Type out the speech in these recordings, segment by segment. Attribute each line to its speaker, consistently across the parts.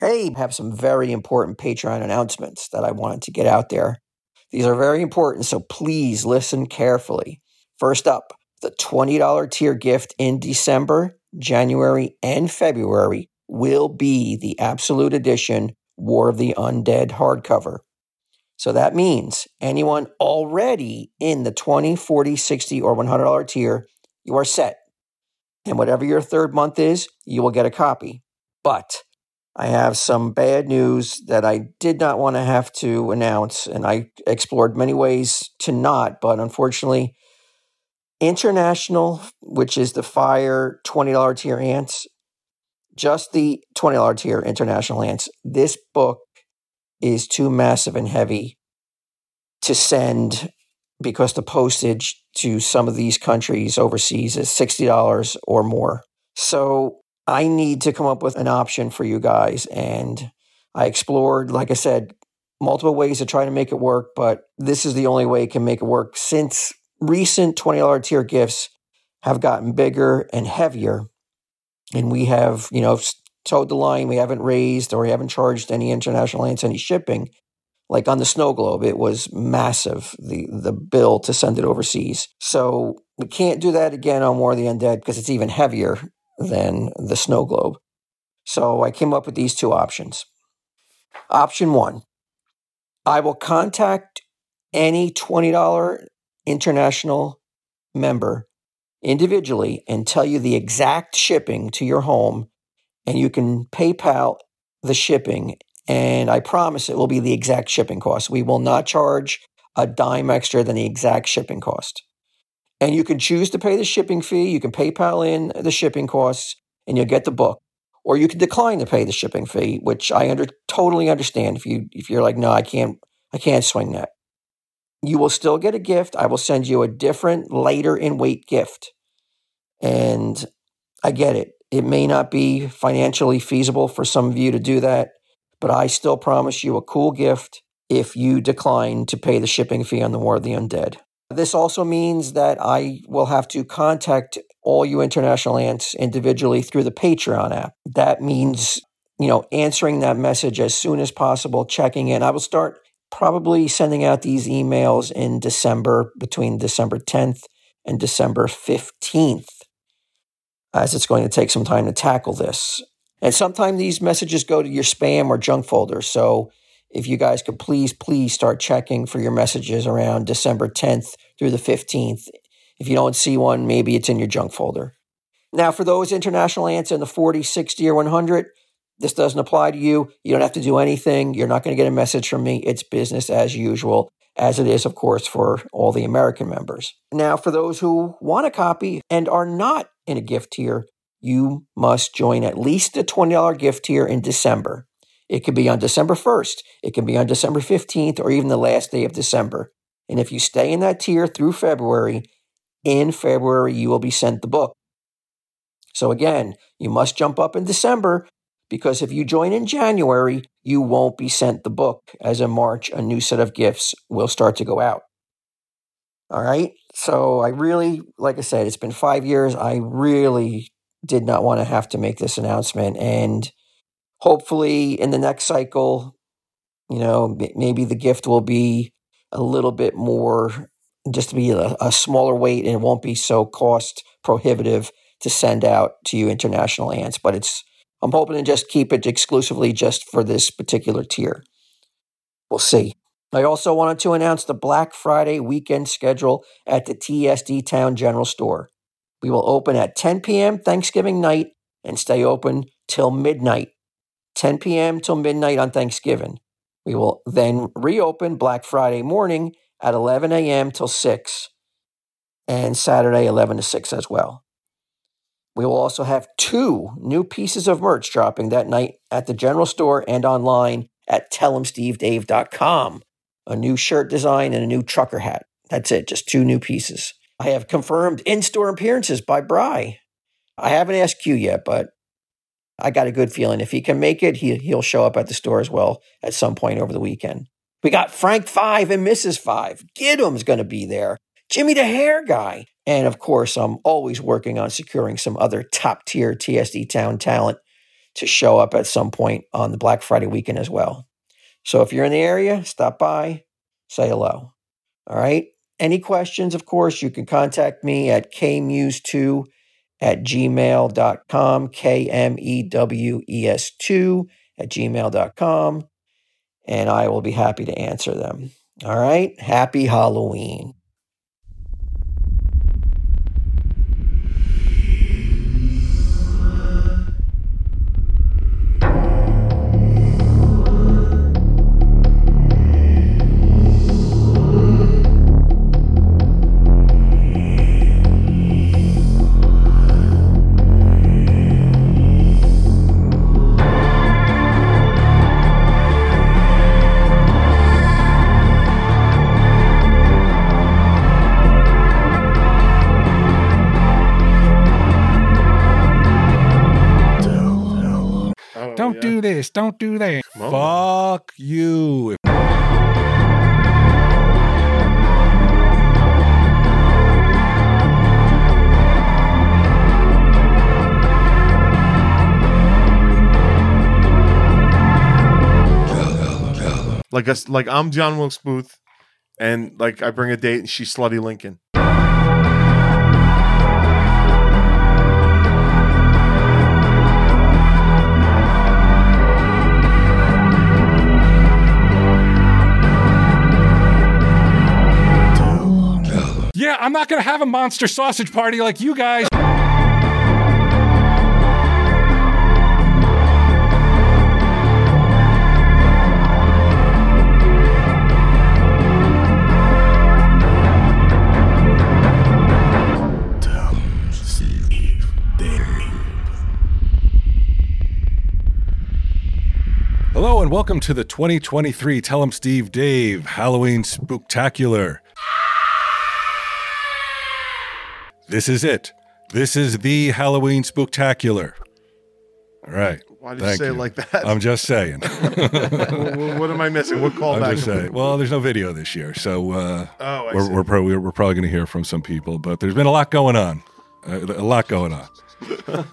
Speaker 1: I have some very important Patreon announcements that I wanted to get out there. These are very important, so please listen carefully. First up, the $20 tier gift in December, January, and February will be the Absolute Edition War of the Undead hardcover. So that means anyone already in the 20, 40, 60, or $100 tier, you are set. And whatever your third month is, you will get a copy. But I have some bad news that I did not want to have to announce, and I explored many ways to not, but unfortunately, International, which is the Fire $20 tier ants, just the $20 tier International ants, this book is too massive and heavy to send because the postage to some of these countries overseas is $60 or more. So I need to come up with an option for you guys. And I explored, like I said, multiple ways to try to make it work, but this is the only way it can make it work since recent $20 tier gifts have gotten bigger and heavier. And we have, you know, towed the line. We haven't raised or we haven't charged any international ants any shipping. Like on the snow globe, it was massive, the, the bill to send it overseas. So we can't do that again on War of the Undead because it's even heavier than the snow globe. So I came up with these two options. Option one I will contact any $20 international member individually and tell you the exact shipping to your home and you can PayPal the shipping. And I promise it will be the exact shipping cost. We will not charge a dime extra than the exact shipping cost. And you can choose to pay the shipping fee. You can PayPal in the shipping costs and you'll get the book. Or you can decline to pay the shipping fee, which I under, totally understand if you if you're like, no, I can't I can't swing that. You will still get a gift. I will send you a different later in weight gift. And I get it it may not be financially feasible for some of you to do that, but I still promise you a cool gift if you decline to pay the shipping fee on the War of the Undead. This also means that I will have to contact all you international ants individually through the Patreon app. That means, you know, answering that message as soon as possible, checking in. I will start probably sending out these emails in December, between December 10th and December 15th as it's going to take some time to tackle this. And sometimes these messages go to your spam or junk folder. So if you guys could please, please start checking for your messages around December 10th through the 15th. If you don't see one, maybe it's in your junk folder. Now, for those international ants in the 40, 60, or 100, this doesn't apply to you. You don't have to do anything. You're not going to get a message from me. It's business as usual as it is, of course, for all the American members. Now, for those who want a copy and are not in a gift tier, you must join at least a $20 gift tier in December. It could be on December 1st, it can be on December 15th, or even the last day of December. And if you stay in that tier through February, in February, you will be sent the book. So again, you must jump up in December because if you join in January, you won't be sent the book, as in March, a new set of gifts will start to go out. All right. So I really, like I said, it's been five years. I really did not want to have to make this announcement. And hopefully in the next cycle, you know, m- maybe the gift will be a little bit more, just to be a, a smaller weight and it won't be so cost prohibitive to send out to you international ants. But it's, I'm hoping to just keep it exclusively just for this particular tier. We'll see. I also wanted to announce the Black Friday weekend schedule at the TSD Town General Store. We will open at 10 p.m. Thanksgiving night and stay open till midnight. 10 p.m. till midnight on Thanksgiving. We will then reopen Black Friday morning at 11 a.m. till 6 and Saturday 11 to 6 as well. We will also have two new pieces of merch dropping that night at the general store and online at tellemstevedave.com. A new shirt design and a new trucker hat. That's it, just two new pieces. I have confirmed in store appearances by Bry. I haven't asked Q yet, but I got a good feeling. If he can make it, he, he'll show up at the store as well at some point over the weekend. We got Frank Five and Mrs. Five. Giddum's going to be there. Jimmy the Hair Guy. And of course, I'm always working on securing some other top tier TSD Town talent to show up at some point on the Black Friday weekend as well. So if you're in the area, stop by, say hello. All right. Any questions, of course, you can contact me at kmuse2 at gmail.com, K M E W E S 2 at gmail.com, and I will be happy to answer them. All right. Happy Halloween.
Speaker 2: Oh,
Speaker 3: Don't
Speaker 2: yeah.
Speaker 3: do this. Don't do that.
Speaker 2: Come on.
Speaker 3: Fuck you.
Speaker 2: like us like I'm John Wilkes Booth, and like I bring a date and she's slutty Lincoln.
Speaker 3: Yeah, I'm not gonna have a monster sausage party like you guys. Hello and welcome to the 2023 Tell 'em Steve Dave Halloween Spooktacular. This is it. This is the Halloween Spooktacular. All right.
Speaker 2: Why did
Speaker 3: Thank
Speaker 2: you say
Speaker 3: you.
Speaker 2: it like that?
Speaker 3: I'm just saying.
Speaker 2: Wh- wh- what am I missing? What
Speaker 3: I'm
Speaker 2: callback?
Speaker 3: just saying. Well, there's no video this year, so uh,
Speaker 2: oh, I
Speaker 3: we're,
Speaker 2: see.
Speaker 3: we're, pro- we're we're probably going to hear from some people. But there's been a lot going on, uh, a lot going on.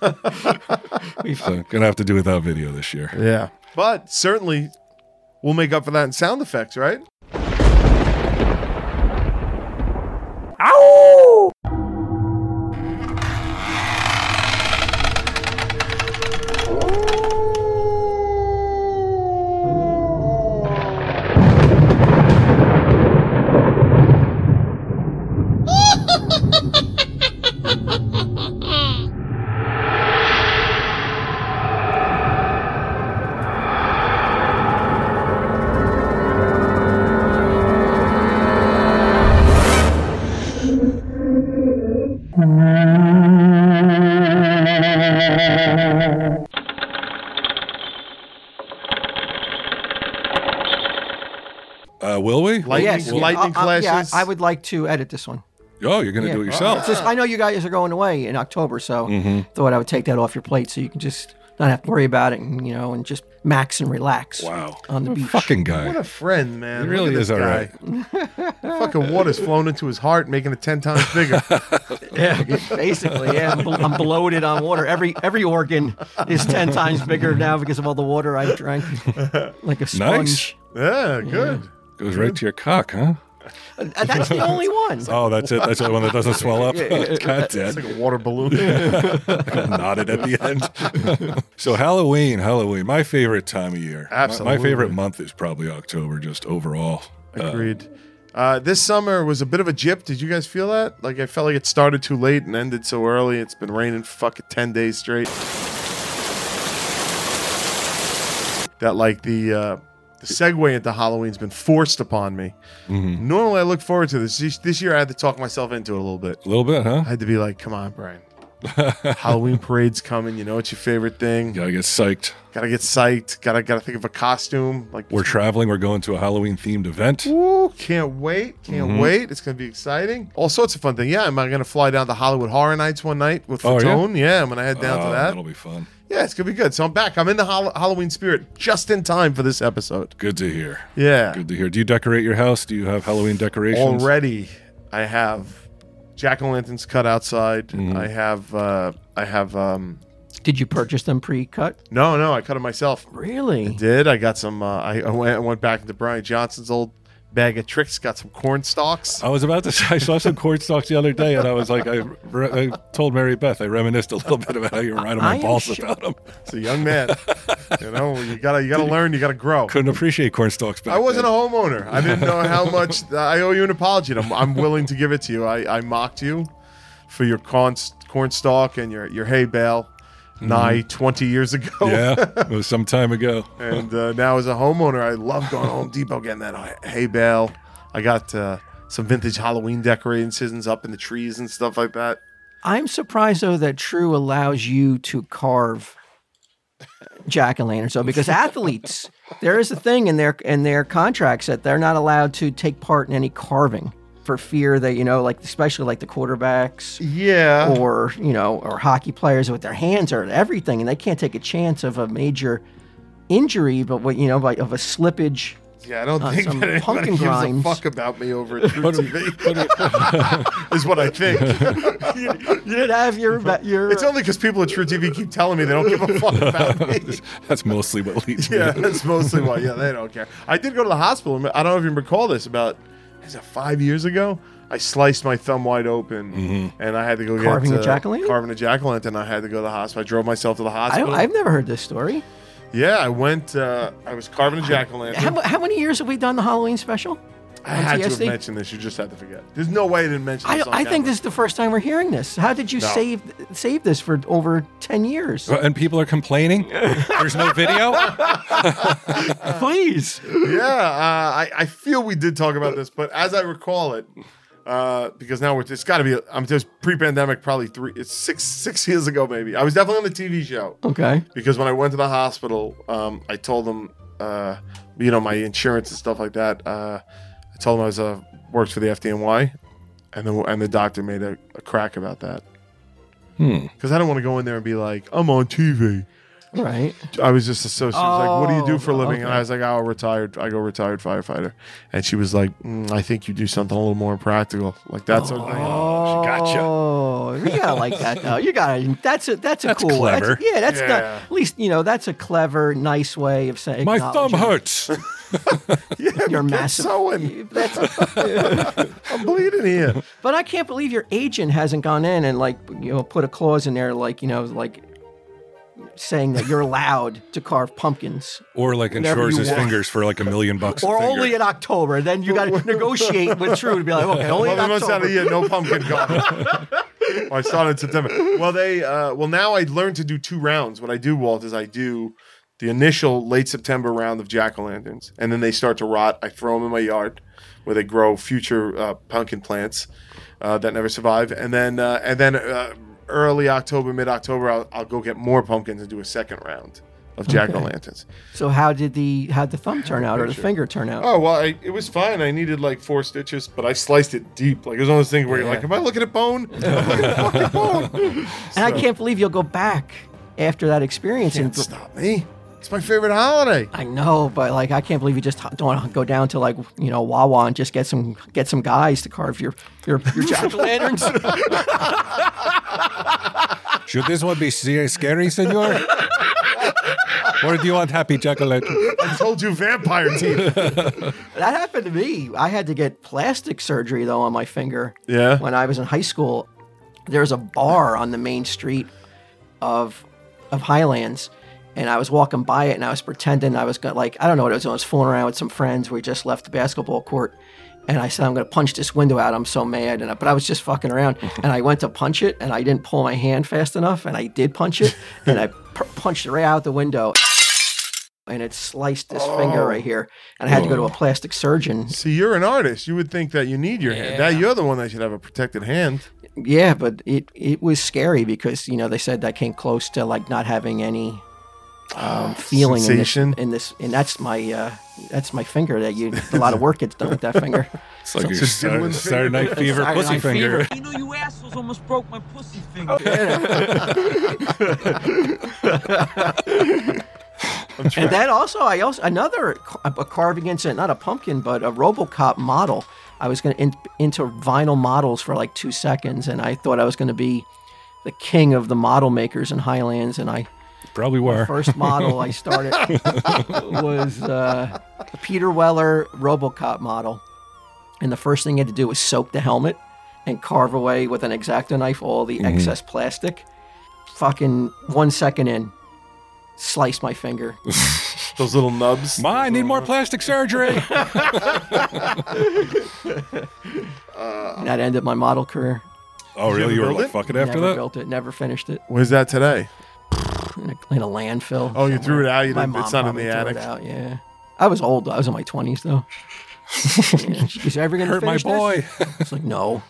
Speaker 3: so going to have to do without video this year.
Speaker 2: yeah, but certainly we'll make up for that in sound effects, right?
Speaker 3: Uh, will we?
Speaker 2: Like- Lightning-
Speaker 1: yes,
Speaker 2: lightning
Speaker 1: I- I- Uh, yeah,
Speaker 2: clashes.
Speaker 1: I would like to edit this one.
Speaker 3: oh, you're going to
Speaker 1: Yeah.
Speaker 3: do it yourself.
Speaker 1: It's just- I know you guys are going away in October, so thought I would take that off your plate so you can just not have to worry about it, and you know, and just max and relax.
Speaker 3: Wow.
Speaker 1: On the beach.
Speaker 3: Fucking
Speaker 2: What
Speaker 3: guy.
Speaker 2: a friend,
Speaker 3: He
Speaker 2: man! Look
Speaker 3: really
Speaker 2: at this
Speaker 3: is all
Speaker 2: guy. Fucking water's flowing into his heart, making it ten times bigger.
Speaker 1: Yeah, basically, yeah. I'm, blo- I'm bloated on water. Every every organ is ten times bigger now because of all the water I've drank, like a
Speaker 3: Nice.
Speaker 1: sponge.
Speaker 2: yeah, good.
Speaker 3: Goes right to your cock, huh?
Speaker 1: Uh, That's the only one.
Speaker 3: Oh, that's it. That's the one that doesn't swell up. God
Speaker 2: It's
Speaker 3: damn.
Speaker 2: like a water balloon.
Speaker 3: nodded at the end. so Halloween, Halloween, my favorite time of year. My- My,
Speaker 2: Absolutely.
Speaker 3: favorite month is probably October, just overall.
Speaker 2: Agreed. Uh, this summer was a bit of a jip. Did you guys feel that? Like I felt like it started too late and ended so early. It's been raining fucking ten days straight. That like the uh, the segue into Halloween's been forced upon me. Normally I look forward to this. this. This year I had to talk myself into it a little bit.
Speaker 3: A little bit, huh?
Speaker 2: I had to be like, "Come on, Brian, Halloween parade's coming. You know it's your favorite thing.
Speaker 3: Gotta get psyched.
Speaker 2: Gotta get psyched. Gotta gotta think of a costume. Like
Speaker 3: We're traveling. We're going to a Halloween themed event.
Speaker 2: Ooh, can't wait. Can't
Speaker 3: Mm-hmm.
Speaker 2: wait. It's going to be exciting. All sorts of fun things. Yeah, am I going to fly down to Hollywood Horror Nights one night with
Speaker 3: Oh, yeah?
Speaker 2: Fatone? yeah? I'm going to head down
Speaker 3: Oh,
Speaker 2: to that.
Speaker 3: That'll be fun.
Speaker 2: Yeah, it's going to be good. So I'm back. I'm in the Hall- Halloween spirit just in time for this episode.
Speaker 3: Good to hear.
Speaker 2: Yeah.
Speaker 3: Good to hear. Do you decorate your house? Do you have Halloween decorations?
Speaker 2: Already, I
Speaker 3: Mm-hmm.
Speaker 2: have jack o' lanterns cut outside. I have uh, I have um,
Speaker 1: Did you purchase them pre-cut?
Speaker 2: No, no, I cut it myself. I
Speaker 1: Really?
Speaker 2: did. I got some. Uh, I, I went. I went back into Brian Johnson's old bag of tricks. Got some corn stalks.
Speaker 3: I was about to say, I saw some corn stalks the other day, and I was like, I, re- I told Mary Beth, I reminisced a little bit about how you were riding
Speaker 1: I
Speaker 3: my
Speaker 1: am
Speaker 3: balls
Speaker 1: sure-
Speaker 3: about them.
Speaker 2: It's a young man. you know, you gotta, you gotta learn. You gotta grow.
Speaker 3: Couldn't appreciate corn stalks back
Speaker 2: I wasn't a
Speaker 3: then.
Speaker 2: homeowner. I didn't know how much. I owe you an apology. and I'm, I'm willing to give it to you. I, I mocked you for your corn, corn stalk and your, your hay bale nigh 20 years ago.
Speaker 3: Yeah, it was some time ago.
Speaker 2: and uh, now as a homeowner, I love going to Home Depot getting that hay- hay bale. I got uh, some vintage Halloween decorations up in the trees and stuff like that.
Speaker 1: I'm surprised though that True allows you to carve jack o' lanterns though, because athletes, there is a thing in their in their contracts that they're not allowed to take part in any carving for fear that you know, like especially like the quarterbacks
Speaker 2: Yeah.
Speaker 1: or you know, or hockey players with their hands are at everything, and they can't take a chance of a major injury, but what you know, by, of a slippage.
Speaker 2: yeah, I don't
Speaker 1: on
Speaker 2: think
Speaker 1: Uh, some
Speaker 2: that anybody
Speaker 1: pumpkin
Speaker 2: gives a
Speaker 1: grinds.
Speaker 2: fuck about me over at True TV. is what I think.
Speaker 1: You did have your your.
Speaker 2: It's only because people at True TV keep telling me they don't give a fuck about me.
Speaker 3: That's mostly what leads me.
Speaker 2: Yeah,
Speaker 3: to-
Speaker 2: that's mostly why. Yeah, they don't care. I did go to the hospital. I don't know if you recall this. About is it five years ago, I sliced my thumb wide open, and I had to go
Speaker 1: Carving a
Speaker 2: get uh,
Speaker 1: jack-o'-lantern?
Speaker 2: Carving a jack o' lantern. I had to go to the hospital. I drove myself to the
Speaker 1: I
Speaker 2: hospital.
Speaker 1: don't, I've never heard this story.
Speaker 2: yeah, I went. Uh, I was carving a jack o'
Speaker 1: How,
Speaker 2: lantern.
Speaker 1: mu- how many years have we done the Halloween special?
Speaker 2: I had to have
Speaker 1: MTSD?
Speaker 2: mentioned this. You just had to forget. There's no way I didn't mention.
Speaker 1: I,
Speaker 2: this on
Speaker 1: I think
Speaker 2: camera.
Speaker 1: this is the first time we're hearing this. How did you
Speaker 2: No.
Speaker 1: save save this for over ten years?
Speaker 3: And people are complaining. There's no video.
Speaker 1: Please,
Speaker 2: yeah, uh, I, I feel we did talk about this, but as I recall it, uh, because now we're, it's got to be. I'm just pre-pandemic, probably three, it's six six years ago, maybe. I was definitely on the TV show
Speaker 1: okay.
Speaker 2: because when I went to the hospital, um, I told them, uh, you know, my insurance and stuff like that. Uh, I told them I was uh, worked for the FDNY, and the and the doctor made a, a crack about that
Speaker 3: Hmm.
Speaker 2: because I don't want to go in there and be like, I'm on TV.
Speaker 1: All right.
Speaker 2: I was just associated. She was like, "What do you do
Speaker 1: Oh,
Speaker 2: for a living?" And
Speaker 1: okay.
Speaker 2: I was like, "Oh, retired. I go retired firefighter." And she was like, mm, "I think you do something a little more practical, like that sort of thing."
Speaker 3: gotcha.
Speaker 1: Oh, you gotta like that though. You gotta. That's a that's a
Speaker 3: That's
Speaker 1: cool.
Speaker 3: clever.
Speaker 1: yeah, that's not-
Speaker 2: Yeah.
Speaker 1: at least you know that's a clever, nice way of saying
Speaker 3: My thumb
Speaker 1: acknowledging
Speaker 3: hurts.
Speaker 2: Yeah,
Speaker 1: Your
Speaker 2: get
Speaker 1: massive.
Speaker 2: sewing.
Speaker 1: That's-
Speaker 2: I'm bleeding here.
Speaker 1: but I can't believe your agent hasn't gone in and like you know put a clause in there like you know like saying that you're allowed to carve pumpkins
Speaker 3: Or like
Speaker 1: Whatever
Speaker 3: insures
Speaker 1: you
Speaker 3: his
Speaker 1: want.
Speaker 3: fingers for like a million bucks. a
Speaker 1: or
Speaker 3: finger.
Speaker 1: only in October. Then you got to negotiate with True to be like, okay, only in
Speaker 2: Eleven months out of
Speaker 1: October.
Speaker 2: the year, no pumpkin garden. Well, I started in September. Well, they. Uh, well, now I learned to do two rounds. What I do, Walt, is I do the initial late September round of jack o' lanterns, and then they start to rot. I throw them in my yard, where they grow future uh, pumpkin plants uh, that never survive, and then uh, and then uh, early October, mid October, I'll, I'll go get more pumpkins and do a second round of jack o' lanterns.
Speaker 1: So how did the how the thumb turn out or the finger turn out?
Speaker 2: Oh well, I, it was fine. I needed like four stitches, but I sliced it deep. Like it was one of those things where you're like, "Am I looking at bone? Am I looking at fucking bone?"
Speaker 1: and I can't believe you'll go back after that experience.
Speaker 2: Can't
Speaker 1: And
Speaker 2: stop me. It's my favorite holiday.
Speaker 1: I know, but like I can't believe you just don't go down to like you know Wawa and just get some get some guys to carve your your, your jack o' lanterns.
Speaker 3: Should this one be se- scary, senor? or do you want happy chocolate?
Speaker 2: I told you, vampire teeth.
Speaker 1: that happened to me. I had to get plastic surgery though on my finger.
Speaker 2: Yeah.
Speaker 1: When I was in high school, there was a bar on the main street of of Highlands, and I was walking by it, and I was pretending I was gonna like I don't know what I was doing. I was fooling around with some friends. We just left the basketball court, and I said I'm gonna punch this window out. I'm so mad, and I, but I was just fucking around, and I went to punch it, and I didn't pull my hand fast enough, and I did punch it, and I pu- punched it right out the window. And it sliced this finger right here, and I had to go to a plastic surgeon.
Speaker 2: See, you're an artist. You would think that you need your hand. Now you're the one that should have a protected hand.
Speaker 1: Yeah, but it it was scary because you know they said I came close to like not having any um, feeling in this,
Speaker 2: Sensation.
Speaker 1: in this, and that's my uh, that's my finger that you a lot of work gets done with that finger.
Speaker 3: It's like your
Speaker 2: Just
Speaker 3: Saturday,
Speaker 2: doodling
Speaker 3: Saturday Night Fever
Speaker 1: Saturday
Speaker 3: pussy
Speaker 1: Night
Speaker 3: finger.
Speaker 1: Fever.
Speaker 4: You know, you assholes almost broke my pussy finger.
Speaker 1: and then also I also another ca- a carving incident, not a pumpkin, but a RoboCop model. I was gonna in, into vinyl models for like two seconds, and I thought I was gonna be the king of the model makers in Highlands, and I
Speaker 3: Probably
Speaker 1: the
Speaker 3: were.
Speaker 1: first model I started was uh, a Peter Weller RoboCop model, and the first thing you had to do was soak the helmet and carve away with an exacto knife all
Speaker 3: Mm-hmm.
Speaker 1: the excess plastic. Fucking one second in, sliced my finger.
Speaker 2: Those little nubs.
Speaker 3: Ma, I need more plastic surgery.
Speaker 1: And that ended my model career.
Speaker 3: oh,
Speaker 2: Did you ever
Speaker 3: really? You were
Speaker 2: build
Speaker 3: like,
Speaker 2: it?
Speaker 3: fuck it after
Speaker 1: never
Speaker 3: that?
Speaker 1: built it, never finished it
Speaker 2: Where's that today?
Speaker 1: in a, in a landfill.
Speaker 2: Oh, you threw it out. You
Speaker 1: My
Speaker 2: didn't,
Speaker 1: mom
Speaker 2: it's not in
Speaker 1: probably
Speaker 2: the
Speaker 1: threw
Speaker 2: attic.
Speaker 1: It out, yeah, I was old. I was in my twenties though. yeah. She's ever gonna
Speaker 3: Hurt my
Speaker 1: finish this?"
Speaker 3: boy.
Speaker 1: It's like no.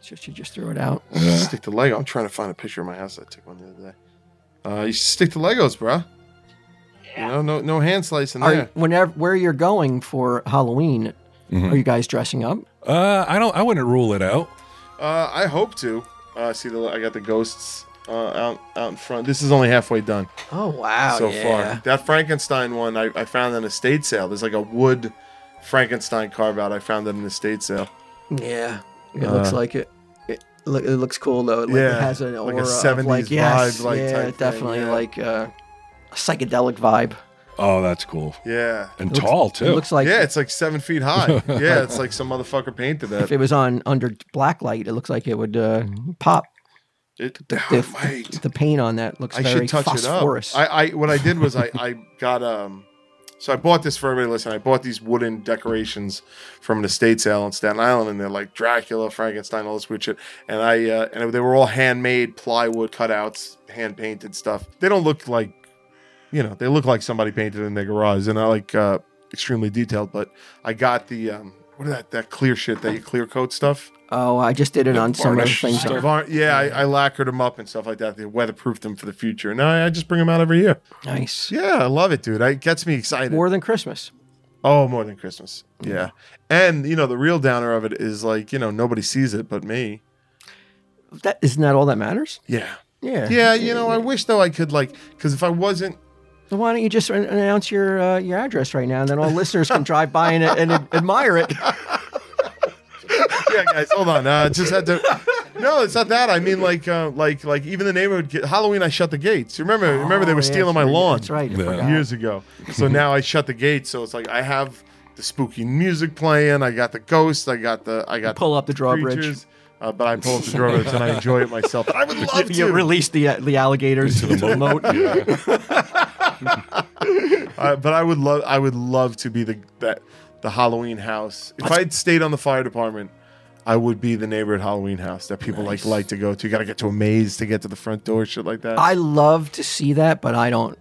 Speaker 1: So she just threw it out.
Speaker 2: Stick to Lego. I'm trying to find a picture of my house. I took one the other day. Uh, you should stick to Legos, bruh. You know, no, no hand slicing
Speaker 1: Are
Speaker 2: there.
Speaker 1: whenever where you're going for Halloween?
Speaker 2: Mm-hmm.
Speaker 1: Are you guys dressing up?
Speaker 3: Uh, I don't. I wouldn't rule it out.
Speaker 2: Uh, I hope to. Uh, see the I got the ghosts uh, out out in front. This is only halfway done
Speaker 1: Oh wow!
Speaker 2: so far. That Frankenstein one I, I found at an estate sale. There's like a wood Frankenstein carve out. I found at an estate sale.
Speaker 1: Yeah, it looks like it. It, lo- it looks cool though. It, like,
Speaker 2: Uh, Yeah,
Speaker 1: it has an
Speaker 2: like a
Speaker 1: aura of
Speaker 2: 70s
Speaker 1: like yes,
Speaker 2: vibe, like,
Speaker 1: yeah,
Speaker 2: type thing,
Speaker 1: definitely
Speaker 2: yeah.
Speaker 1: like uh, a psychedelic vibe.
Speaker 3: Oh, that's cool
Speaker 2: Yeah.
Speaker 3: and tall
Speaker 1: It
Speaker 3: too.
Speaker 1: looks like
Speaker 2: yeah, it's like seven feet high. Yeah, it's like some motherfucker painted that.
Speaker 1: if it was on under black light, it looks like it would uh,
Speaker 2: Mm-hmm.
Speaker 1: pop.
Speaker 2: It,
Speaker 1: The,
Speaker 2: oh,
Speaker 1: the-
Speaker 2: mate.
Speaker 1: the paint on that looks
Speaker 2: I
Speaker 1: very
Speaker 2: should touch it up.
Speaker 1: phosphorus.
Speaker 2: I, I what I did was I, I got um so I bought this for everybody listening. I bought these wooden decorations from an estate sale in Staten Island, and they're like Dracula, Frankenstein, all this weird shit. And I uh, and they were all handmade plywood cutouts, hand painted stuff. They don't look like you know, they look like somebody painted in their garage. They're not like uh, extremely detailed, but I got the um what is that that clear shit that you clear coat stuff.
Speaker 1: oh, I just did it on some of the
Speaker 2: Varnish
Speaker 1: things.
Speaker 2: stuff. Var- yeah, I, I lacquered them up and stuff like that. They weatherproofed them for the future. And I, I just bring them out every year.
Speaker 1: Nice.
Speaker 2: Yeah, I love it, dude. I- It gets me excited.
Speaker 1: More than Christmas.
Speaker 2: oh, more than Christmas. Yeah. And, you know, the real downer of it is like, you know, nobody sees it but me.
Speaker 1: That isn't that all that matters.
Speaker 2: Yeah.
Speaker 1: Yeah.
Speaker 2: Yeah, you know, I wish though I could, like, because if I wasn't,
Speaker 1: So why don't you just an- announce your uh, your address right now, and then all listeners can drive by and, and admire it.
Speaker 2: yeah, guys, hold on. Uh, just had to. No, it's not that. I mean, like, uh, like, like, even the neighborhood. Get, Halloween, I shut the gates. Remember, remember, they
Speaker 1: Oh,
Speaker 2: were
Speaker 1: yeah,
Speaker 2: stealing my
Speaker 1: that's right.
Speaker 2: lawn.
Speaker 1: That's right. I
Speaker 3: Yeah.
Speaker 1: forgot.
Speaker 2: years ago. So now I shut the gate. So it's like I have the spooky music playing. I got the ghosts. I got the I got
Speaker 1: Pull up the drawbridge.
Speaker 2: creatures, Uh, but I pull up the drawbridge and I enjoy it myself. I would love
Speaker 1: You
Speaker 2: to.
Speaker 1: release the uh, the alligators into the moat.
Speaker 2: Uh, but I would love. I would love to be the that the Halloween house. If I had stayed on the fire department, I would be the neighborhood Halloween house that people like like to go to. You got to get to a maze to get to the front door, shit like that.
Speaker 1: I love to see that, but I don't.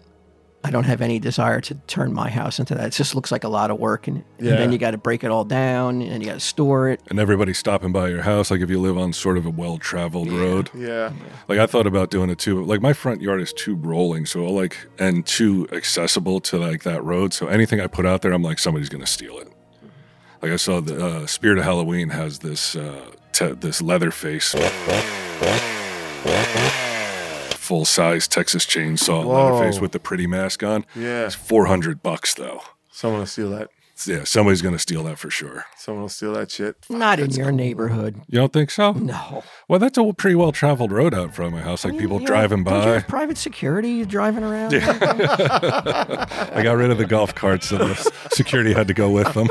Speaker 1: I don't have any desire to turn my house into that. It just looks like a lot of work, and, and
Speaker 2: Yeah.
Speaker 1: then you got to break it all down, and you got to store it.
Speaker 3: and everybody's stopping by your house, like if you live on sort of a well-traveled road.
Speaker 2: yeah,
Speaker 3: Like I thought about doing it too, but like my front yard is too rolling, so like and too accessible to like that road. So anything I put out there, I'm like somebody's gonna steal it. Like I saw the uh, Spirit of Halloween has this uh, te- this leather face, full size Texas chainsaw
Speaker 2: Whoa.
Speaker 3: leather face with the pretty mask on.
Speaker 2: yeah.
Speaker 3: It's four hundred bucks though.
Speaker 2: Someone will steal that.
Speaker 3: Yeah, somebody's gonna steal that for sure.
Speaker 2: Someone will steal that shit.
Speaker 1: Not in your neighborhood.
Speaker 3: You don't think so?
Speaker 1: No.
Speaker 3: Well, that's a pretty well traveled road out front of my house. Like people
Speaker 1: You know,
Speaker 3: driving
Speaker 1: don't you
Speaker 3: by.
Speaker 1: have private security driving around.
Speaker 3: I got rid of the golf carts, so the s- security had to go with them.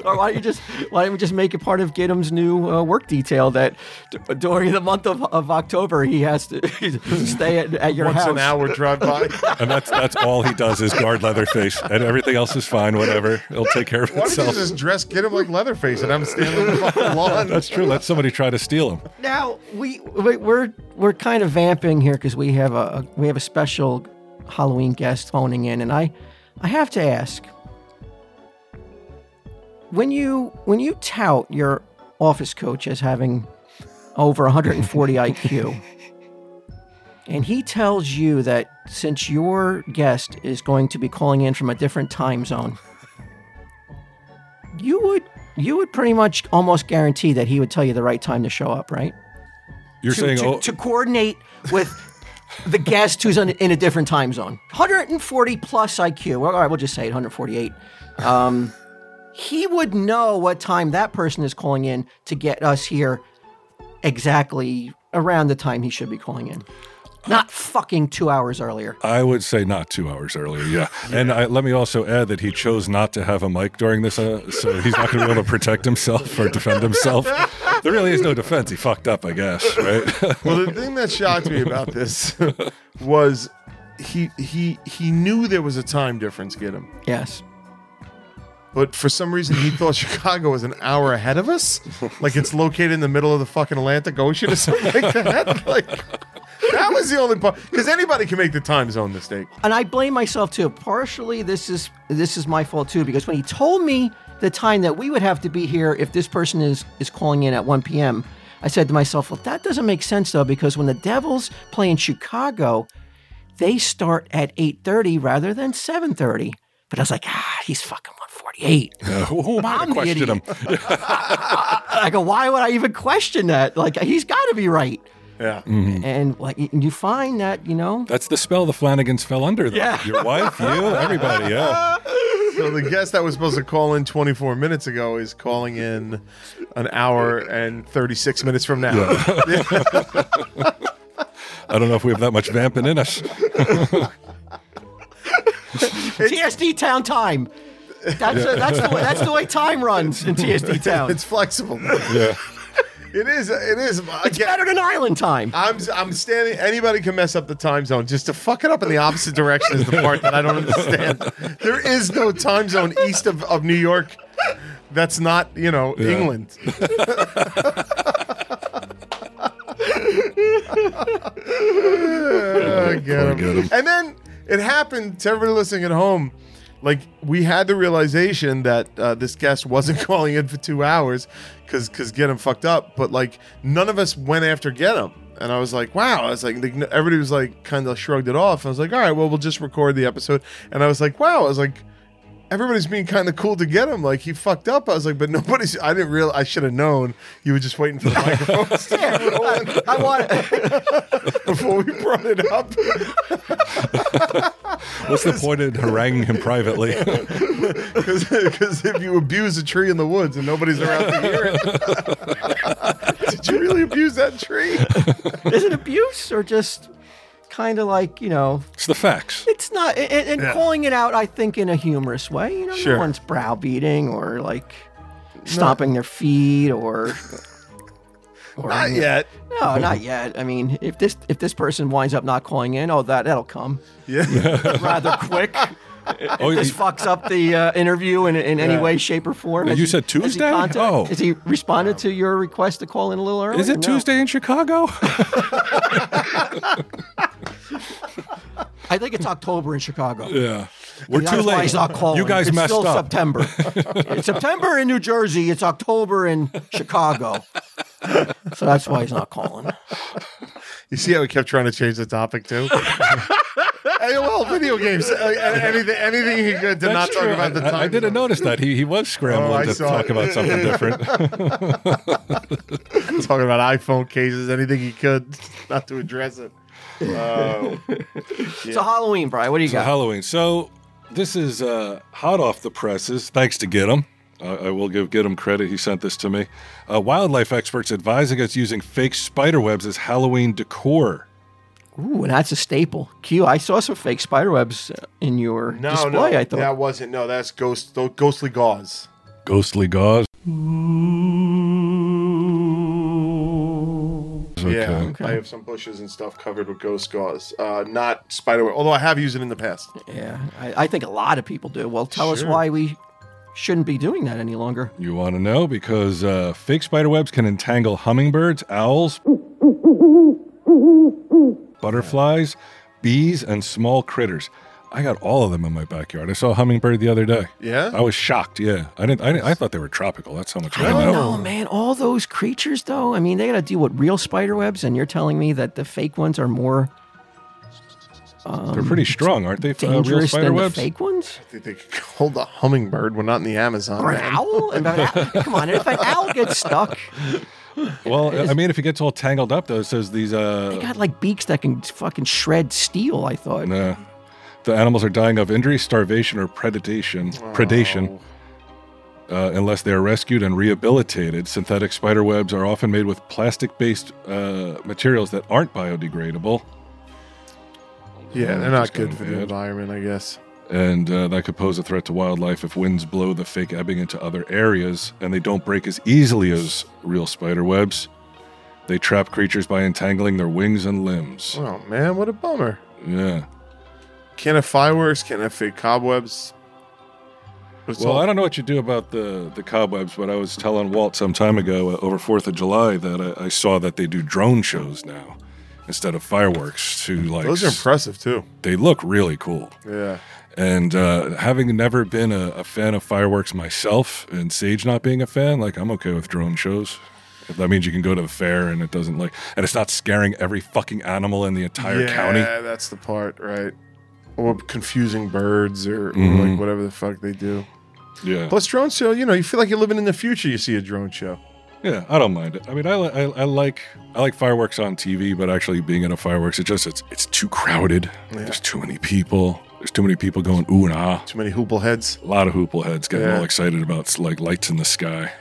Speaker 1: or why don't you just why don't we just make it part of Gidim's new uh, work detail that d- during the month of, of October he has to stay at, at your
Speaker 2: Once
Speaker 1: house.
Speaker 2: an hour drive by.
Speaker 3: and that's that's all he does is guard Leatherface, and everything else is fine. Whatever, it'll take care of
Speaker 2: Why don't you
Speaker 3: itself.
Speaker 2: just dress, get him like Leatherface, and I'm standing on the fucking lawn?
Speaker 3: That's true. Let somebody try to steal him.
Speaker 1: Now we we- we're we're kind of vamping here because we have a, a we have a special Halloween guest phoning in, and I I have to ask when you when you tout your office coach as having over 140 IQ, and he tells you that since your guest is going to be calling in from a different time zone, you would you would pretty much almost guarantee that he would tell you the right time to show up, right?
Speaker 3: You're
Speaker 1: to,
Speaker 3: saying,
Speaker 1: to,
Speaker 3: oh,
Speaker 1: to coordinate with the guest who's on, in a different time zone. 140 plus IQ. Well, all right, we'll just say it, 148. Um, he would know what time that person is calling in to get us here exactly around the time he should be calling in. Not fucking two hours earlier.
Speaker 3: I would say not two hours earlier. Yeah, and I, let me also add that he chose not to have a mic during this, uh, so he's not going to be able to protect himself or defend himself. There really is no defense. He fucked up, I guess. Right?
Speaker 2: Well, the thing that shocked me about this was he he he knew there was a time difference. Get him,
Speaker 1: Yes.
Speaker 2: but for some reason he thought Chicago was an hour ahead of us, like it's located in the middle of the fucking Atlantic Ocean or something like that. Like that was the only part because anybody can make the time zone mistake.
Speaker 1: And I blame myself too. Partially, this is this is my fault too because when he told me the time that we would have to be here if this person is is calling in at 1 p.m., I said to myself, "Well, that doesn't make sense though because when the Devils play in Chicago, they start at 8:30 rather than 7:30." But I was like, "Ah, he's fucking 148."
Speaker 3: Uh, who am I
Speaker 1: I'm
Speaker 3: to
Speaker 1: the
Speaker 3: question him?
Speaker 1: idiot. I go, "Why would I even question that? Like, he's got to be right."
Speaker 2: Yeah,
Speaker 1: And like, y- you find that you know
Speaker 3: That's the spell the Flanagans fell under. Though.
Speaker 1: Yeah.
Speaker 3: Your wife, you, everybody. Yeah.
Speaker 2: so the guest that was supposed to call in 24 minutes ago is calling in an hour and 36 minutes from now.
Speaker 3: I don't know if we have that much vamping in us.
Speaker 1: TSD Town time. That's, that's, the way, that's the way time runs in TSD Town.
Speaker 2: It's
Speaker 1: It's,
Speaker 2: flexible.
Speaker 3: Yeah.
Speaker 2: It is. It is. Again,
Speaker 1: better than Island time.
Speaker 2: I'm I'm standing. Anybody can mess up the time zone. Just to fuck it up in the opposite direction is the part that I don't understand. There is no time zone east of, of New York. That's not you know
Speaker 3: Yeah.
Speaker 2: England. Oh, Uh, get
Speaker 3: Poor
Speaker 2: 'em.
Speaker 3: get 'em.
Speaker 2: And then it happened to everybody listening at home. Like we had the realization that uh, this guest wasn't calling in for two hours because because get him fucked up. But like none of us went after get him. And I was like, wow. I was like, like, everybody was like, kind of shrugged it off. I was like, all right, well, we'll just record the episode. And I was like, wow. I was like, everybody's being kind of cool to get him. Like he fucked up. I was like, but nobody's. I didn't real. I should have known you were just waiting for the microphones to
Speaker 1: Yeah, I, I want
Speaker 2: before we brought it up.
Speaker 3: What's the point in haranguing him privately?
Speaker 2: Because if you abuse a tree in the woods and nobody's around to hear it, did you really abuse that tree?
Speaker 1: Is it abuse or just kind of like you know?
Speaker 3: it's the facts.
Speaker 1: It's not. And, and
Speaker 2: Yeah.
Speaker 1: calling it out, I think, in a humorous way. You know,
Speaker 2: Sure.
Speaker 1: no one's browbeating or like stomping their feet or. or
Speaker 2: Not yet.
Speaker 1: No, not yet. I mean, if this if this person winds up not calling in, oh that that'll come
Speaker 2: Yeah.
Speaker 1: rather quick.
Speaker 3: Oh,
Speaker 1: this
Speaker 3: you-
Speaker 1: fucks up the uh, interview in, in any
Speaker 2: Yeah.
Speaker 1: way, shape, or form.
Speaker 3: You
Speaker 1: Has he-
Speaker 3: said
Speaker 1: has he
Speaker 3: Tuesday?
Speaker 1: contact-
Speaker 3: Oh.
Speaker 1: Has he responded to your request to call in a little early?
Speaker 3: is it
Speaker 1: No.
Speaker 3: Tuesday in Chicago?
Speaker 1: I think it's October in Chicago.
Speaker 3: yeah. We're
Speaker 1: That's
Speaker 3: too
Speaker 1: why
Speaker 3: late.
Speaker 1: he's not calling.
Speaker 3: You guys
Speaker 1: it's
Speaker 3: messed
Speaker 1: still
Speaker 3: up.
Speaker 1: September. it's September in New Jersey. It's October in Chicago. so that's why he's not calling.
Speaker 2: You see how we kept trying to change the topic too? AOL video games. Uh, anything, anything he could to
Speaker 3: That's
Speaker 2: not
Speaker 3: true.
Speaker 2: talk about the
Speaker 3: I-
Speaker 2: time.
Speaker 3: I, didn't
Speaker 2: zone.
Speaker 3: notice that he he was
Speaker 2: Oh,
Speaker 3: scrambling
Speaker 2: I
Speaker 3: to
Speaker 2: saw
Speaker 3: talk
Speaker 2: it.
Speaker 3: about something different.
Speaker 2: Talking about iPhone cases. Anything he could not to address it. Oh.
Speaker 1: So Halloween, Brian. What do you
Speaker 3: So
Speaker 1: got?
Speaker 3: Halloween. So this is uh, hot off the presses. Thanks to Get'em. Uh, I will give Get'em credit. He sent this to me. Uh, wildlife experts advise against using fake spider webs as Halloween decor.
Speaker 1: Ooh, and that's a staple. Q. I saw some fake spider webs uh, in your
Speaker 2: No,
Speaker 1: display.
Speaker 2: no,
Speaker 1: I thought.
Speaker 2: that wasn't. No, that's ghost, ghostly gauze.
Speaker 3: Ghostly gauze.
Speaker 2: Yeah, I have some bushes and stuff covered with ghost gauze. Uh, not spider web, although I have used it in the past.
Speaker 1: Yeah, I, I think a lot of people do. Well, tell us
Speaker 2: Sure.
Speaker 1: why we shouldn't be doing that any longer.
Speaker 3: You want to know because uh, fake spider webs can entangle hummingbirds, owls, butterflies, bees, and small critters. I got all of them in my backyard. I saw a hummingbird the other day.
Speaker 2: Yeah?
Speaker 3: I was shocked. Yeah, I didn't. I, didn't, I thought they were tropical. That's how much I
Speaker 1: I
Speaker 3: know.
Speaker 1: don't know, Oh, man. All those creatures, though. I mean, they got to deal with real spider webs, and you're telling me that the fake ones are more
Speaker 3: They're pretty strong, aren't they? for, Uh, real
Speaker 1: dangerous
Speaker 3: spider
Speaker 1: than
Speaker 3: webs.
Speaker 1: the fake ones?
Speaker 2: I think they could hold a hummingbird. We're not in the Amazon.
Speaker 1: Or an
Speaker 2: man.
Speaker 1: owl? And an owl- Come on, if an owl gets stuck,
Speaker 3: Well, I mean, if it gets all tangled up, though, it says these.
Speaker 1: they
Speaker 3: Uh,
Speaker 1: got like beaks that can fucking shred steel. I thought.
Speaker 3: nah. the animals are dying of injury, starvation, or predation. Predation. Uh, unless they are rescued and rehabilitated, synthetic spider webs are often made with plastic based uh, materials that aren't biodegradable.
Speaker 2: Yeah, they're
Speaker 3: Which is kind
Speaker 2: not good
Speaker 3: of
Speaker 2: for the
Speaker 3: bad.
Speaker 2: environment, I guess.
Speaker 3: and uh, that could pose a threat to wildlife if winds blow the fake ebbing into other areas and they don't break as easily as real spider webs. They trap creatures by entangling their wings and limbs.
Speaker 2: Oh man, what a bummer.
Speaker 3: Yeah.
Speaker 2: Can't have fireworks, can't have fake cobwebs. It's
Speaker 3: Well,
Speaker 2: all-
Speaker 3: I don't know what you do about the, the cobwebs, but I was telling Walt some time ago uh, over 4th of July that I, I saw that they do drone shows now instead of fireworks to like.
Speaker 2: those are
Speaker 3: s-
Speaker 2: impressive too.
Speaker 3: they look really cool.
Speaker 2: Yeah.
Speaker 3: And uh, having never been a, a fan of fireworks myself, and Sage not being a fan, like I'm okay with drone shows. If that means you can go to the fair and it doesn't like, and it's not scaring every fucking animal in the entire
Speaker 2: yeah,
Speaker 3: county.
Speaker 2: that's the part, right? Or confusing birds or, or
Speaker 3: Mhm.
Speaker 2: like whatever the fuck they do.
Speaker 3: Yeah,
Speaker 2: Plus, drone show, you know, you feel like you're living in the future. You see a drone show.
Speaker 3: yeah, I don't mind it. I mean, I, li- I I like I like fireworks on TV, but actually being at a fireworks, it just it's it's too crowded.
Speaker 2: Yeah.
Speaker 3: There's too many people. There's too many people going ooh and ah.
Speaker 2: Too many hoople heads.
Speaker 3: A lot of hoople heads getting
Speaker 2: Yeah.
Speaker 3: all excited about like lights in the sky.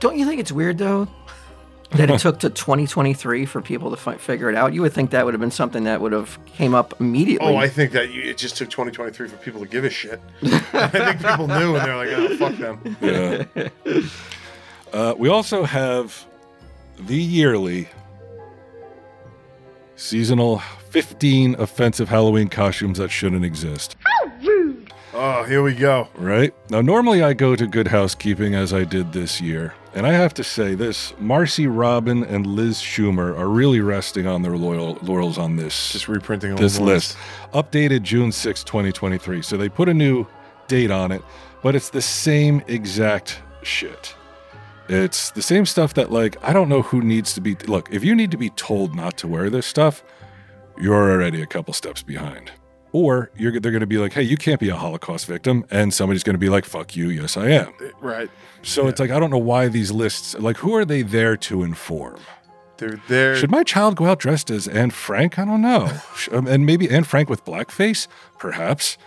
Speaker 1: Don't you think it's weird though that it took to 2023 for people to fi- figure it out? You would think that would have been something that would have came up immediately.
Speaker 2: Oh, I think that you, it just took 2023 for people to give a shit. I think people knew and they're like, oh, fuck them.
Speaker 3: Yeah. uh, we also have the yearly seasonal 15 offensive Halloween costumes that shouldn't exist.
Speaker 2: Oh, here we go.
Speaker 3: Right? Now, normally I go to Good Housekeeping as I did this year. And I have to say this Marcy Robin and Liz Schumer are really resting on their loyal, laurels on this
Speaker 2: Just reprinting old
Speaker 3: this
Speaker 2: ones.
Speaker 3: list updated june 6 2023 so they put a new date on it but it's the same exact shit it's the same stuff that like i don't know who needs to be look if you need to be told not to wear this stuff you're already a couple steps behind or you're they're going to be like hey you can't be a holocaust victim and somebody's going to be like fuck you yes i am
Speaker 2: Right.
Speaker 3: so it's like i don't know why these lists like who are they there to inform
Speaker 2: They're there.
Speaker 3: should my child go out dressed as Anne Frank? I don't know. Sh- um, and maybe Anne Frank with blackface, perhaps.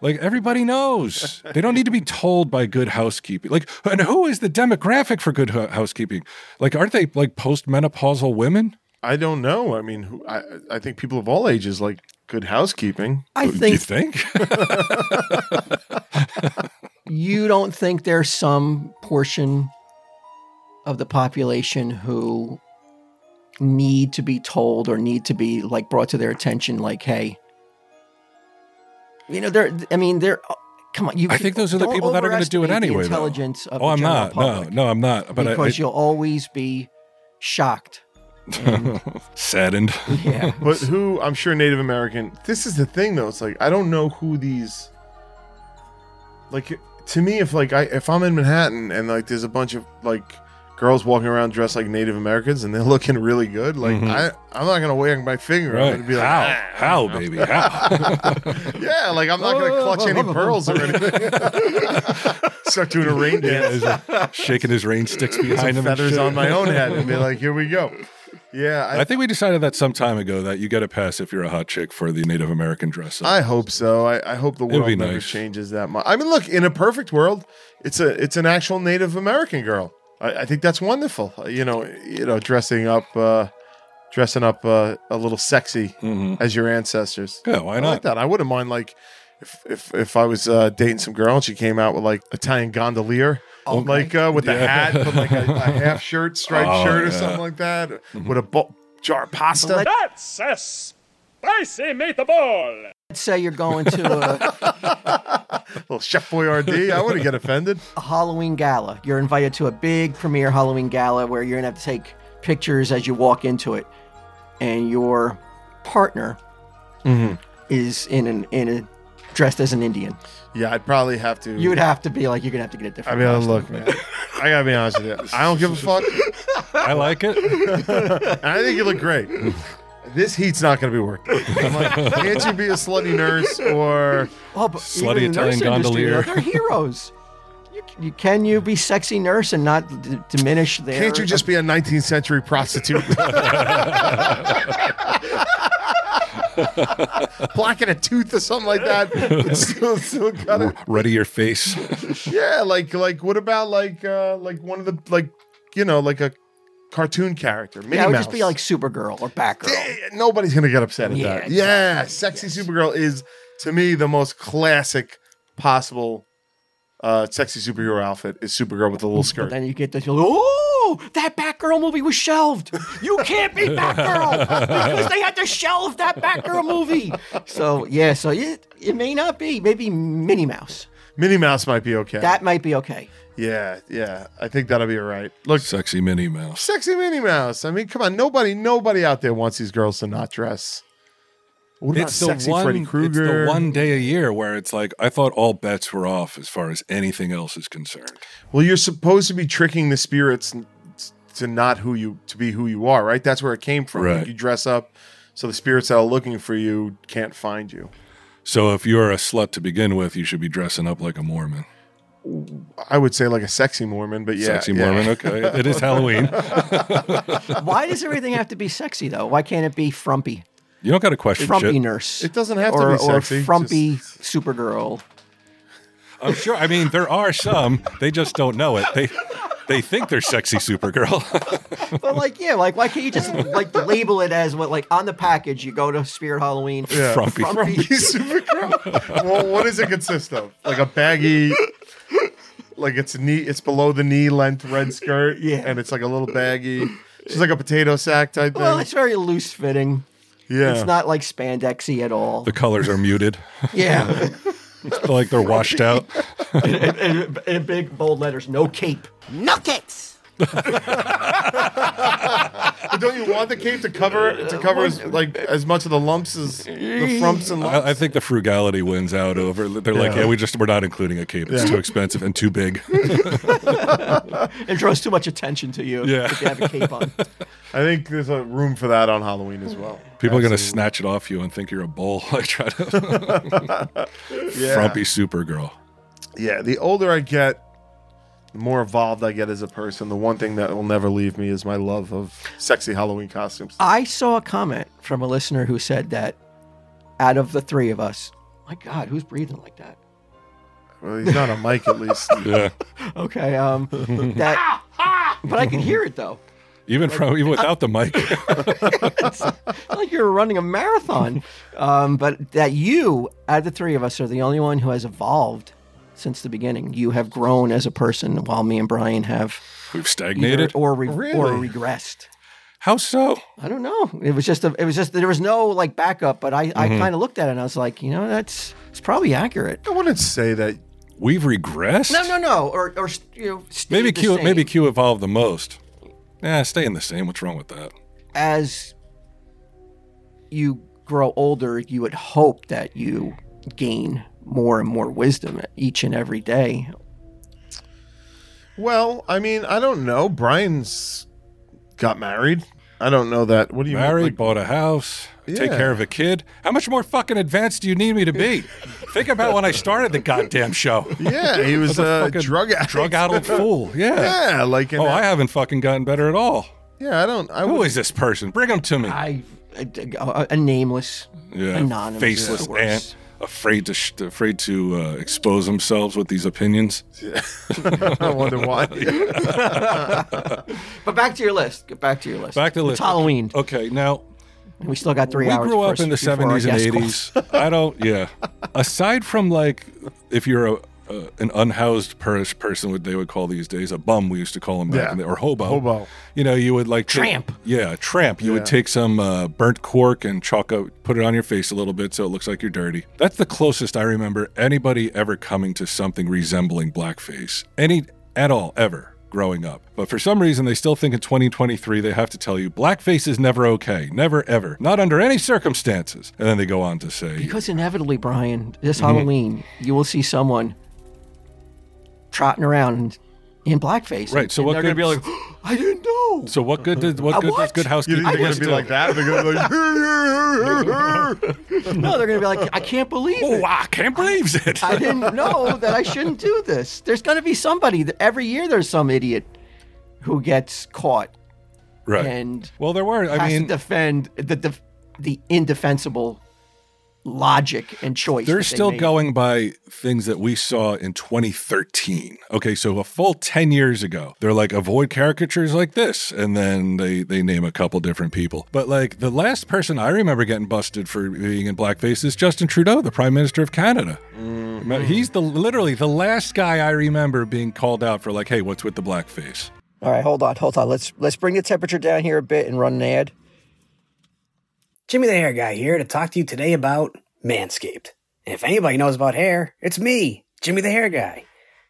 Speaker 3: Like everybody knows, they don't need to be told by Good Housekeeping. Like, and who is the demographic for Good Hou- Housekeeping? Like, aren't they like postmenopausal women?
Speaker 2: I don't know. I mean, who, I, I think people of all ages like good housekeeping.
Speaker 1: I
Speaker 3: Do you
Speaker 1: think
Speaker 3: think?
Speaker 1: you don't think there's some portion of the population who need to be told or need to be like brought to their attention like hey you know there i mean there come on you
Speaker 3: I think those are the
Speaker 1: don't
Speaker 3: people that are gonna do it
Speaker 1: overestimate the
Speaker 3: anyway, though.
Speaker 1: intelligence of
Speaker 3: oh,
Speaker 1: the
Speaker 3: I'm
Speaker 1: general
Speaker 3: not.
Speaker 1: public,
Speaker 3: No, no, I'm not. But I,
Speaker 1: because you'll always be shocked
Speaker 3: I saddened.
Speaker 1: yeah
Speaker 2: But who, I'm sure Native American. This is the thing though. It's like, I don't know who these. Like, to me, if like I if I'm in Manhattan and like there's a bunch of like girls walking around dressed like Native Americans and they're looking really good, like
Speaker 3: Mhm.
Speaker 2: I I'm not gonna wag my finger. I'm
Speaker 3: Right?
Speaker 2: gonna be like,
Speaker 3: how?
Speaker 2: "Ah, I
Speaker 3: how,
Speaker 2: don't know."
Speaker 3: baby? How?
Speaker 2: Yeah, like I'm not gonna clutch any pearls or anything. Start doing a rain
Speaker 3: Yeah,
Speaker 2: dance.
Speaker 3: he's, like, shaking his rain sticks behind him. and
Speaker 2: feathers
Speaker 3: shit.
Speaker 2: on my own head and be like, here we go. Yeah, I,
Speaker 3: I think we decided that some time ago that you get a pass if you're a hot chick for the Native American dress up.
Speaker 2: I hope so. I, I hope the
Speaker 3: It'd
Speaker 2: world
Speaker 3: be
Speaker 2: never
Speaker 3: nice.
Speaker 2: changes that much. I mean, look, in a perfect world, it's a it's an actual Native American girl. I, I think that's wonderful. Uh, You know, you know, dressing up, uh, dressing up uh, a little sexy
Speaker 3: Mhm.
Speaker 2: as your ancestors.
Speaker 3: Yeah, why
Speaker 2: I like
Speaker 3: not?
Speaker 2: that. I wouldn't mind like if if if I was uh, dating some girl and she came out with like Italian gondolier, like uh, with the
Speaker 3: Yeah.
Speaker 2: hat, but like a, a half shirt, striped
Speaker 3: Oh,
Speaker 2: shirt, or
Speaker 3: yeah. Mm-hmm.
Speaker 2: something like that, with a bo- jar of pasta.
Speaker 5: That's a spicy meatball!
Speaker 1: let's say you're going to
Speaker 2: little Chef Boyardee. I wouldn't get offended.
Speaker 1: a halloween gala you're invited to a big premiere halloween gala where you're gonna have to take pictures as you walk into it and your partner is in an in a dressed as an indian
Speaker 2: Yeah, I'd probably have to.
Speaker 1: you would have to be like you're gonna have to get a
Speaker 2: I
Speaker 1: different
Speaker 2: mean,
Speaker 1: costume.
Speaker 2: look, man. I gotta be honest with you. I don't give a fuck.
Speaker 3: I like it.
Speaker 2: I think you look great. This heat's not gonna be worth it. I'm like, can't you be a slutty nurse or?
Speaker 1: Oh, but
Speaker 3: Slutty
Speaker 1: even in the nurse
Speaker 3: Italian
Speaker 1: industry,
Speaker 3: gondolier.
Speaker 1: They're heroes. You, you, can you be sexy nurse and not d- diminish their?
Speaker 2: Can't you just be a 19th century prostitute? blacking a tooth or something like that. but still, still got it.
Speaker 3: Ready your face.
Speaker 2: Yeah, like like what about like uh like one of the like you know like a cartoon character? Minnie
Speaker 1: Yeah, it would
Speaker 2: Mouse.
Speaker 1: just be like Supergirl or Batgirl.
Speaker 2: Yeah, Eh, nobody's gonna get upset at
Speaker 1: Yeah,
Speaker 2: that.
Speaker 1: exactly.
Speaker 2: Yeah, sexy Supergirl is to me the most classic possible uh sexy superhero outfit is Supergirl with a little
Speaker 1: But
Speaker 2: skirt.
Speaker 1: then you get this, oh, that Batgirl movie was shelved. You can't be Batgirl because they had to shelve that Batgirl movie. So, yeah, so it, it may not be. Maybe Minnie Mouse.
Speaker 2: Minnie Mouse might be okay.
Speaker 1: That might be okay.
Speaker 2: yeah, yeah, I think that'll be all right. Look,
Speaker 3: Sexy Minnie Mouse.
Speaker 2: sexy Minnie Mouse. I mean, come on, nobody, nobody out there wants these girls to not dress. What about
Speaker 3: It's the,
Speaker 2: sexy
Speaker 3: one,
Speaker 2: Freddy
Speaker 3: it's the
Speaker 2: Krueger?
Speaker 3: one day a year where it's like, I thought all bets were off as far as anything else is concerned.
Speaker 2: Well, you're supposed to be tricking the spirits n- to not who you to be who you are, right? That's where it came from.
Speaker 3: Right.
Speaker 2: You dress up so the spirits that are looking for you can't find you.
Speaker 3: So if you're a slut to begin with, you should be dressing up like a Mormon.
Speaker 2: I would say like a sexy Mormon, but yeah,
Speaker 3: Sexy
Speaker 2: yeah.
Speaker 3: Mormon. Okay. It is Halloween.
Speaker 1: Why does everything have to be sexy, though? Why can't it be frumpy?
Speaker 3: You don't got to question
Speaker 1: Frumpy
Speaker 3: shit.
Speaker 1: nurse.
Speaker 2: It doesn't have to
Speaker 1: or,
Speaker 2: be sexy,
Speaker 1: Or frumpy Supergirl.
Speaker 3: I'm sure. I mean, there are some. They just don't know it. They they think they're sexy Supergirl.
Speaker 1: But, like, yeah, like, why can't you just, like, label it as what, like, on the package, you go to Spirit Halloween.
Speaker 2: Yeah.
Speaker 3: Frumpy.
Speaker 1: Frumpy.
Speaker 2: Supergirl. well, what does it consist of? Like a baggy, like it's knee, it's below the knee length red skirt,
Speaker 1: Yeah.
Speaker 2: and it's like a little baggy. She's like a potato sack type thing.
Speaker 1: Well, it's very loose fitting.
Speaker 2: yeah,
Speaker 1: It's not like spandexy at all.
Speaker 3: The colors are muted.
Speaker 1: Yeah.
Speaker 3: They're like they're washed out.
Speaker 1: in, in- in big bold letters, no cape.
Speaker 6: No capes.
Speaker 2: But don't you want the cape to cover to cover as, like as much of the lumps as the frumps and lumps?
Speaker 3: I, I think the frugality wins out over. They're like,
Speaker 2: Yeah.
Speaker 3: yeah, we just we're not including a cape. It's
Speaker 2: Yeah.
Speaker 3: too expensive and too big.
Speaker 1: It draws too much attention to you
Speaker 3: Yeah.
Speaker 1: if you have a cape on.
Speaker 2: I think there's a room for that on Halloween as well.
Speaker 3: People are gonna snatch it off you and think you're a bull. Like try to
Speaker 2: yeah.
Speaker 3: frumpy Supergirl.
Speaker 2: Yeah, the older I get, the more evolved I get as a person. The one thing that will never leave me is my love of sexy Halloween costumes.
Speaker 3: Ah.
Speaker 1: I saw a comment from a listener who said that out of the three of us, my God, who's breathing like that?
Speaker 2: Well, he's not a mic at least.
Speaker 3: Yeah,
Speaker 1: Okay, um, that, but I can hear it though.
Speaker 3: even from even without the mic.
Speaker 1: It's not like you're running a marathon. Um, but that you, out of the three of us, are the only one who has evolved since the beginning. You have grown as a person, while me and Brian have
Speaker 3: We've
Speaker 1: either
Speaker 3: stagnated.
Speaker 1: or re- or
Speaker 2: Really?
Speaker 1: regressed.
Speaker 3: How so?
Speaker 1: I don't know. It was just a, it was just there was no like backup, but I, I
Speaker 3: Mm-hmm.
Speaker 1: kind of looked at it and I was like, you know, that's it's probably accurate.
Speaker 2: I wouldn't say that.
Speaker 3: We've regressed.
Speaker 1: No, no, no. Or or you know, stayed
Speaker 3: Maybe
Speaker 1: the
Speaker 3: Q.
Speaker 1: same
Speaker 3: Maybe Q evolved the most. Yeah, staying the same. What's wrong with that?
Speaker 1: as you grow older, you would hope that you gain more and more wisdom each and every day.
Speaker 2: Well, I mean, I don't know. Brian's got married. I don't know that. What do you mean?
Speaker 3: Married,
Speaker 2: Like,
Speaker 3: bought a house, take
Speaker 2: Yeah.
Speaker 3: care of a kid. How much more fucking advanced do you need me to be? Think about when I started the goddamn show.
Speaker 2: yeah, he was
Speaker 1: uh,
Speaker 2: a
Speaker 3: fucking
Speaker 2: drug addict.
Speaker 3: Drug addled fool. Yeah.
Speaker 2: Yeah, like in
Speaker 3: Oh,
Speaker 2: that-
Speaker 3: I haven't fucking gotten better at all.
Speaker 2: yeah, I don't. I
Speaker 3: Who
Speaker 2: would,
Speaker 3: is this person? Bring him to me.
Speaker 1: I a, a- a nameless,
Speaker 3: Yeah.
Speaker 1: anonymous,
Speaker 3: Faceless
Speaker 1: worse.
Speaker 3: ant, afraid to sh- afraid to uh, expose themselves with these opinions.
Speaker 2: I wonder why.
Speaker 1: But back to your list. Get back to your list.
Speaker 3: Back to the
Speaker 1: It's
Speaker 3: list.
Speaker 1: Halloween.
Speaker 3: Okay, now
Speaker 1: We still got three
Speaker 3: we
Speaker 1: hours.
Speaker 3: grew up
Speaker 1: before-
Speaker 3: in the
Speaker 1: before our
Speaker 3: 70s
Speaker 1: guest
Speaker 3: and
Speaker 1: calls.
Speaker 3: 80s i don't yeah aside from like if you're a, a an unhoused per- person what they would call these days a bum we used to call them back
Speaker 2: Yeah.
Speaker 3: in the, or hobo
Speaker 2: Hobo.
Speaker 3: you know you would like take-
Speaker 1: Tramp.
Speaker 3: yeah tramp you would take some uh, burnt cork and chalk up put it on your face a little bit so it looks like you're dirty that's the closest i remember anybody ever coming to something resembling blackface any at all ever growing up but for some reason they still think in 2023 they have to tell you blackface is never okay never ever not under any circumstances and then they go on to say
Speaker 1: Because inevitably, Brian,
Speaker 3: Mm-hmm.
Speaker 1: this Halloween, you will see someone trotting around in blackface.
Speaker 3: Right,
Speaker 1: and-
Speaker 3: so
Speaker 1: and
Speaker 3: what
Speaker 1: they're going to be like,
Speaker 3: good-
Speaker 1: I didn't know.
Speaker 3: so what good did what good does
Speaker 1: what?
Speaker 3: good
Speaker 2: You
Speaker 3: housekeeping
Speaker 2: think they're gonna
Speaker 3: do?
Speaker 2: be like that? They're gonna be like.
Speaker 1: no, they're going to be like, I can't believe
Speaker 3: oh
Speaker 1: it.
Speaker 3: i can't believe it
Speaker 1: I didn't know that I shouldn't do this. There's going to be somebody that every year there's some idiot who gets caught
Speaker 3: right
Speaker 1: and
Speaker 3: well there were i
Speaker 1: has
Speaker 3: mean
Speaker 1: to defend the, the the indefensible logic and choice.
Speaker 3: They're
Speaker 1: that they
Speaker 3: still
Speaker 1: made.
Speaker 3: going by things that we saw in 2013. Okay, so a full 10 years ago, they're like avoid caricatures like this, and then they they name a couple different people. But like the last person I remember getting busted for being in blackface is Justin Trudeau, the Prime Minister of Canada.
Speaker 1: Mm-hmm.
Speaker 3: He's the literally the last guy I remember being called out for like, hey, what's with the blackface?
Speaker 1: All right, hold on, hold on. Let's let's bring the temperature down here a bit and run an ad.
Speaker 6: Jimmy the Hair Guy here to talk to you today about Manscaped. And if anybody knows about hair, it's me, Jimmy the Hair Guy.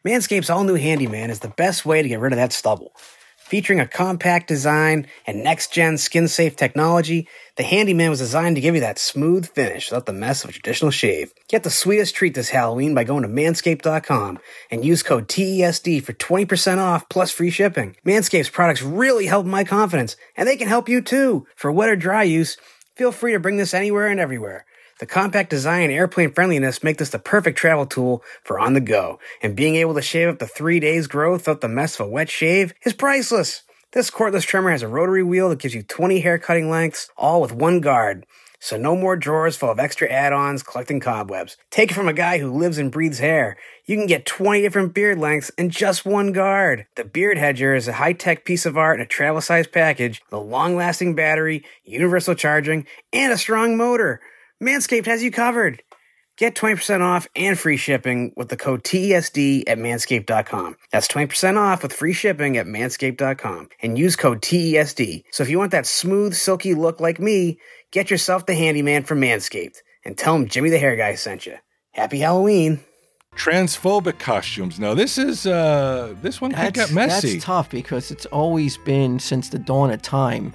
Speaker 6: Manscaped's all new Handyman is the best way to get rid of that stubble. Featuring a compact design and next gen skin safe technology, the Handyman was designed to give you that smooth finish without the mess of a traditional shave. Get the sweetest treat this Halloween by going to manscaped.com and use code TESD for 20% off plus free shipping. Manscaped's products really help my confidence, and they can help you too. For wet or dry use, Feel free to bring this anywhere and everywhere. The compact design and airplane friendliness make this the perfect travel tool for on the go, and being able to shave up to three days' growth without the mess of a wet shave is priceless. This cordless trimmer has a rotary wheel that gives you 20 hair cutting lengths, all with one guard. So no more drawers full of extra add-ons collecting cobwebs. Take it from a guy who lives and breathes hair. You can get 20 different beard lengths in just one guard. The Beard Hedger is a high-tech piece of art in a travel-sized package with a long-lasting battery, universal charging, and a strong motor. Manscaped has you covered. Get 20% off and free shipping with the code TESD at manscaped.com. That's 20% off with free shipping at manscaped.com and use code TESD. So if you want that smooth, silky look like me, get yourself the handyman from Manscaped and tell him Jimmy the Hair Guy sent you. Happy Halloween.
Speaker 3: Transphobic costumes. Now this is uh this one could get messy.
Speaker 1: That's tough because it's always been since the dawn of time.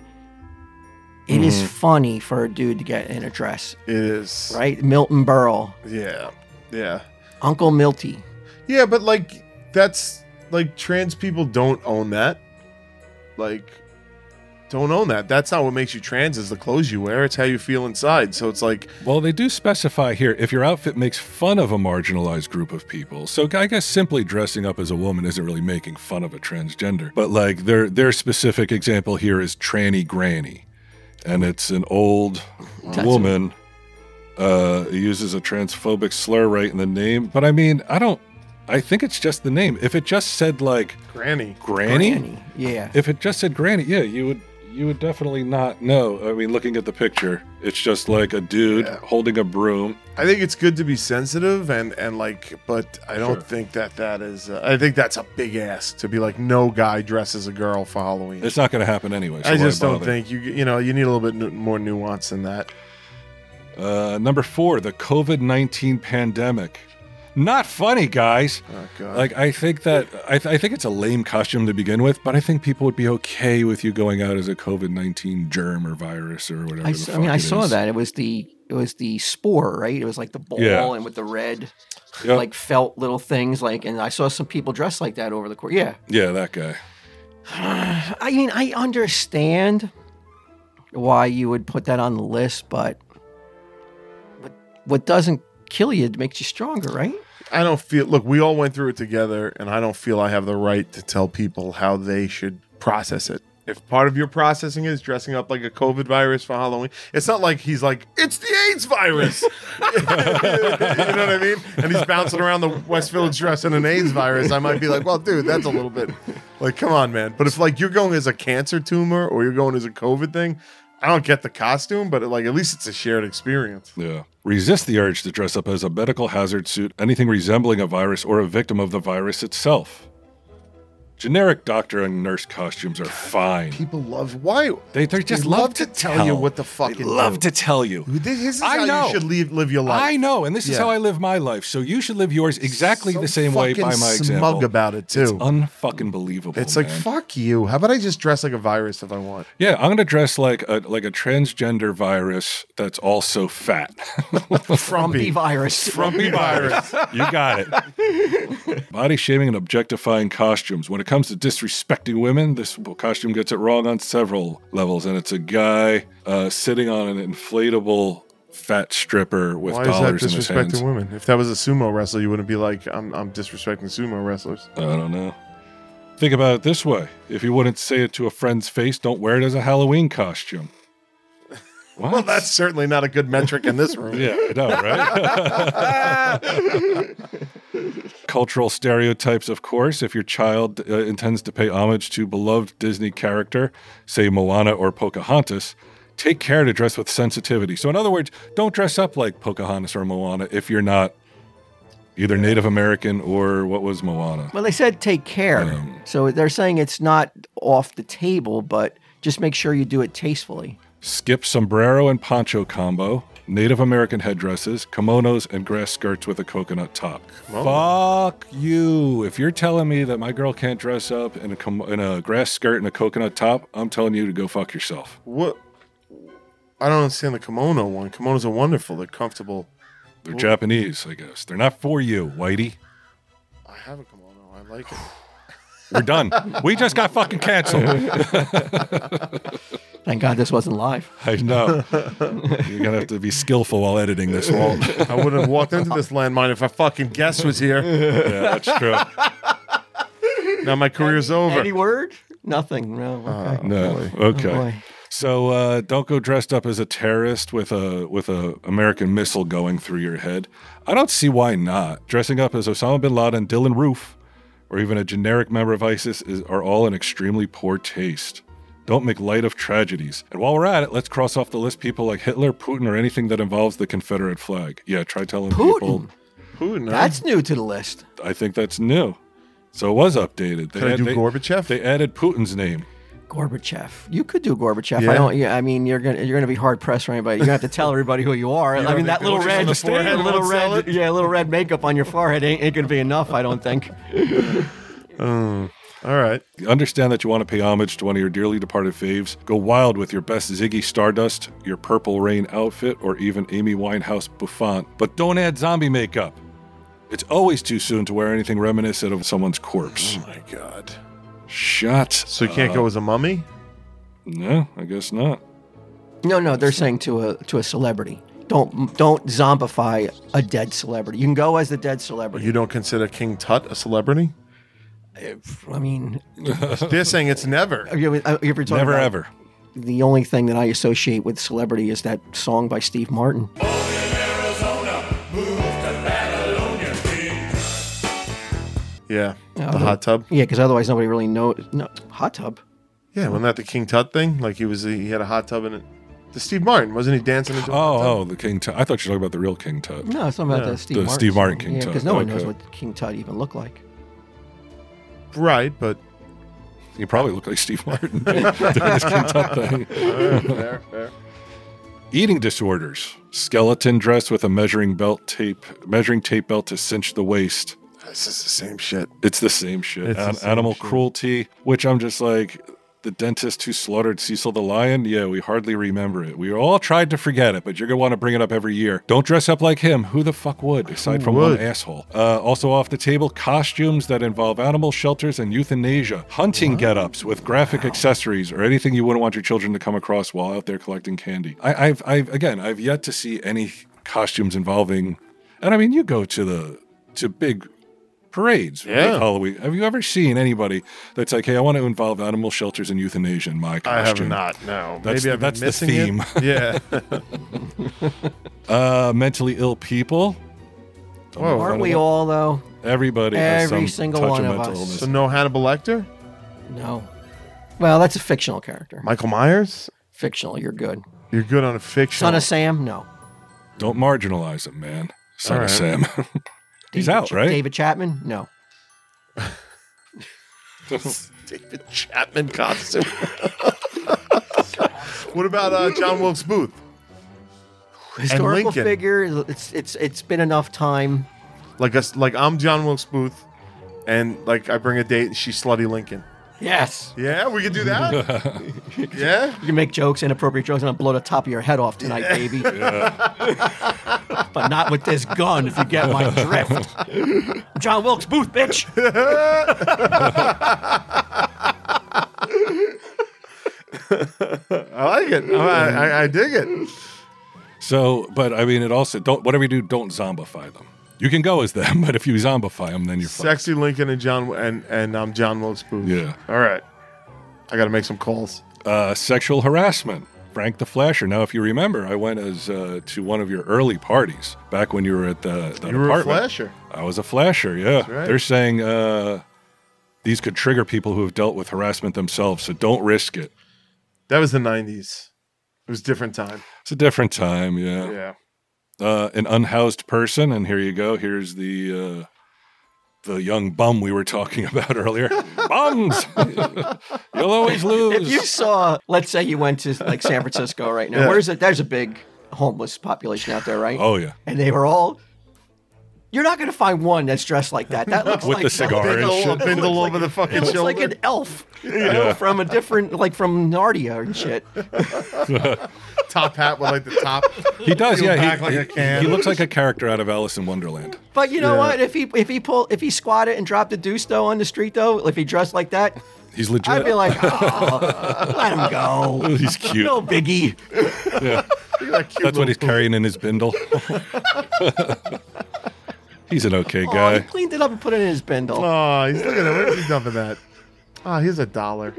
Speaker 1: It is
Speaker 3: Mm.
Speaker 1: funny for a dude to get in a dress,
Speaker 2: It is.
Speaker 1: right? Milton Berle,
Speaker 2: Yeah. Yeah.
Speaker 1: Uncle Milty.
Speaker 2: Yeah, but like that's like trans people don't own that. Like don't own that. That's not what makes you trans is the clothes you wear. It's how you feel inside. So it's like
Speaker 3: Well, they do specify here if your outfit makes fun of a marginalized group of people. So I guess simply dressing up as a woman isn't really making fun of a transgender. But like their their specific example here is tranny granny, and it's an old
Speaker 1: That's-
Speaker 3: woman uh, who uses a transphobic slur right in the name. But I mean, I don't. I think it's just the name. If it just said like
Speaker 2: granny.
Speaker 3: granny,
Speaker 1: Yeah.
Speaker 3: if it just said granny, yeah, you would you would definitely not know. I mean, looking at the picture, it's just like a dude
Speaker 2: Yeah.
Speaker 3: holding a broom.
Speaker 2: I think it's good to be sensitive and and like but I don't
Speaker 3: Sure.
Speaker 2: think that that is uh, I think that's a big ask to be like no guy dresses a girl for Halloween.
Speaker 3: It's not going to happen anyway. so why
Speaker 2: I just don't
Speaker 3: bother?
Speaker 2: think you you know, you need a little bit nu- more nuance than that.
Speaker 3: Uh, number four, the COVID nineteen pandemic. Not funny, guys.
Speaker 2: Oh god.
Speaker 3: Like I think that I, th- I think it's a lame costume to begin with, but I think people would be okay with you going out as a COVID nineteen germ or virus or whatever.
Speaker 1: I,
Speaker 3: the
Speaker 1: s- I
Speaker 3: fuck
Speaker 1: mean, I
Speaker 3: it
Speaker 1: saw
Speaker 3: is.
Speaker 1: that. It was the it was the spore, right? It was like the ball
Speaker 3: Yeah.
Speaker 1: and with the red,
Speaker 3: Yep.
Speaker 1: like felt little things. Like, and I saw some people dressed like that over the course. Yeah.
Speaker 3: Yeah, that guy.
Speaker 1: I mean, I understand why you would put that on the list, but what, what doesn't kill you makes you stronger, right?
Speaker 2: I don't feel look, we all went through it together and I don't feel I have the right to tell people how they should process it. If part of your processing is dressing up like a COVID virus for Halloween, it's not like he's like, it's the AIDS virus. you know what I mean? And he's bouncing around the West Village dressed in an AIDS virus. I might be like, well, dude, that's a little bit like, come on, man. But if like you're going as a cancer tumor or you're going as a COVID thing, I don't get the costume, but like at least it's a shared experience.
Speaker 3: Yeah. Resist the urge to dress up as a medical hazard suit, anything resembling a virus or a victim of the virus itself. Generic doctor and nurse costumes are fine.
Speaker 2: People love why
Speaker 3: They, they just love, to tell,
Speaker 2: you what the fuck
Speaker 3: They
Speaker 2: to
Speaker 3: love
Speaker 2: do.
Speaker 3: to tell you.
Speaker 2: This is
Speaker 3: I
Speaker 2: how
Speaker 3: know.
Speaker 2: you should leave, live your life.
Speaker 3: I know, and this is
Speaker 2: Yeah.
Speaker 3: how I live my life. So you should live yours exactly
Speaker 2: So
Speaker 3: the same way by
Speaker 2: fucking
Speaker 3: my example.
Speaker 2: smug about it
Speaker 3: It's
Speaker 2: too. It's,
Speaker 3: unfucking believable.
Speaker 2: like
Speaker 3: man.
Speaker 2: fuck you. How about I just dress like a virus if I want?
Speaker 3: yeah, I'm gonna dress like a like a transgender virus that's also fat.
Speaker 1: Frumpy virus.
Speaker 2: Frumpy virus.
Speaker 3: You got it. Body shaming and objectifying costumes. When it comes to disrespecting women, this costume gets it wrong on several levels, and it's a guy uh, sitting on an inflatable fat stripper with
Speaker 2: Why is that
Speaker 3: dollars in his hands.
Speaker 2: disrespecting women? If that was a sumo wrestler, you wouldn't be like, I'm, I'm disrespecting sumo wrestlers.
Speaker 3: I don't know. Think about it this way: if you wouldn't say it to a friend's face, don't wear it as a Halloween costume. What?
Speaker 2: Well, that's certainly not a good metric in this room.
Speaker 3: yeah, I know, right? Cultural stereotypes, of course. If your child uh, intends to pay homage to beloved Disney character, say Moana or Pocahontas, take care to dress with sensitivity. So, in other words, don't dress up like Pocahontas or Moana if you're not either Native American or what was Moana.
Speaker 1: Well, they said take care.
Speaker 2: Um,
Speaker 1: So they're saying it's not off the table, but just make sure you do it tastefully.
Speaker 3: Skip sombrero and poncho combo, Native American headdresses, kimonos, and grass skirts with a coconut top. Fuck you. If you're telling me that my girl can't dress up in a, com- in a grass skirt and a coconut top, I'm telling you to go fuck yourself.
Speaker 2: What? I don't understand the kimono one. Kimonos are wonderful. They're comfortable.
Speaker 3: They're Japanese, I guess. They're not for you, Whitey.
Speaker 2: I have a kimono. I like it.
Speaker 3: We're done. we just got fucking canceled.
Speaker 1: Thank God this wasn't live.
Speaker 3: I know. You're going to have to be skillful while editing this, Walt.
Speaker 2: I wouldn't have walked into this landmine if I fucking guest was here.
Speaker 3: yeah, that's true.
Speaker 2: Now my career's over. Uh,
Speaker 1: Any word? Nothing. No. Okay. Oh,
Speaker 3: No. Okay.
Speaker 1: boy.
Speaker 3: so uh, don't go dressed up as a terrorist with a with a American missile going through your head. I don't see why not. Dressing up as Osama bin Laden, Dylan Roof, or even a generic member of ISIS is, are all in extremely poor taste. Don't make light of tragedies. And while we're at it, let's cross off the list people like Hitler, Putin, or anything that involves the Confederate flag. Yeah, try telling people.
Speaker 1: Putin.
Speaker 2: Putin, huh?
Speaker 1: That's new to the list.
Speaker 3: I think that's new. So it was updated. They
Speaker 2: Can I
Speaker 3: had-
Speaker 2: do
Speaker 3: they-
Speaker 2: Gorbachev?
Speaker 3: They added Putin's name.
Speaker 1: Gorbachev. You could do Gorbachev.
Speaker 2: Yeah.
Speaker 1: I don't. Yeah, I mean, you're gonna you're gonna be hard pressed for anybody. You're gonna have to tell everybody who you are. I mean,
Speaker 2: the
Speaker 1: that little
Speaker 2: pictures on
Speaker 1: red,
Speaker 2: the forehead
Speaker 1: little
Speaker 2: won't sell
Speaker 1: red,
Speaker 2: it?
Speaker 1: yeah, little red makeup on your forehead ain't, ain't gonna be enough. I don't think.
Speaker 2: All right.
Speaker 3: Understand that you want to pay homage to one of your dearly departed faves. Go wild with your best Ziggy Stardust, your Purple Rain outfit, or even Amy Winehouse bouffant. But don't add zombie makeup. It's always too soon to wear anything reminiscent of someone's corpse.
Speaker 2: My God.
Speaker 3: Shut.
Speaker 2: So you can't
Speaker 3: up.
Speaker 2: go as a mummy?
Speaker 3: No, I guess not.
Speaker 1: No, no, they're saying to a to a celebrity. Don't don't zombify a dead celebrity. You can go as the dead celebrity.
Speaker 2: You don't consider King Tut a celebrity?
Speaker 1: I mean,
Speaker 2: They're saying it's never.
Speaker 1: if you're if you're talking
Speaker 3: Never
Speaker 1: about-
Speaker 3: ever.
Speaker 1: The only thing that I associate with celebrity is that song by Steve Martin.
Speaker 2: Yeah. the hot tub.
Speaker 1: Yeah, because otherwise nobody really knows. No, hot tub.
Speaker 2: Yeah, wasn't that the King Tut thing? Like he was, he had a hot tub in it. The Steve Martin wasn't he dancing into? a hot tub?
Speaker 3: Oh, oh, the King Tut. I thought you were talking about the real King Tut.
Speaker 1: No, it's something about that Steve
Speaker 3: the
Speaker 1: Martin.
Speaker 3: Steve Martin
Speaker 1: song.
Speaker 3: King
Speaker 1: yeah,
Speaker 3: Tut.
Speaker 1: because no one knows
Speaker 3: Okay.
Speaker 1: what King Tut even looked like.
Speaker 2: right, but
Speaker 3: You probably look like Steve Martin doing this King Tut thing.
Speaker 2: fair, fair.
Speaker 3: Eating disorders. Skeleton dress with a measuring belt tape, measuring tape belt to cinch the waist.
Speaker 2: This is the same shit.
Speaker 3: It's the same shit.
Speaker 2: It's the
Speaker 3: An-
Speaker 2: same
Speaker 3: animal
Speaker 2: shit.
Speaker 3: cruelty, which I'm just like, the dentist who slaughtered Cecil the lion. Yeah, we hardly remember it. We all tried to forget it, but you're gonna want to bring it up every year. Don't dress up like him. Who the fuck would? Aside from
Speaker 2: would?
Speaker 3: one asshole. Uh, also off the table, costumes that involve animal shelters and euthanasia, hunting get-ups with graphic accessories, or anything you wouldn't want your children to come across while out there collecting candy. I, I've, I've again, I've yet to see any costumes involving. And I mean, you go to the to big parades. right?
Speaker 2: Yeah.
Speaker 3: Halloween. Have you ever seen anybody that's like, hey, I want to involve animal shelters and euthanasia in my
Speaker 2: I have
Speaker 3: costume?
Speaker 2: not. No,
Speaker 3: That's
Speaker 2: maybe
Speaker 3: the-
Speaker 2: I've
Speaker 3: that's
Speaker 2: been
Speaker 3: the
Speaker 2: missing
Speaker 3: theme.
Speaker 2: It. Yeah.
Speaker 3: Uh, mentally ill people. Oh,
Speaker 2: Whoa.
Speaker 1: Aren't we all though?
Speaker 3: Everybody has
Speaker 1: Every
Speaker 3: some
Speaker 1: single
Speaker 3: touch
Speaker 1: one
Speaker 3: of
Speaker 1: of
Speaker 3: mental
Speaker 1: us.
Speaker 3: illness.
Speaker 2: So no Hannibal Lecter,
Speaker 1: No. Well, that's a fictional character.
Speaker 2: Michael Myers.
Speaker 1: Fictional, you're good.
Speaker 2: You're good on a fiction.
Speaker 1: Son of Sam, no.
Speaker 3: Don't marginalize him, man. Son
Speaker 2: All
Speaker 3: of Sam.
Speaker 2: right.
Speaker 3: He's
Speaker 1: David
Speaker 3: out,
Speaker 1: Ch-
Speaker 3: right?
Speaker 1: David Chapman, no.
Speaker 2: David Chapman costume. what about uh, John Wilkes Booth?
Speaker 1: Historical
Speaker 2: Lincoln.
Speaker 1: figure. It's it's it's been enough time.
Speaker 2: Like us, like I'm John Wilkes Booth, and like I bring a date, and she's slutty Lincoln.
Speaker 1: Yes.
Speaker 2: Yeah, we could do that. yeah,
Speaker 1: You can make jokes, inappropriate jokes, and I'll blow the top of your head off tonight, baby. but not with this gun, if you get my drift. John Wilkes Booth, bitch.
Speaker 2: I like it. I, I, I dig it.
Speaker 3: So, but I mean, it also don't whatever you do, don't zombify them. You can go as them, but if you zombify them, then you're fucked.
Speaker 2: Sexy Lincoln and John and and I'm John Wilkes Booth.
Speaker 3: Yeah.
Speaker 2: All right, I got to make some calls.
Speaker 3: Uh, sexual harassment. Frank the Flasher. Now, if you remember, I went as uh, to one of your early parties back when you were at the, the
Speaker 2: You were a
Speaker 3: apartment.
Speaker 2: flasher.
Speaker 3: I was a flasher. Yeah,
Speaker 2: right.
Speaker 3: they're saying uh, these could trigger people who have dealt with harassment themselves, so don't risk it.
Speaker 2: That was the '90s. It was a different time.
Speaker 3: It's a different time. Yeah,
Speaker 2: Yeah.
Speaker 3: Uh, an unhoused person, and here you go. Here's the uh, the young bum we were talking about earlier. Bums, you'll always lose.
Speaker 1: If you saw, let's say you went to like San Francisco right now,
Speaker 2: Yeah.
Speaker 1: where's it? There's a big homeless population out there, right?
Speaker 3: oh yeah,
Speaker 1: And they were all. You're not going to find one that's dressed like that. That looks
Speaker 3: With
Speaker 1: like
Speaker 3: the cigar
Speaker 1: that
Speaker 3: and
Speaker 1: looks
Speaker 3: shit.
Speaker 2: Bindle, a
Speaker 1: like-
Speaker 2: bindle over the
Speaker 1: It
Speaker 2: fucking
Speaker 1: looks
Speaker 2: shoulder.
Speaker 1: like an elf, you know, from a different, like from Narnia and shit.
Speaker 2: top hat with like the top.
Speaker 3: he does.
Speaker 2: Peel
Speaker 3: Yeah,
Speaker 2: back
Speaker 3: he,
Speaker 2: like
Speaker 3: he-
Speaker 2: a can.
Speaker 3: he looks like a character out of Alice in Wonderland.
Speaker 1: But you know what? If he if he pulled if he squatted and dropped a deuce though on the street though, if he dressed like that,
Speaker 3: He's legit.
Speaker 1: I'd be like, oh, let him go.
Speaker 3: He's cute.
Speaker 1: No biggie.
Speaker 3: That's what he's carrying in his bindle. he's an okay
Speaker 1: Oh, he
Speaker 3: guy.
Speaker 1: cleaned it up and put it in his bindle.
Speaker 2: Oh, he's looking at where's he dumping that? Ah, here's a dollar.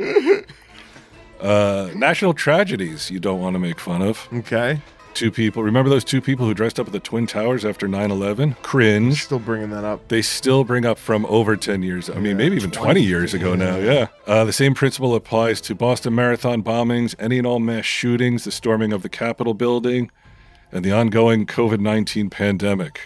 Speaker 3: Uh, national tragedies you don't want to make fun of.
Speaker 2: Okay,
Speaker 3: Two people. Remember those two people who dressed up at the Twin Towers after 9 11? Cringe.
Speaker 2: still bringing that up.
Speaker 3: They still bring up from over 10 years. I mean, maybe even 20, years ago now. Yeah. Uh, the same principle applies to Boston Marathon bombings, any and all mass shootings, the storming of the Capitol building, and the ongoing COVID 19 pandemic.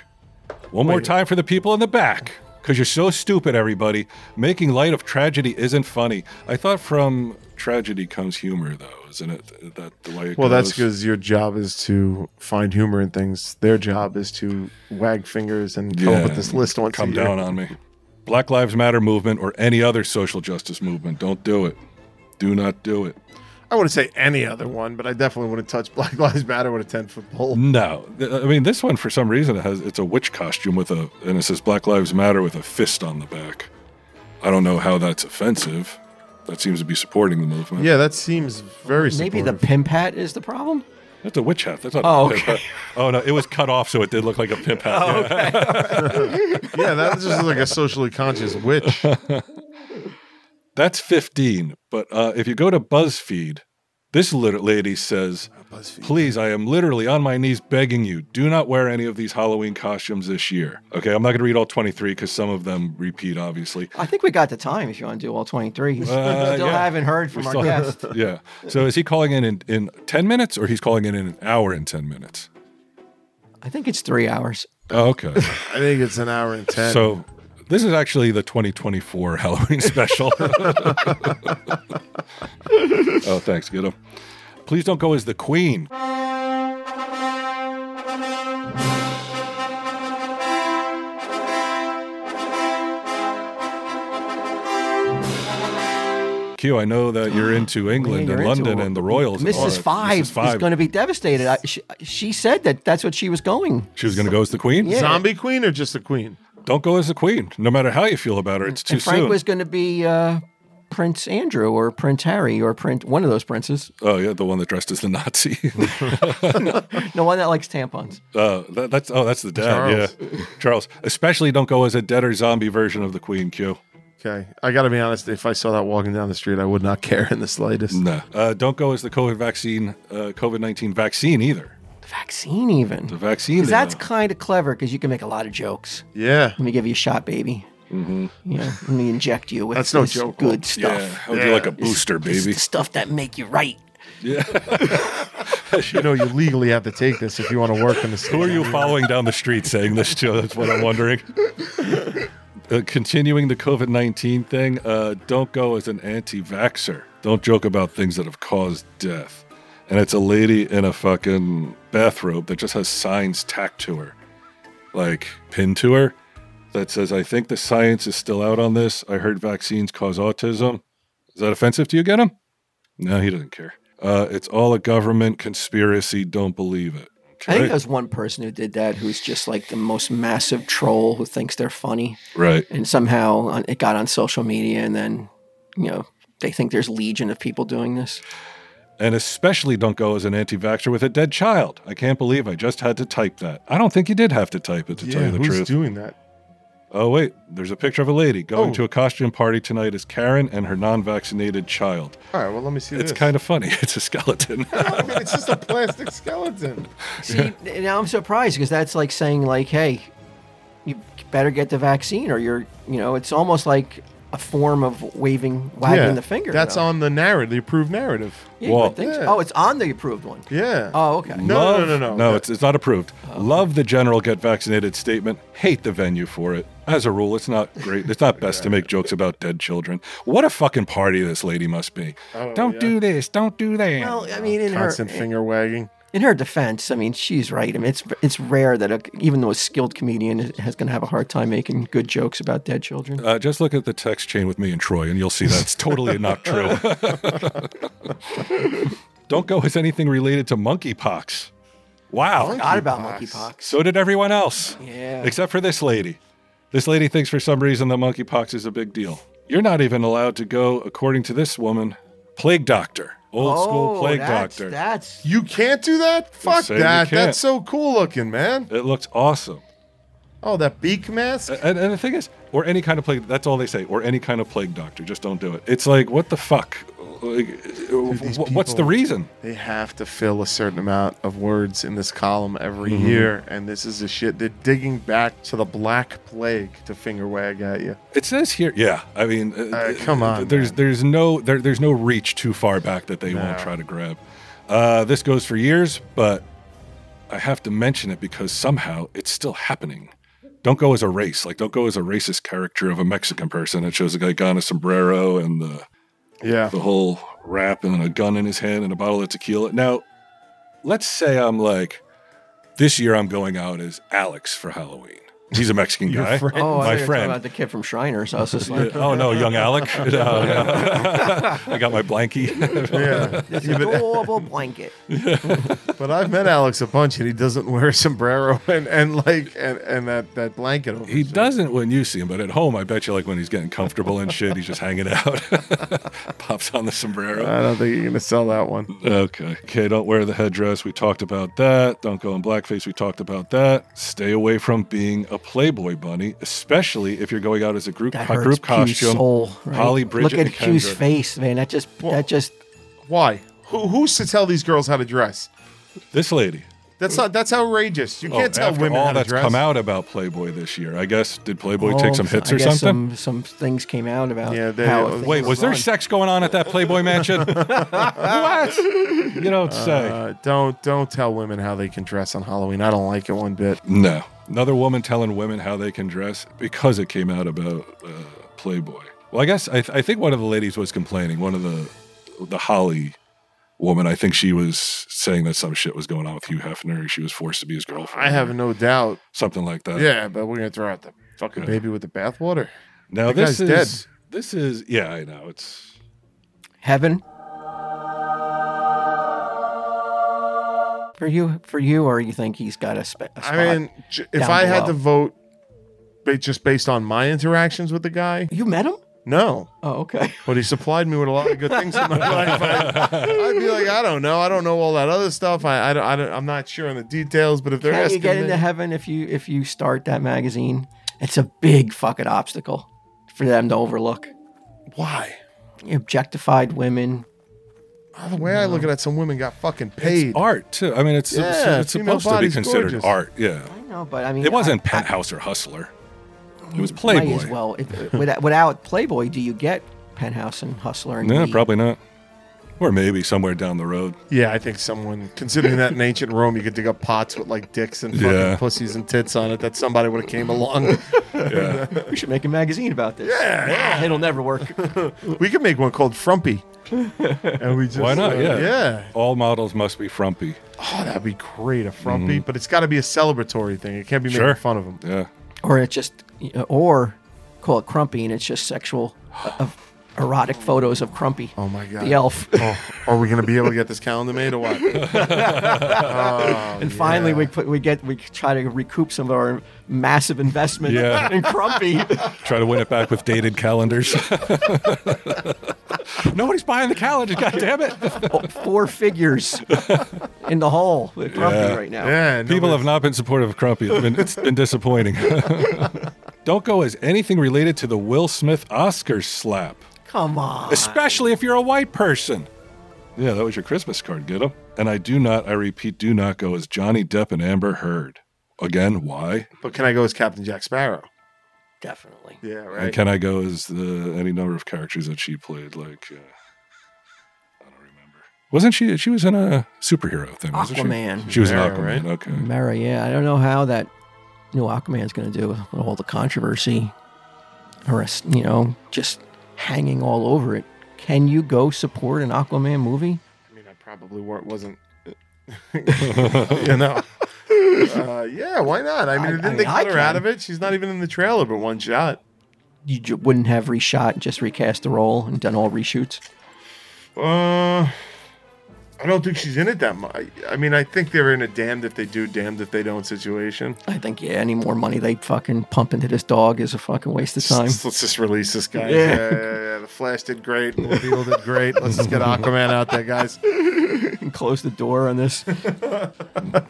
Speaker 3: One more time for the people in the back, because you're so stupid, everybody. Making light of tragedy isn't funny. I thought from tragedy comes humor, though, isn't it? That the way it
Speaker 2: Well, that's
Speaker 3: goes?
Speaker 2: because your job is to find humor in things. Their job is to wag fingers and come
Speaker 3: Yeah,
Speaker 2: up with this list once
Speaker 3: Come
Speaker 2: a year.
Speaker 3: down on me. Black Lives Matter movement or any other social justice movement. Don't do it. Do not do it.
Speaker 2: I wouldn't say any other one, but I definitely wouldn't touch Black Lives Matter with a ten foot pole.
Speaker 3: No, Th- I mean this one for some reason it has it's a witch costume with a and it says Black Lives Matter with a fist on the back. I don't know how that's offensive. That seems to be supporting the movement.
Speaker 2: Yeah, that seems very.
Speaker 1: Maybe the
Speaker 2: supportive.
Speaker 1: pimp hat is the problem.
Speaker 3: that's a witch hat. That's not. a
Speaker 1: Oh,
Speaker 3: pimp
Speaker 1: okay.
Speaker 3: hat. Oh no, it was cut off, so it did look like a pimp
Speaker 2: Oh,
Speaker 3: hat. Yeah.
Speaker 2: yeah, that's just like a socially conscious witch.
Speaker 3: That's fifteen. But uh, if you go to BuzzFeed, this lit- lady says, "Please, I am literally on my knees begging you, do not wear any of these Halloween costumes this year." Okay, I'm not going to read all twenty-three because some of them repeat, obviously.
Speaker 1: I think we got the time if you want to do all 23.
Speaker 3: Uh,
Speaker 1: still
Speaker 3: yeah.
Speaker 1: haven't heard
Speaker 3: We
Speaker 1: from our
Speaker 3: still-
Speaker 1: guest.
Speaker 3: yeah. So is he calling in, in in 10 minutes or he's calling in in an hour and 10 minutes?
Speaker 1: I think it's three hours.
Speaker 3: Oh, okay.
Speaker 2: I think it's an hour and ten.
Speaker 3: so this is actually the 2024 Halloween special. oh, thanks. Get him. Please don't go as the queen. Q, I know that you're into England
Speaker 1: Yeah,
Speaker 3: and
Speaker 1: you're into
Speaker 3: London
Speaker 1: it.
Speaker 3: and the royals. and all
Speaker 1: Mrs.
Speaker 3: that.
Speaker 1: Five,
Speaker 3: Mrs. Five.
Speaker 1: is going to be devastated. I, she, she said that that's what she was going.
Speaker 3: She was going to go as the queen.
Speaker 1: Yeah.
Speaker 2: zombie queen or just a queen?
Speaker 3: Don't go as the queen. No matter how you feel about her, it's too
Speaker 1: and Frank
Speaker 3: soon.
Speaker 1: was going to be uh, Prince Andrew or Prince Harry or Prince one of those princes.
Speaker 3: oh yeah, the one that dressed as the Nazi.
Speaker 1: No one that likes tampons.
Speaker 3: uh, that, that's oh, that's the dad. Yeah, Charles. Especially don't go as a dead or zombie version of the queen. Q.
Speaker 2: Okay, I got to be honest. If I saw that walking down the street, I would not care in the slightest.
Speaker 3: No. Uh, don't go as the COVID vaccine, uh, COVID nineteen vaccine either.
Speaker 1: The vaccine even.
Speaker 3: The vaccine.
Speaker 1: 'Cause
Speaker 3: they
Speaker 1: that's
Speaker 3: know.
Speaker 1: kind of clever because you can make a lot of jokes.
Speaker 2: Yeah,
Speaker 1: Let me give you a shot, baby. Mm-hmm. Yeah, let me inject you with
Speaker 2: That's no
Speaker 1: this
Speaker 2: joke.
Speaker 1: good
Speaker 3: yeah.
Speaker 1: stuff.
Speaker 3: How would you like a booster,
Speaker 1: This is
Speaker 3: baby?
Speaker 1: the stuff that make you right.
Speaker 2: you know you legally have to take this if you want to work in
Speaker 3: Who
Speaker 2: the store.
Speaker 3: are you following down the street saying this to? That's what I'm wondering. Uh, continuing the COVID 19 thing, uh, don't go as an anti vaxxer. Don't joke about things that have caused death. And it's a lady in a fucking bathrobe that just has signs tacked to her, like pinned to her, that says, I think the science is still out on this. I heard vaccines cause autism. Is that offensive to you, get him? No, he doesn't care. Uh, it's all a government conspiracy. Don't believe it.
Speaker 1: I think
Speaker 3: Okay?
Speaker 1: there's one person who did that who's just like the most massive troll who thinks they're funny,
Speaker 3: right.
Speaker 1: and somehow on- it got on social media, and then you know they think there's legion of people doing this.
Speaker 3: And especially don't go as an anti vaxxer with a dead child. I can't believe I just had to type that. I don't think you did have to type it, to
Speaker 2: Yeah,
Speaker 3: tell you the
Speaker 2: who's
Speaker 3: truth.
Speaker 2: doing that?
Speaker 3: Oh, wait, there's a picture of a lady going
Speaker 2: Oh.
Speaker 3: to a costume party tonight as Karen and her non vaccinated child.
Speaker 2: All right, well, let me see
Speaker 3: It's
Speaker 2: this.
Speaker 3: kind of funny. It's a skeleton.
Speaker 2: I mean, it's just a plastic skeleton.
Speaker 1: See, now I'm surprised because that's like saying like, hey, you better get the vaccine or you're, you know, it's almost like a form of waving, wagging the finger.
Speaker 2: That's
Speaker 1: though.
Speaker 2: on the narrative, the approved narrative.
Speaker 1: Yeah, you would
Speaker 3: Well-
Speaker 1: think so.
Speaker 2: Yeah.
Speaker 1: Oh, it's on the approved one.
Speaker 2: Yeah.
Speaker 1: Oh, okay.
Speaker 2: No,
Speaker 3: Love-
Speaker 2: no, Oh. no, no.
Speaker 3: No, it's, it's not approved. Love the general get vaccinated statement. Hate the venue for it. As a rule, it's not great. It's not best to make jokes about dead children. What a fucking party this lady must be. don't
Speaker 2: Oh, yeah.
Speaker 3: do this. Don't do that.
Speaker 1: Well, I mean, in her
Speaker 2: Constant finger wagging.
Speaker 1: in her defense, I mean, she's right. I mean, it's it's rare that a, even though a skilled comedian is, is going to have a hard time making good jokes about dead children.
Speaker 3: uh, just look at the text chain with me and Troy, and you'll see that's totally not true. don't go with anything related to monkeypox. Wow.
Speaker 1: Not about
Speaker 2: Monkeypox.
Speaker 1: monkeypox.
Speaker 3: So did everyone else.
Speaker 1: Yeah.
Speaker 3: Except for this lady. This lady thinks for some reason that monkeypox is a big deal. You're not even allowed to go, according to this woman, plague doctor, old school plague
Speaker 1: Oh, that's,
Speaker 3: doctor.
Speaker 1: That's
Speaker 2: You can't do that? Fuck
Speaker 3: saying you
Speaker 2: that.
Speaker 3: can't.
Speaker 2: That's so cool looking, man.
Speaker 3: It looks awesome.
Speaker 2: Oh, that beak mask?
Speaker 3: And, and the thing is, or any kind of plague, that's all they say, or any kind of plague doctor, just don't do it. It's like, what the fuck? Like,
Speaker 2: these
Speaker 3: wh- what's the
Speaker 2: people-
Speaker 3: reason?
Speaker 2: they have to fill a certain amount of words in this column every
Speaker 3: Mm-hmm.
Speaker 2: year, and this is the shit. They're digging back to the Black Plague to finger wag at you.
Speaker 3: It says here, yeah. I mean, uh,
Speaker 2: Uh, come on,
Speaker 3: There's
Speaker 2: man.
Speaker 3: there's no there, there's no reach too far back that they
Speaker 2: No.
Speaker 3: won't try to grab. Uh, this goes for years, but I have to mention it because somehow it's still happening. Don't go as a race, like don't go as a racist caricature of a Mexican person. It shows a guy got in a sombrero and the
Speaker 2: Yeah.
Speaker 3: the whole wrap and a gun in his hand and a bottle of tequila. Now, let's say I'm like, this year I'm going out as Alex for Halloween. He's a Mexican
Speaker 2: Your
Speaker 3: guy,
Speaker 2: friend.
Speaker 1: oh, I thought you
Speaker 3: my
Speaker 1: were talking
Speaker 3: friend.
Speaker 1: about the kid from Shriners. I was just like,
Speaker 3: oh no, young Alec. No, no. I got my blankie.
Speaker 2: Yeah.
Speaker 1: this adorable blanket.
Speaker 2: but I've met Alex a bunch, and he doesn't wear a sombrero and, and like and, and that, that blanket over.
Speaker 3: he
Speaker 2: his-
Speaker 3: doesn't when you see him, but at home, I bet you like when he's getting comfortable and shit, he's just hanging out. Pops on the sombrero.
Speaker 2: I don't think you're gonna sell that one.
Speaker 3: Okay. Okay, don't wear the headdress. We talked about that. Don't go in blackface. We talked about that. Stay away from being a Playboy bunny, especially if you're going out as a group
Speaker 1: That
Speaker 3: a
Speaker 1: hurts
Speaker 3: group
Speaker 1: Q's
Speaker 3: costume.
Speaker 1: soul. right?
Speaker 3: Holly Bridget
Speaker 1: Look at
Speaker 3: and
Speaker 1: Q's
Speaker 3: Kendra.
Speaker 1: face, man. That just that just
Speaker 2: Why? Who who's to tell these girls how to dress?
Speaker 3: This lady.
Speaker 2: That's not that's outrageous. You
Speaker 3: Oh,
Speaker 2: can't tell
Speaker 3: after
Speaker 2: women
Speaker 3: all
Speaker 2: how to
Speaker 3: that's
Speaker 2: dress.
Speaker 3: come out about Playboy this year. I guess did Playboy take
Speaker 1: Oh,
Speaker 3: some hits
Speaker 1: I
Speaker 3: or
Speaker 1: guess
Speaker 3: something?
Speaker 1: Some, some things came out about.
Speaker 2: Yeah, they-
Speaker 1: how
Speaker 2: uh,
Speaker 1: things
Speaker 3: Wait,
Speaker 1: were
Speaker 3: was there
Speaker 1: run.
Speaker 3: sex going on at that Playboy Mansion? what? You don't say.
Speaker 2: Uh, don't don't tell women how they can dress on Halloween. I don't like it one bit.
Speaker 3: no. Another woman telling women how they can dress because it came out about uh, Playboy. Well, I guess I, th- I think one of the ladies was complaining. One of the the Holly woman. I think she was saying that some shit was going on with Hugh Hefner. She was forced to be his girlfriend.
Speaker 2: I have no doubt.
Speaker 3: something like that.
Speaker 2: Yeah, but we're gonna throw out the fucking
Speaker 3: Yeah.
Speaker 2: baby with the bathwater.
Speaker 3: Now
Speaker 2: That
Speaker 3: this
Speaker 2: guy's
Speaker 3: is
Speaker 2: dead.
Speaker 3: this is yeah. I know it's
Speaker 1: heaven for you? For you, or you think he's got a, spe- a spot?
Speaker 2: I mean, j- if
Speaker 1: down
Speaker 2: I had to
Speaker 1: below.
Speaker 2: vote, ba- just based on my interactions with the guy,
Speaker 1: you met him?
Speaker 2: no.
Speaker 1: Oh, okay.
Speaker 2: But he supplied me with a lot of good things in my life. I, would be like, I don't know, I don't know all that other stuff. I, I, don't, I don't, I'm not sure on the details. But if they're
Speaker 1: Can
Speaker 2: asking,
Speaker 1: you get
Speaker 2: me-
Speaker 1: into heaven if you if you start that magazine? It's a big fucking obstacle for them to overlook.
Speaker 2: why?
Speaker 1: Objectified women.
Speaker 2: Oh, the way I look at it, some women got fucking paid.
Speaker 3: art too. I mean, it's
Speaker 2: Yeah,
Speaker 3: it's
Speaker 2: female
Speaker 3: supposed to be
Speaker 2: body's
Speaker 3: considered
Speaker 2: gorgeous.
Speaker 3: art. Yeah.
Speaker 1: I know, but I mean,
Speaker 3: It wasn't
Speaker 1: I- I-
Speaker 3: Penthouse or Hustler. It was
Speaker 1: might
Speaker 3: Playboy.
Speaker 1: as well. If, uh, without, without Playboy, do you get Penthouse and Hustler? And
Speaker 3: No,
Speaker 1: Glee?
Speaker 3: probably not. Or maybe somewhere down the road.
Speaker 2: Yeah, I think someone, considering that in ancient Rome, you could dig up pots with like dicks and fucking
Speaker 3: Yeah.
Speaker 2: pussies and tits on it. That somebody would have came along.
Speaker 3: Yeah.
Speaker 1: We should make a magazine about this. Yeah, it'll never work.
Speaker 2: we could make one called Frumpy. And we just
Speaker 3: Why not?
Speaker 2: uh,
Speaker 3: Yeah.
Speaker 2: yeah.
Speaker 3: All models must be frumpy.
Speaker 2: Oh, that'd be great, a frumpy. But it's got to be a celebratory thing. It can't be making
Speaker 3: Mm-hmm. Sure.
Speaker 2: fun of them.
Speaker 3: Yeah.
Speaker 1: or it just, uh, or call it Crumpy, and it's just sexual, uh, of erotic photos of Crumpy,
Speaker 2: Oh my god.
Speaker 1: the elf.
Speaker 2: Oh, are we gonna be able to get this calendar made or what? Oh,
Speaker 1: And finally,
Speaker 2: yeah.
Speaker 1: we put, we get we try to recoup some of our massive investment
Speaker 3: Yeah.
Speaker 1: in Crumpy.
Speaker 3: Try to win it back with dated calendars. Nobody's buying the calendar. God damn it.
Speaker 1: Oh, Four figures in the hole with Crumpy
Speaker 3: Yeah.
Speaker 2: Oh.
Speaker 1: right now.
Speaker 2: yeah, no,
Speaker 3: People
Speaker 2: but-
Speaker 3: have not been supportive of Crumpy. It's been, it's been disappointing. Don't go as anything related to the Will Smith Oscar slap,
Speaker 1: Come on.
Speaker 3: especially if you're a white person. Yeah, that was your Christmas card, get 'em. And I do not, I repeat, do not go as Johnny Depp and Amber Heard. Again, why?
Speaker 2: But can I go as Captain Jack Sparrow?
Speaker 1: Definitely.
Speaker 2: Yeah,
Speaker 3: And
Speaker 2: right.
Speaker 3: can I go as the any number of characters that she played? Like, uh, I don't remember. Wasn't she? She was in a superhero thing, wasn't
Speaker 1: Aquaman.
Speaker 3: she? She was an
Speaker 2: Yeah,
Speaker 3: Aquaman. Mm-hmm.
Speaker 2: right.
Speaker 3: Okay.
Speaker 1: Mara, yeah. I don't know how that new Aquaman's going to do with all the controversy or, us, you know, just hanging all over it. Can you go support an Aquaman movie?
Speaker 2: I mean, I probably weren't, wasn't. you know. Uh, yeah, why not? I mean,
Speaker 1: I-
Speaker 2: didn't
Speaker 1: I mean,
Speaker 2: they
Speaker 1: I
Speaker 2: cut her out
Speaker 1: can.
Speaker 2: of it? She's not even in the trailer, but one shot.
Speaker 1: You j- wouldn't have reshot, just recast the role and done all reshoots?
Speaker 2: Uh, I don't think she's in it that much. I mean, I think they're in a damned if they do, damned if they don't situation.
Speaker 1: I think, yeah, any more money they fucking pump into this dog is a fucking waste of time.
Speaker 2: Let's, let's just release this guy.
Speaker 1: Yeah.
Speaker 2: Yeah. yeah, yeah, yeah. The Flash did great. Blue Beetle did great. Let's just get Aquaman out there, guys.
Speaker 1: and close the door on this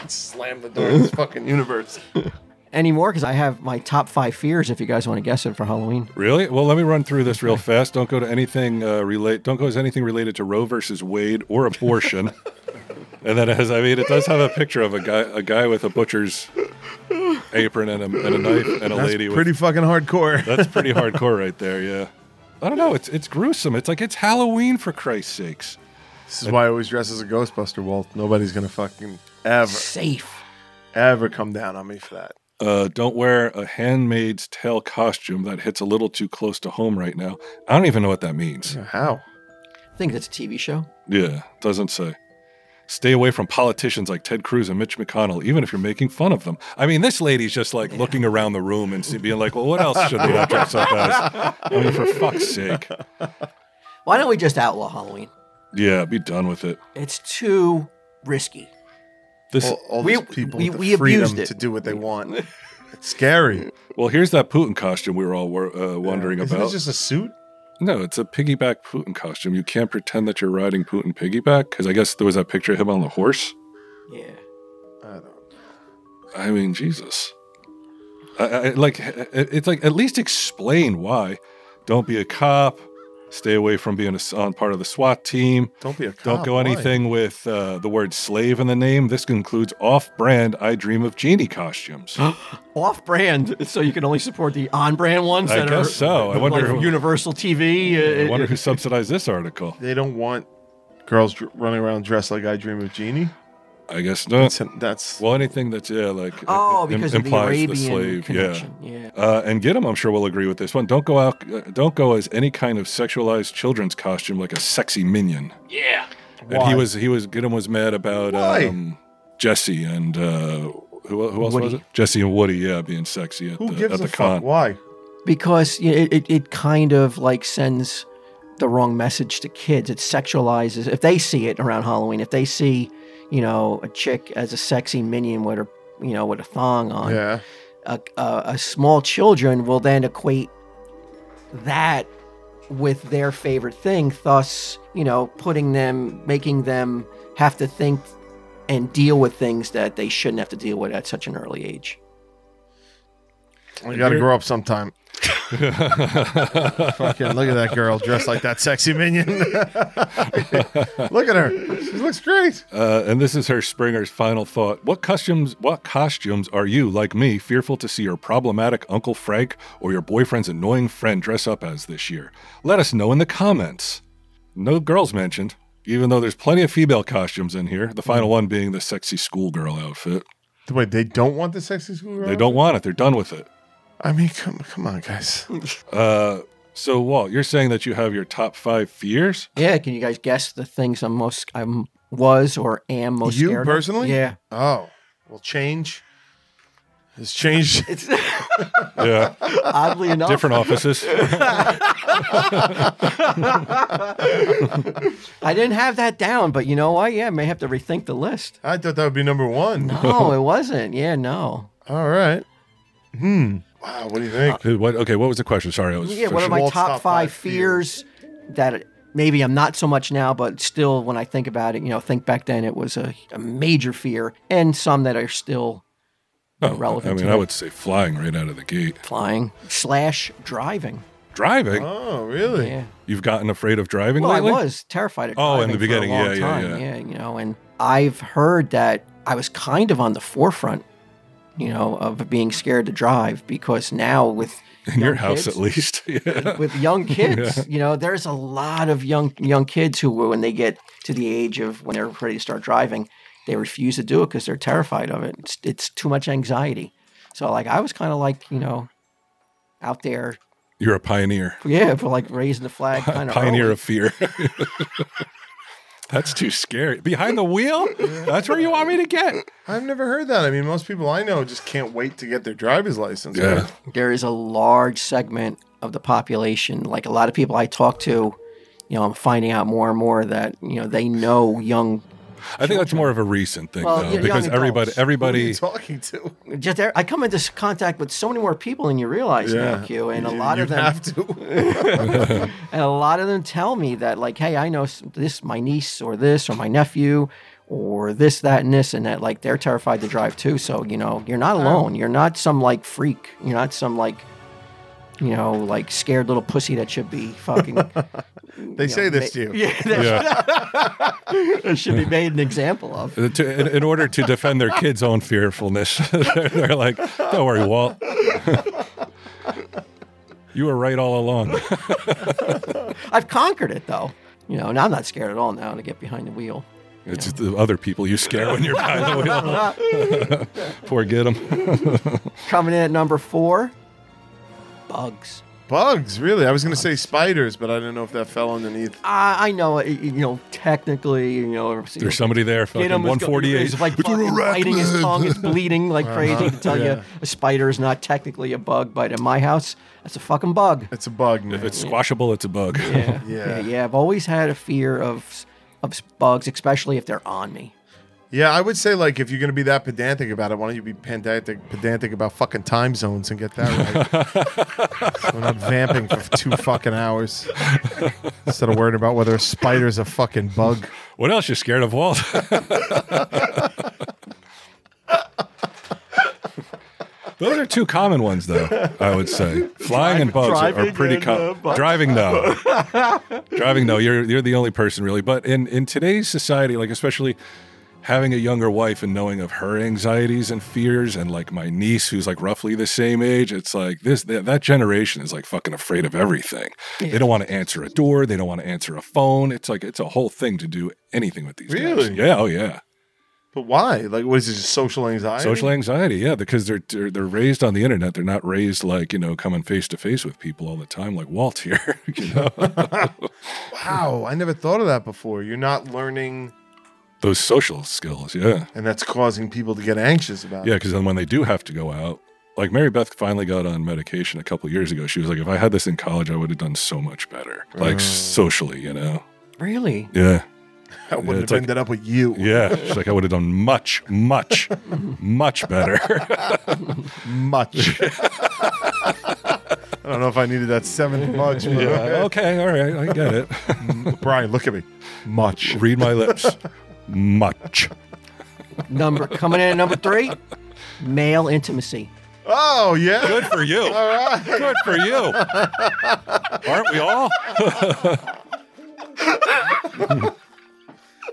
Speaker 2: Slam the door in this fucking universe.
Speaker 1: anymore because I have my top five fears if you guys want to guess it for Halloween.
Speaker 3: Really? Well, let me run through this real fast. Don't go to anything uh, relate. Don't go as anything related to Roe versus Wade or abortion. and then, as I mean, it does have a picture of a guy, a guy with a butcher's apron and a, and a knife, and a
Speaker 2: That's
Speaker 3: lady.
Speaker 2: pretty
Speaker 3: with,
Speaker 2: fucking hardcore.
Speaker 3: that's pretty hardcore, right there. Yeah. I don't know. It's it's gruesome. It's like it's Halloween for Christ's sakes.
Speaker 2: This is why I always dress as a Ghostbuster, Walt. Nobody's gonna fucking ever,
Speaker 1: Safe.
Speaker 2: ever come down on me for that.
Speaker 3: Uh, don't wear a handmaid's tale costume that hits a little too close to home right now. I don't even know what that means.
Speaker 2: How?
Speaker 1: I think that's a TV show.
Speaker 3: Yeah, doesn't say. Stay away from politicians like Ted Cruz and Mitch McConnell, even if you're making fun of them. I mean, this lady's just like looking around the room and see- being like, well, what else should we have dressed up as? I mean, for fuck's sake.
Speaker 1: Why don't we just outlaw Halloween?
Speaker 3: Yeah, be done with it.
Speaker 1: It's too risky.
Speaker 3: This,
Speaker 2: All, all
Speaker 1: We-
Speaker 2: these people
Speaker 1: we-
Speaker 2: with the
Speaker 1: we abused
Speaker 2: freedom
Speaker 1: it.
Speaker 2: to do what they want. It's scary.
Speaker 3: well, here's that Putin costume we were all wor- uh, wondering
Speaker 2: Isn't
Speaker 3: about.
Speaker 2: It's just a suit.
Speaker 3: no, it's a piggyback Putin costume. You can't pretend that you're riding Putin piggyback because I guess there was that picture of him on the horse.
Speaker 1: Yeah.
Speaker 2: I don't.
Speaker 3: I mean, Jesus. I, I, like, it- it's like at least explain why. Don't be a cop. Stay away from being a, s- on part of the SWAT team.
Speaker 2: Don't be a cop.
Speaker 3: Don't go
Speaker 2: why?
Speaker 3: anything with uh, the word slave in the name. This includes off-brand "I Dream of Genie" costumes.
Speaker 1: Off brand, so you can only support the on brand ones
Speaker 3: I
Speaker 1: that
Speaker 3: guess
Speaker 1: are
Speaker 3: so. I
Speaker 1: like
Speaker 3: wonder who-
Speaker 1: Universal TV.
Speaker 3: I
Speaker 1: uh,
Speaker 3: wonder
Speaker 1: uh,
Speaker 3: who subsidized this article.
Speaker 2: They don't want girls dr- running around dressed like I Dream of Jeannie.
Speaker 3: I guess not.
Speaker 2: That's, that's
Speaker 3: Well, anything that's yeah, like
Speaker 1: oh,
Speaker 3: im-
Speaker 1: because of the Arabian
Speaker 3: yeah.
Speaker 1: connection. Yeah.
Speaker 3: Uh, and Gidim, I'm sure, will agree with this one. Don't go out. Uh, don't go as any kind of sexualized children's costume, like a sexy minion. Yeah. And
Speaker 2: Why?
Speaker 3: he was. He was. Gidim was mad about
Speaker 2: Why?
Speaker 3: um, Jesse and uh, who, who else was
Speaker 1: Woody.
Speaker 3: it? Jesse and Woody. Yeah, being sexy at
Speaker 2: who
Speaker 3: the
Speaker 2: gives
Speaker 3: uh, at the
Speaker 2: a
Speaker 3: con.
Speaker 2: fuck. Why?
Speaker 1: Because you know, it, it, it kind of like sends the wrong message to kids. It sexualizes. If they see it around Halloween, if they see, you know, a chick as a sexy minion with her, you know, with a thong on,
Speaker 2: Yeah.
Speaker 1: a, a, a small children will then equate that with their favorite thing thus you know putting them making them have to think and deal with things that they shouldn't have to deal with at such an early age
Speaker 2: You got to grow up sometime. Fucking look at that girl dressed like that sexy minion. look at her. She looks great.
Speaker 3: Uh, and this is her Springer's final thought. What costumes? What costumes are you, like me, fearful to see your problematic Uncle Frank or your boyfriend's annoying friend dress up as this year? Let us know in the comments. No girls mentioned, even though there's plenty of female costumes in here. The final one being the sexy schoolgirl outfit.
Speaker 2: Wait, they don't want the sexy school girl?
Speaker 3: They don't want it. They're done with it.
Speaker 2: I mean, come, come on, guys.
Speaker 3: Uh, so, Walt, you're saying that you have your top five fears?
Speaker 1: yeah can you guys guess the things i'm most i'm was or am most
Speaker 2: You
Speaker 1: Oh, scared of?
Speaker 2: personally?
Speaker 1: yeah
Speaker 2: Oh, well, change has changed.
Speaker 1: it's
Speaker 3: Yeah,
Speaker 1: oddly enough
Speaker 3: different offices.
Speaker 1: i didn't have that down but you know what yeah I may have to rethink the list
Speaker 2: I thought that would be number one.
Speaker 1: no it wasn't yeah no
Speaker 2: All right. Hmm. Wow. What do you think?
Speaker 3: what? Okay, what was the question? Sorry, I was.
Speaker 1: Yeah, one of
Speaker 2: sure.
Speaker 1: my
Speaker 2: Walt's
Speaker 1: top,
Speaker 2: top
Speaker 1: five
Speaker 2: five
Speaker 1: fears that maybe I'm not so much now, but still, when I think about it, you know, think back then, it was a, a major fear, and some that are still
Speaker 3: Oh,
Speaker 1: relevant
Speaker 3: I mean,
Speaker 1: to
Speaker 3: I
Speaker 1: it.
Speaker 3: would say flying right out of the gate.
Speaker 1: Flying slash driving.
Speaker 3: Driving?
Speaker 2: Oh, really?
Speaker 1: Yeah.
Speaker 3: You've gotten afraid of driving
Speaker 1: Well, I
Speaker 3: lately?
Speaker 1: was terrified. Of
Speaker 3: Oh, in the
Speaker 1: driving
Speaker 3: beginning,
Speaker 1: for a long
Speaker 3: yeah, yeah,
Speaker 1: time.
Speaker 3: yeah.
Speaker 1: you know, and I've heard that I was kind of on the forefront, you know, of being scared to drive because now with
Speaker 3: In your
Speaker 1: young
Speaker 3: house,
Speaker 1: kids-
Speaker 3: at least. yeah.
Speaker 1: with young kids, you know, there's a lot of young young kids who, when they get to the age of when they're ready to start driving, they refuse to do it because they're terrified of it. It's, it's too much anxiety. So, like, I was kind of like, you know, out there,
Speaker 3: You're a pioneer.
Speaker 1: yeah, for like raising the flag,
Speaker 3: A
Speaker 1: kind of
Speaker 3: pioneer of fear. That's too scary. Behind the wheel? That's where you want me to get.
Speaker 2: I've never heard that. I mean, most people I know just can't wait to get their driver's license.
Speaker 3: Yeah.
Speaker 2: right?
Speaker 1: there is a large segment of the population like a lot of people i talk to you know i'm finding out more and more that you know they know young
Speaker 3: I think that's more of a recent thing,
Speaker 1: Well,
Speaker 3: though,
Speaker 1: you're
Speaker 3: because
Speaker 1: young
Speaker 3: everybody,
Speaker 2: Who
Speaker 1: adults.
Speaker 2: are you
Speaker 3: everybody,
Speaker 2: talking to?
Speaker 1: just i come into s- contact with so many more people than you realize now q and a
Speaker 2: You-
Speaker 1: lot
Speaker 2: you
Speaker 1: of them
Speaker 2: have to.
Speaker 1: and a lot of them tell me that like hey i know s- this my niece or this or my nephew or this that and this and that like they're terrified to drive too so you know you're not alone you're not some like freak you're not some like you know like scared little pussy that should be fucking
Speaker 2: they say this to you.
Speaker 1: Yeah, that
Speaker 3: yeah.
Speaker 1: should be made an example of.
Speaker 3: To- in, in order to defend their kids' own fearfulness, they're, they're like, "Don't worry, Walt. you were right all along."
Speaker 1: I've conquered it though. You know, and I'm not scared at all now to get behind the wheel.
Speaker 3: It's the other people you scare when you're behind the wheel. Poor get them.
Speaker 1: Coming in at number four, bugs.
Speaker 2: Bugs, really? I was going to say spiders, but I didn't know if that fell underneath.
Speaker 1: I, I know, it- you know, technically, you know,
Speaker 3: There's somebody there, fucking 148.
Speaker 1: He's like fucking biting his tongue. It's bleeding like crazy. To tell
Speaker 2: Yeah.
Speaker 1: you, a spider is not technically a bug, but in my house, that's a fucking bug.
Speaker 2: It's a bug, man.
Speaker 3: if it's squashable, it's a bug.
Speaker 1: Yeah.
Speaker 2: Yeah.
Speaker 1: yeah, yeah. I've always had a fear of of bugs, especially if they're on me.
Speaker 2: yeah, I would say, like, if you're going to be that pedantic about it, why don't you be pedantic, pedantic about fucking time zones and get that right? So We're not vamping for two fucking hours instead of worrying about whether a spider's a fucking bug.
Speaker 3: What else you scared of, Walt? Those are two common ones, though. I would say flying and bugs are- are
Speaker 1: driving
Speaker 3: pretty
Speaker 1: and, uh,
Speaker 3: common.
Speaker 1: bugs.
Speaker 3: driving, though, driving, though. You're you're the only person really. But in in today's society, like especially having a younger wife and knowing of her anxieties and fears, and like my niece who's like roughly the same age, it's like this that, that generation is like fucking afraid of everything. They don't want to answer a door. They don't want to answer a phone. It's like it's a whole thing to do anything with these. guys.
Speaker 2: Really?
Speaker 3: Yeah. Oh yeah.
Speaker 2: But why? Like, what is it? Just social anxiety?
Speaker 3: Social anxiety, yeah, because they're, they're they're raised on the internet. They're not raised like you know coming face to face with people all the time, like Walt here. you know?
Speaker 2: Wow, I never thought of that before. You're not learning,
Speaker 3: Those social skills, yeah,
Speaker 2: and that's causing people to get anxious about
Speaker 3: yeah.
Speaker 2: it.
Speaker 3: Because then when they do have to go out, like Mary Beth finally got on medication a couple years ago. She was like, if I had this in college, I would have done so much better, like
Speaker 2: Mm.
Speaker 3: socially, you know.
Speaker 1: Really?
Speaker 3: Yeah, Yeah,
Speaker 2: I wouldn't have
Speaker 3: it's like-
Speaker 2: ended up with you.
Speaker 3: yeah. She's like, I would have done much, much, much better.
Speaker 2: Much. I don't know if I needed that seventh much. But
Speaker 3: okay, all right, I get it.
Speaker 2: Brian, look at me. Much.
Speaker 3: Read my lips, much.
Speaker 1: Number coming in at number three, male intimacy.
Speaker 2: Oh yeah.
Speaker 3: Good for you. Good for you. Aren't we all?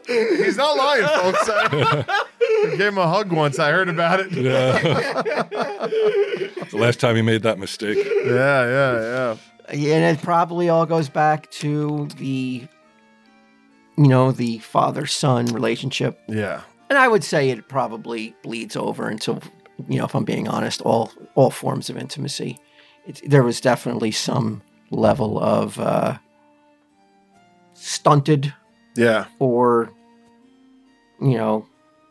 Speaker 2: He's not lying, folks. I I gave him a hug once. I heard about it. Yeah,
Speaker 3: The last time he made that mistake.
Speaker 2: yeah, yeah.
Speaker 1: And it probably all goes back to the, you know, the father son relationship.
Speaker 2: Yeah.
Speaker 1: And I would say it probably bleeds over into, you know, if I'm being honest, all all forms of intimacy. It, there was definitely some level of uh, stunted
Speaker 2: Yeah.
Speaker 1: or you know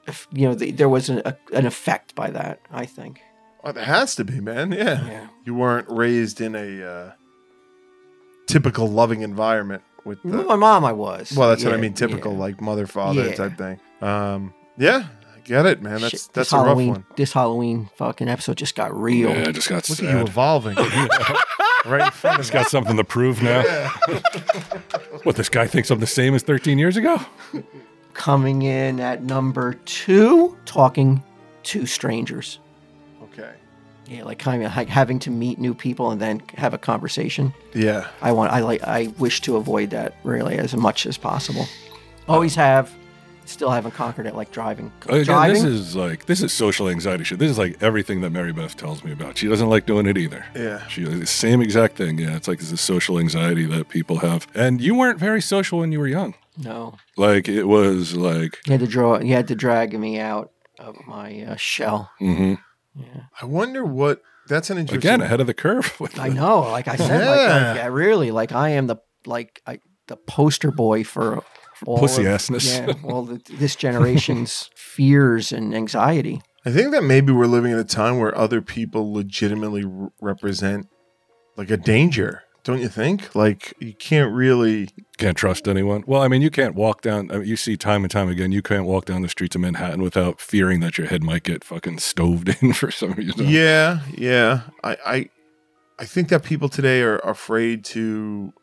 Speaker 1: if, you know the, there was an, a, an effect by that i think
Speaker 2: Well, Oh, there has to be, man. Yeah.
Speaker 1: Yeah.
Speaker 2: You weren't raised in a uh, typical loving environment with the,
Speaker 1: with my mom i was
Speaker 2: Well, that's what I
Speaker 1: Yeah,
Speaker 2: mean. Typical
Speaker 1: yeah.
Speaker 2: like mother father
Speaker 1: Yeah.
Speaker 2: type thing. Um, yeah, I get it, man.
Speaker 1: Shit,
Speaker 2: That's
Speaker 1: this
Speaker 2: that's a rough
Speaker 1: halloween
Speaker 2: one.
Speaker 1: this halloween fucking episode just got real
Speaker 3: Yeah, I just got
Speaker 2: Look
Speaker 3: sad.
Speaker 2: at you evolving right in front of
Speaker 3: Just got something to prove now. what this guy thinks I'm the same as 13 years ago?
Speaker 1: coming in at number two talking to strangers
Speaker 2: Okay.
Speaker 1: Yeah, like kind of like having to meet new people and then have a conversation.
Speaker 2: Yeah.
Speaker 1: I want I like I wish to avoid that really as much as possible. Always have, still haven't conquered it like driving.
Speaker 3: Again, Oh,
Speaker 1: driving
Speaker 3: this is like this is social anxiety shit. This is like everything that Mary Beth tells me about. She doesn't like doing it either.
Speaker 2: Yeah.
Speaker 3: She the same exact thing. Yeah, it's like this is social anxiety that people have. And you weren't very social when you were young.
Speaker 1: no.
Speaker 3: Like it was like
Speaker 1: You had to draw. You had to drag me out of my uh, shell.
Speaker 3: mhm.
Speaker 2: I wonder what. That's an interesting.
Speaker 3: again ahead of the curve. With
Speaker 1: I know. Like I said, like, like
Speaker 2: Yeah.
Speaker 1: yeah, really, like I am the like I the poster boy for all
Speaker 3: pussy
Speaker 1: of-
Speaker 3: assness.
Speaker 1: Yeah, all the, this generation's fears and anxiety.
Speaker 2: I think that maybe we're living in a time where other people legitimately r- represent like a danger, don't you think? Like you can't really.
Speaker 3: Can't trust anyone. Well, I mean, you can't walk down. I mean, you see time and time again. You can't walk down the streets of Manhattan without fearing that your head might get fucking stoved in for some reason.
Speaker 2: Yeah, yeah. I, I, I think that people today are afraid to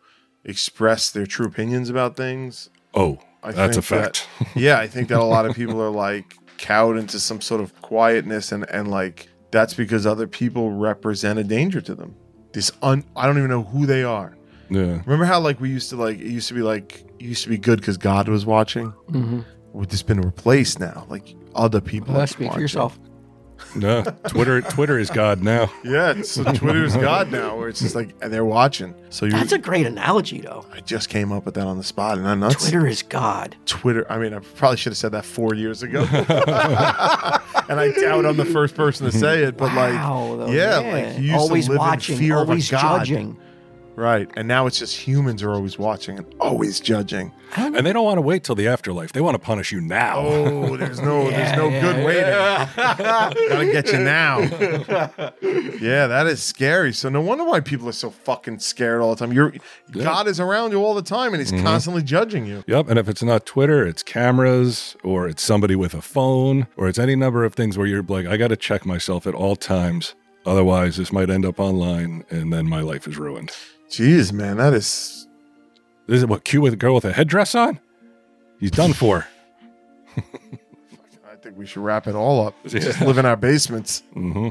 Speaker 2: express their true opinions about things.
Speaker 3: Oh,
Speaker 2: I
Speaker 3: that's a
Speaker 2: think that-
Speaker 3: fact.
Speaker 2: yeah, I think that a lot of people are like cowed into some sort of quietness and and like that's because other people represent a danger to them. This un I don't even know who they are.
Speaker 3: yeah.
Speaker 2: Remember how like we used to like it used to be like it used to be good because God was watching?
Speaker 1: Mm-hmm.
Speaker 2: Well, it's been replaced now. Like other people.
Speaker 1: Well,
Speaker 2: are
Speaker 1: speak for
Speaker 2: watching.
Speaker 1: yourself.
Speaker 3: No, Twitter. Twitter is God now.
Speaker 2: Yeah, it's- so Twitter is God now, where it's just like and they're watching. So you
Speaker 1: That's a great analogy, though.
Speaker 2: I just came up with that on the spot and I'm not
Speaker 1: Twitter is God.
Speaker 2: Twitter. I mean, I probably should have said that four years ago, and I doubt I'm the first person to say it. But
Speaker 1: Wow,
Speaker 2: like,
Speaker 1: though,
Speaker 2: yeah, like you used
Speaker 1: always
Speaker 2: to live
Speaker 1: watching,
Speaker 2: in fear
Speaker 1: always
Speaker 2: of a god,
Speaker 1: judging.
Speaker 2: right? And now it's just humans are always watching and always judging.
Speaker 3: And they don't want to wait till the afterlife. They want to punish you now.
Speaker 2: Oh, there's no,
Speaker 1: Yeah,
Speaker 2: there's no
Speaker 1: yeah,
Speaker 2: good waiting. Gotta get you now. yeah, that is scary. So no wonder why people are so fucking scared all the time. You're God is around you all the time, and He's
Speaker 3: Mm-hmm.
Speaker 2: constantly judging you.
Speaker 3: Yep. And if it's not Twitter, it's cameras or it's somebody with a phone or it's any number of things where you're like, I got to check myself at all times. Otherwise, this might end up online and then my life is ruined.
Speaker 2: Jeez, man, that is
Speaker 3: This is what Q with a girl with a headdress on? He's done for.
Speaker 2: I think we should wrap it all up.
Speaker 3: Yeah.
Speaker 2: Just live in our basements.
Speaker 3: hmm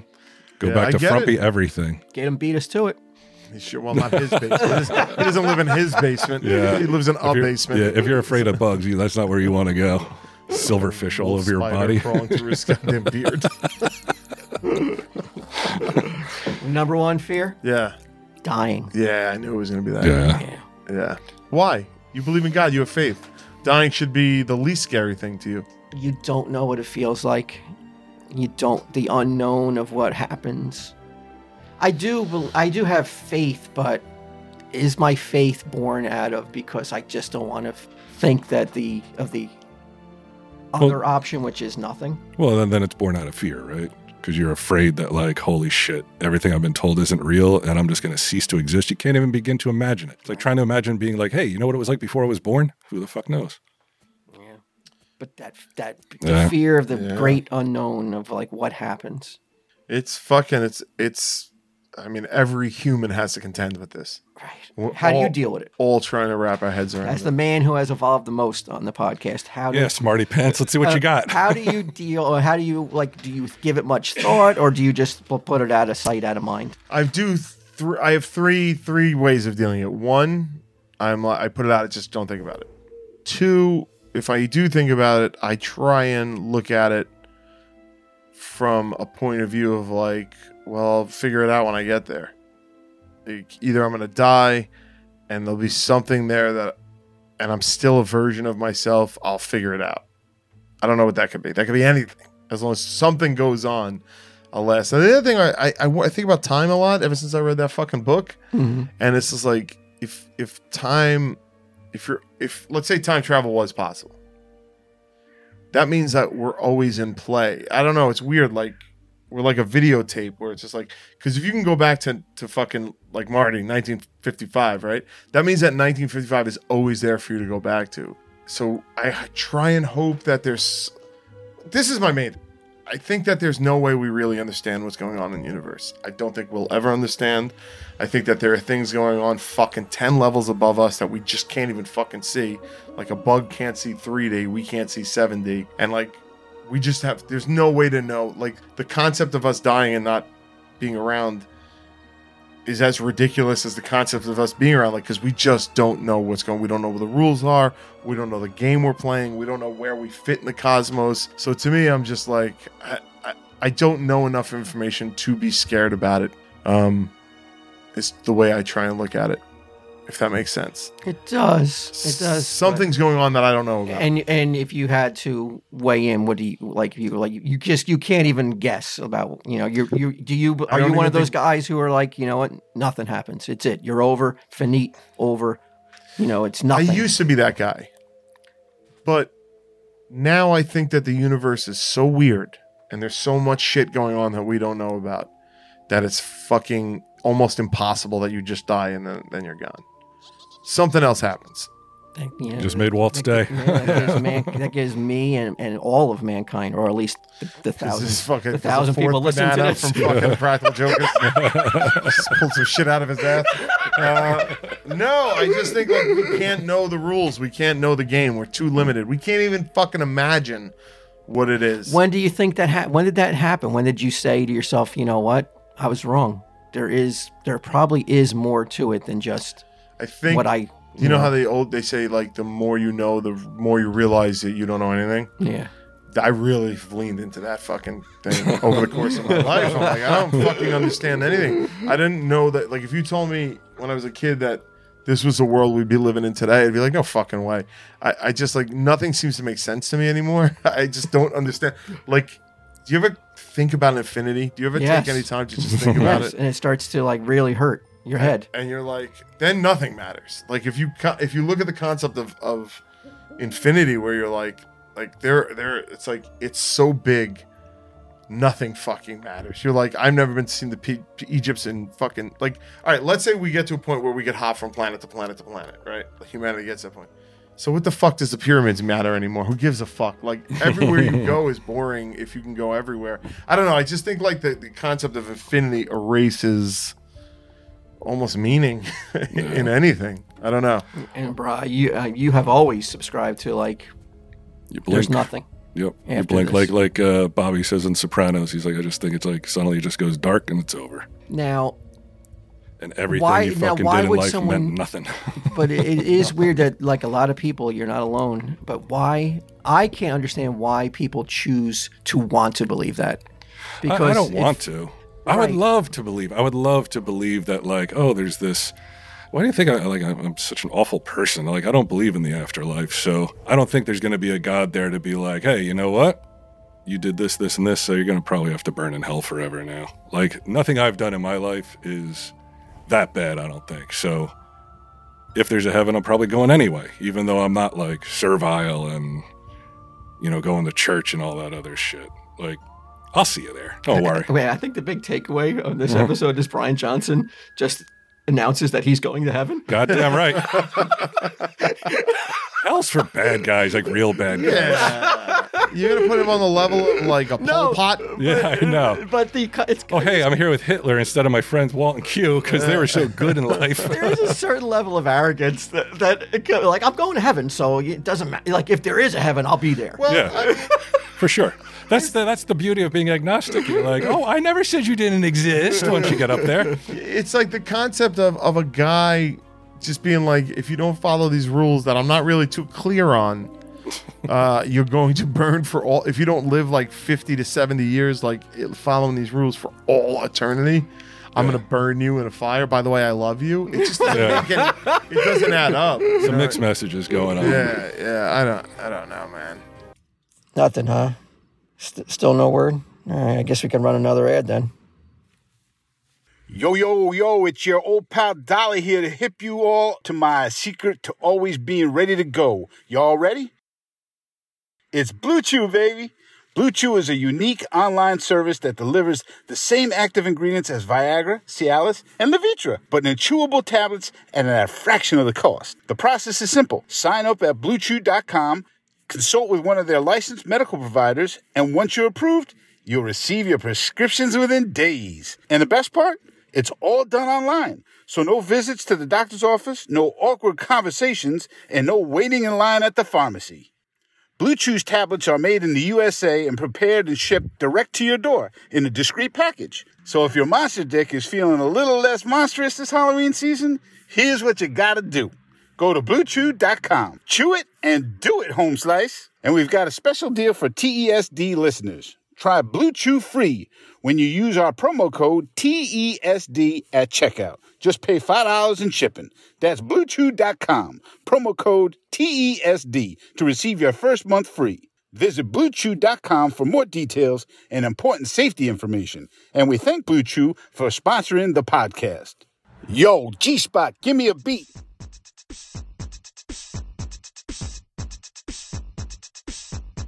Speaker 3: Go
Speaker 2: Yeah,
Speaker 3: back
Speaker 2: I
Speaker 3: to
Speaker 2: get
Speaker 3: frumpy
Speaker 2: it.
Speaker 3: everything.
Speaker 1: Get him beat us to it.
Speaker 2: He should, well, not his basement. he doesn't live in his basement.
Speaker 3: Yeah.
Speaker 2: He lives in a
Speaker 3: If you're-
Speaker 2: basement.
Speaker 3: Yeah, if you're afraid of bugs, you, that's not where you want to go. Silverfish all over your
Speaker 2: Spider
Speaker 3: body.
Speaker 2: crawling through his goddamn beard.
Speaker 1: Number one fear:
Speaker 2: yeah.
Speaker 1: dying.
Speaker 2: Yeah, I knew it was going to be that.
Speaker 3: Yeah.
Speaker 1: Yeah.
Speaker 2: Yeah. Why? You believe in God. You have faith. Dying should be the least scary thing to you.
Speaker 1: You don't know what it feels like. You don't the unknown of what happens. I do. bel- I do have faith, but is my faith born out of because I just don't want to think that the of the
Speaker 3: Well-
Speaker 1: other option, which is nothing.
Speaker 3: Well, then, then it's born out of fear, right? Because you're afraid that, like, holy shit, everything I've been told isn't real and I'm just going to cease to exist. You can't even begin to imagine it. It's like trying to imagine being like, hey, you know what it was like before I was born? Who the fuck knows?
Speaker 1: But that that
Speaker 3: Yeah.
Speaker 1: the fear of the
Speaker 2: Yeah.
Speaker 1: great unknown of like what happens.
Speaker 2: It's fucking, it's, it's, I mean, every human has to contend with this. We're
Speaker 1: Right. How do you
Speaker 2: all-
Speaker 1: deal with it?
Speaker 2: All trying to wrap our heads around
Speaker 1: That's
Speaker 2: it.
Speaker 1: the man who has evolved the most on the podcast. How do uh,
Speaker 3: Yeah, smarty pants. Let's see what you got.
Speaker 1: how do you deal or how do you like do you give it much thought or do you just pu- put it out of sight out of mind?
Speaker 2: I do. Th- I have three three ways of dealing with it. One, I'm li- I put it out. I just don't think about it. Two, if I do think about it, I try and look at it from a point of view of like, well, I'll figure it out when I get there. Like, either I'm gonna die, and there'll be something there that, and I'm still a version of myself. I'll figure it out. I don't know what that could be. That could be anything. As long as something goes on, I'll last. And the other thing I, I- I wa- I think about time a lot ever since I read that fucking book, and it's just like if if time, if you're if let's say time travel was possible, that means that we're always in play. I don't know. It's weird. Like we're like a videotape where it's just like because if you can go back to to fucking like Marty 1955, right? That means that 1955 is always there for you to go back to. So I try and hope that there's. This is my main. I think that there's no way we really understand what's going on in the universe. I don't think we'll ever understand. I think that there are things going on fucking 10 levels above us that we just can't even fucking see. Like a bug can't see 3D, we can't see 7D. And like we just have there's no way to know like the concept of us dying and not being around is as ridiculous as the concept of us being around like because we just don't know what's going we don't know what the rules are we don't know the game we're playing we don't know where we fit in the cosmos so to me i'm just like i, I, I don't know enough information to be scared about it um it's the way i try and look at it if that makes sense
Speaker 1: It does. It does. but-
Speaker 2: something's going on that i don't know about
Speaker 1: And and if you had to weigh in, what do you like? You like you just you can't even guess about you know you you do you
Speaker 2: I
Speaker 1: are
Speaker 2: don't
Speaker 1: you one of
Speaker 2: even
Speaker 1: those
Speaker 2: think-
Speaker 1: guys who are like you know what nothing happens it's it you're over finite over you know it's
Speaker 2: I
Speaker 1: nothing
Speaker 2: used to be that guy. But now I think that the universe is so weird and there's so much shit going on that we don't know about that it's fucking almost impossible that you just die and then, then you're gone. Something else happens.
Speaker 1: Think, you know,
Speaker 3: Just made Walt's day.
Speaker 1: yeah, that, gives man, that gives me and, and all of mankind or at least the, the
Speaker 2: 'Cause This
Speaker 1: thousands
Speaker 2: fucking
Speaker 1: the
Speaker 2: there's a
Speaker 1: thousand
Speaker 2: fourth
Speaker 1: people listening to
Speaker 2: banana
Speaker 1: this.
Speaker 2: from fucking Practical Jokers. just pulled some shit out of his ass. Uh, no, I just think like we can't know the rules. We can't know the game. We're too limited. We can't even fucking imagine what it is.
Speaker 1: When do you think that ha- when did that happen? When did you say to yourself, you know what, I was wrong. There is there probably is more to it than just
Speaker 2: I think
Speaker 1: what I you,
Speaker 2: You know how they old they say like the more you know, the more you realize that you don't know anything.
Speaker 1: yeah.
Speaker 2: I really leaned into that fucking thing over the course of my life. I'm like, I don't fucking understand anything. I didn't know that. Like, if you told me when I was a kid that this was the world we'd be living in today, I'd be like, no fucking way. I, I just like nothing seems to make sense to me anymore. I just don't understand. Like, do you ever think about infinity? Do you ever
Speaker 1: Yes.
Speaker 2: take any time to just think about
Speaker 1: Yes,
Speaker 2: it?
Speaker 1: and it starts to like really hurt your head.
Speaker 2: and you're like then nothing matters like if you co- if you look at the concept of of infinity where you're like like there there it's like it's so big nothing fucking matters you're like i've never been seen the P- P- egyptian fucking like all right let's say we get to a point where we get hop from planet to planet to planet right like humanity gets to that point so what the fuck does the pyramids matter anymore? Who gives a fuck? Like everywhere you go is boring if you can go everywhere. I don't know. I just think like the, the concept of infinity erases almost meaning in anything. I don't know.
Speaker 1: And brah, you uh, you have always subscribed to like
Speaker 3: You blink.
Speaker 1: there's nothing.
Speaker 3: Yep. You
Speaker 1: after
Speaker 3: blink
Speaker 1: this.
Speaker 3: like like uh, Bobby says in Sopranos. He's like, I just think it's like suddenly it just goes dark and it's over,
Speaker 1: Now,
Speaker 3: and everything
Speaker 1: Why-
Speaker 3: you
Speaker 1: now,
Speaker 3: fucking
Speaker 1: why
Speaker 3: did in
Speaker 1: would
Speaker 3: life meant
Speaker 1: someone-
Speaker 3: nothing.
Speaker 1: but it, it is weird that like a lot of people you're not alone, but why I can't understand why people choose to want to believe that.
Speaker 3: I- I, don't
Speaker 1: it-
Speaker 3: want to. I would
Speaker 1: Right.
Speaker 3: love to believe. I would love to believe that, like, oh, there's this. Why do you think I like? I'm I'm such an awful person. Like, I don't believe in the afterlife, so I don't think there's going to be a god there to be like, hey, you know what? You did this, this, and this, so you're going to probably have to burn in hell forever now. Like, nothing I've done in my life is that bad. I don't think so. If there's a heaven, I'm probably going anyway, even though I'm not like servile and you know going to church and all that other shit. Like, I'll see you there. Don't worry.
Speaker 1: Wait, I think the big takeaway of this episode is Brian Johnson just announces that he's going to heaven.
Speaker 3: Goddamn right. Hell's for bad guys, like real bad guys.
Speaker 2: Yeah. You're gonna put him on the level of like a pole
Speaker 1: No.
Speaker 2: pot.
Speaker 3: Yeah, I know.
Speaker 1: But the co- it's
Speaker 3: Oh, hey, I'm here with Hitler instead of my friends Walt and Q because they were so good in life.
Speaker 1: there is a certain level of arrogance that, that it co- like I'm going to heaven, so it doesn't matter. Like if there is a heaven, I'll be there.
Speaker 2: Well,
Speaker 3: Yeah.
Speaker 2: I mean,
Speaker 3: For sure. That's the that's the beauty of being agnostic. You're like, oh, I never said you didn't exist once you get up there.
Speaker 2: it's like the concept of of a guy just being like, if you don't follow these rules that I'm not really too clear on, uh, you're going to burn for all. If you don't live like 50 to 70 years, like it- following these rules for all eternity, I'm gonna burn you in a fire. By the way, I love you. It just doesn't
Speaker 3: Yeah.
Speaker 2: make any, it doesn't add up. you
Speaker 3: Some
Speaker 2: know?
Speaker 3: mixed messages going on.
Speaker 2: Yeah, yeah. I don't, I don't know, man.
Speaker 1: Nothing, huh? St- still no word. All right, I guess we can run another ad then.
Speaker 7: Yo, yo, yo, it's your old pal Dolly here to hip you all to my secret to always being ready to go. Y'all ready? It's Blue Chew, baby. Blue Chew is a unique online service that delivers the same active ingredients as Viagra, Cialis, and Levitra, but in chewable tablets and at a fraction of the cost. The process is simple. Sign up at bluechew.com, consult with one of their licensed medical providers, and once you're approved, you'll receive your prescriptions within days. And the best part? It's all done online. So no visits to the doctor's office, no awkward conversations, and no waiting in line at the pharmacy. Blue Chew's tablets are made in the USA and prepared and shipped direct to your door in a discreet package. So if your monster dick is feeling a little less monstrous this Halloween season, here's what you gotta do. Go to bluechew.com. Chew it and do it, home slice. And we've got a special deal for TESD listeners. Try Blue Chew free when you use our promo code TESD at checkout. Just pay $5 in shipping. That's bluechew.com, promo code TESD to receive your first month free. Visit bluechew.com for more details and important safety information. And we thank Blue Chew for sponsoring the podcast. Yo, G Spot, give me a beat.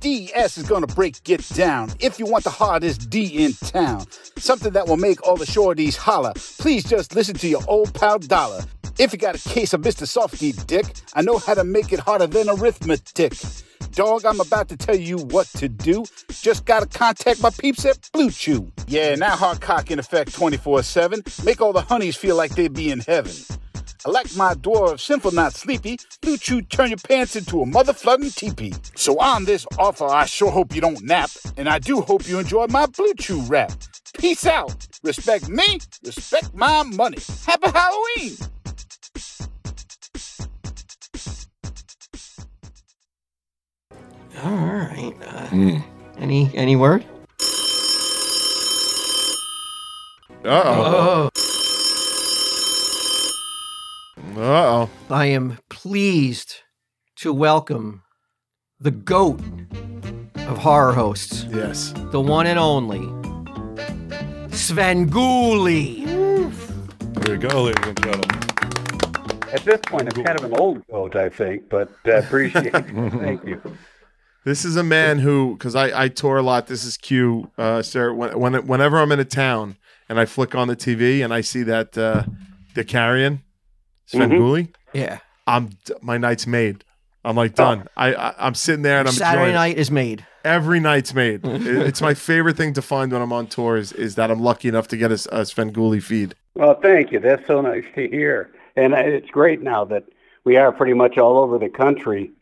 Speaker 7: DS is gonna break Get Down. If you want the hardest D in town, something that will make all the shorties holler, please just listen to your old pal Dollar. If you got a case of Mr. Softy Dick, I know how to make it harder than arithmetic. Dog, I'm about to tell you what to do. Just gotta contact my peeps at Blue Chew. Yeah, now hard cock in effect 24 7. Make all the honeys feel like they be in heaven. I like my dwarf sinful not sleepy. Blue Chew turn your pants into a mother flooding teepee. So on this offer, I sure hope you don't nap, and I do hope you enjoy my Blue Chew rap. Peace out. Respect me, respect my money. Happy Halloween.
Speaker 1: All right. Uh, Any any word?
Speaker 2: Uh oh. Uh oh.
Speaker 1: I am pleased to welcome the goat of horror hosts,
Speaker 2: Yes.
Speaker 1: the one and only Svengoolie.
Speaker 3: There you go, ladies and gentlemen.
Speaker 8: At this point, I'm kind of an old goat, I think, but I appreciate it. Thank you.
Speaker 2: This is a man who, because I, I tour a lot. This is Q, uh, sir. When, when, whenever I'm in a town and I flick on the TV and I see that uh, the carrion, Sven
Speaker 1: Yeah.
Speaker 2: I'm d- my night's made. I'm like done. I, I I'm sitting there and I'm
Speaker 1: Saturday
Speaker 2: enjoying it.
Speaker 1: night is made.
Speaker 2: Every night's made. It- it's my favorite thing to find when I'm on tours is that I'm lucky enough to get a, a Svengoolie feed.
Speaker 8: Well, thank you. That's so nice to hear. And uh, it's great now that we are pretty much all over the country.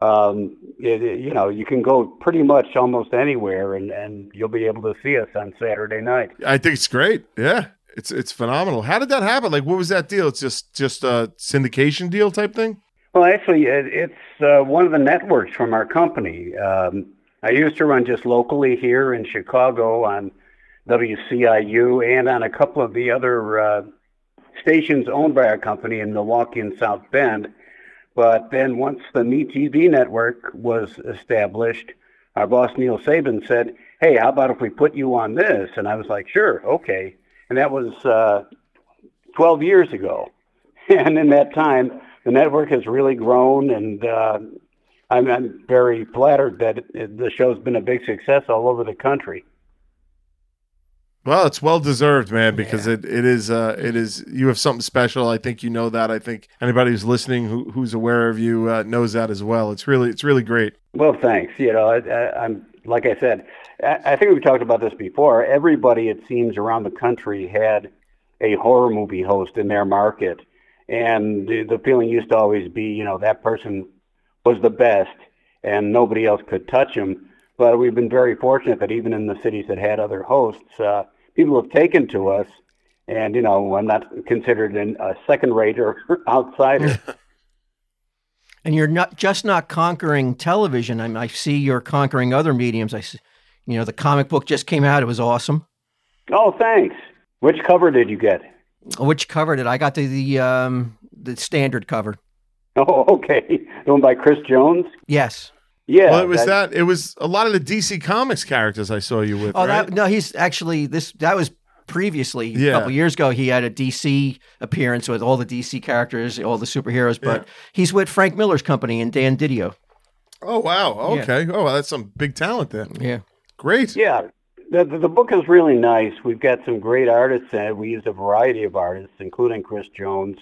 Speaker 8: Um, it, it- you know, you can go pretty much almost anywhere, and, and you'll be able to see us on Saturday night.
Speaker 2: I think it's great. Yeah, it's it's phenomenal. How did that happen? Like, what was that deal? It's just just a syndication deal type thing.
Speaker 8: Well, actually, it, it's uh, one of the networks from our company. Um, I used to run just locally here in Chicago on WCIU and on a couple of the other uh, stations owned by our company in Milwaukee and South Bend. But then once the MeTV network was established, our boss Neil Saban said, "Hey, how about if we put you on this?" And I was like, "Sure, okay." And that was uh, 12 years ago. And in that time, the network has really grown, and uh, I'm, I'm very flattered that it, it- the show's been a big success all over the country.
Speaker 2: Well, it's well deserved, man, because it, it is uh it is you have something special. I think you know that. I think anybody who's listening who who's aware of you uh, knows that as well. It's really it's really great.
Speaker 8: Well, thanks. You know, I, I, I'm like I said, I, I think we've talked about this before. Everybody, it seems, around the country had a horror movie host in their market, and the, the feeling used to always be, you know, that person was the best, and nobody else could touch him. But we've been very fortunate that even in the cities that had other hosts, uh, people have taken to us. And you know, I'm not considered an, a second-rate or outsider.
Speaker 1: And you're not just not conquering television. I, mean, I see you're conquering other mediums. I, see, you know, the comic book just came out. It was awesome.
Speaker 8: oh, thanks. Which cover did you get?
Speaker 1: Which cover did I got the the um the standard cover?
Speaker 8: Oh, okay. The one by Chris Jones?
Speaker 1: Yes.
Speaker 8: Yeah.
Speaker 2: well, it was
Speaker 8: that-
Speaker 2: Oh, that it was a lot of the DC Comics characters I saw you with.
Speaker 1: Oh,
Speaker 2: right?
Speaker 1: that no, he's actually this. That was previously
Speaker 2: Yeah.
Speaker 1: a couple years ago. He had a DC appearance with all the DC characters, all the superheroes. But he's with Frank Miller's company and Dan Didio.
Speaker 2: Oh wow.
Speaker 1: Yeah.
Speaker 2: Okay. Oh, well, that's some big talent there.
Speaker 1: Yeah.
Speaker 2: Great.
Speaker 8: Yeah. The, the, the book is really nice. We've got some great artists in it. We used a variety of artists, including Chris Jones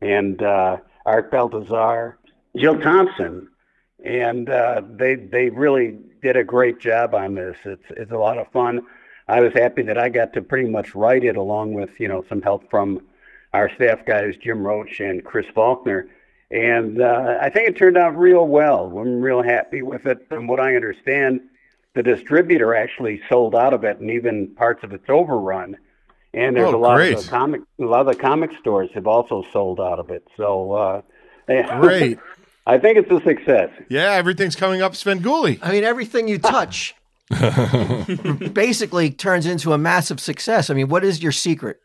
Speaker 8: and uh, Art Baltazar, Jill Thompson. And uh, they, they really did a great job on this. It's, it's a lot of fun. I was happy that I got to pretty much write it along with, you know, some help from our staff guys, Jim Roach and Chris Faulkner. And uh, I think it turned out real well. I'm real happy with it. From what I understand, the distributor actually sold out of it and even parts of its overrun. And there's
Speaker 2: Oh,
Speaker 8: a lot of
Speaker 2: great.
Speaker 8: the comic, a lot of the comic stores have also sold out of it. So uh,
Speaker 2: Great.
Speaker 8: I think it's a success.
Speaker 2: Yeah, everything's coming up Svengoolie.
Speaker 1: I mean, everything you touch basically turns into a massive success. I mean, what is your secret?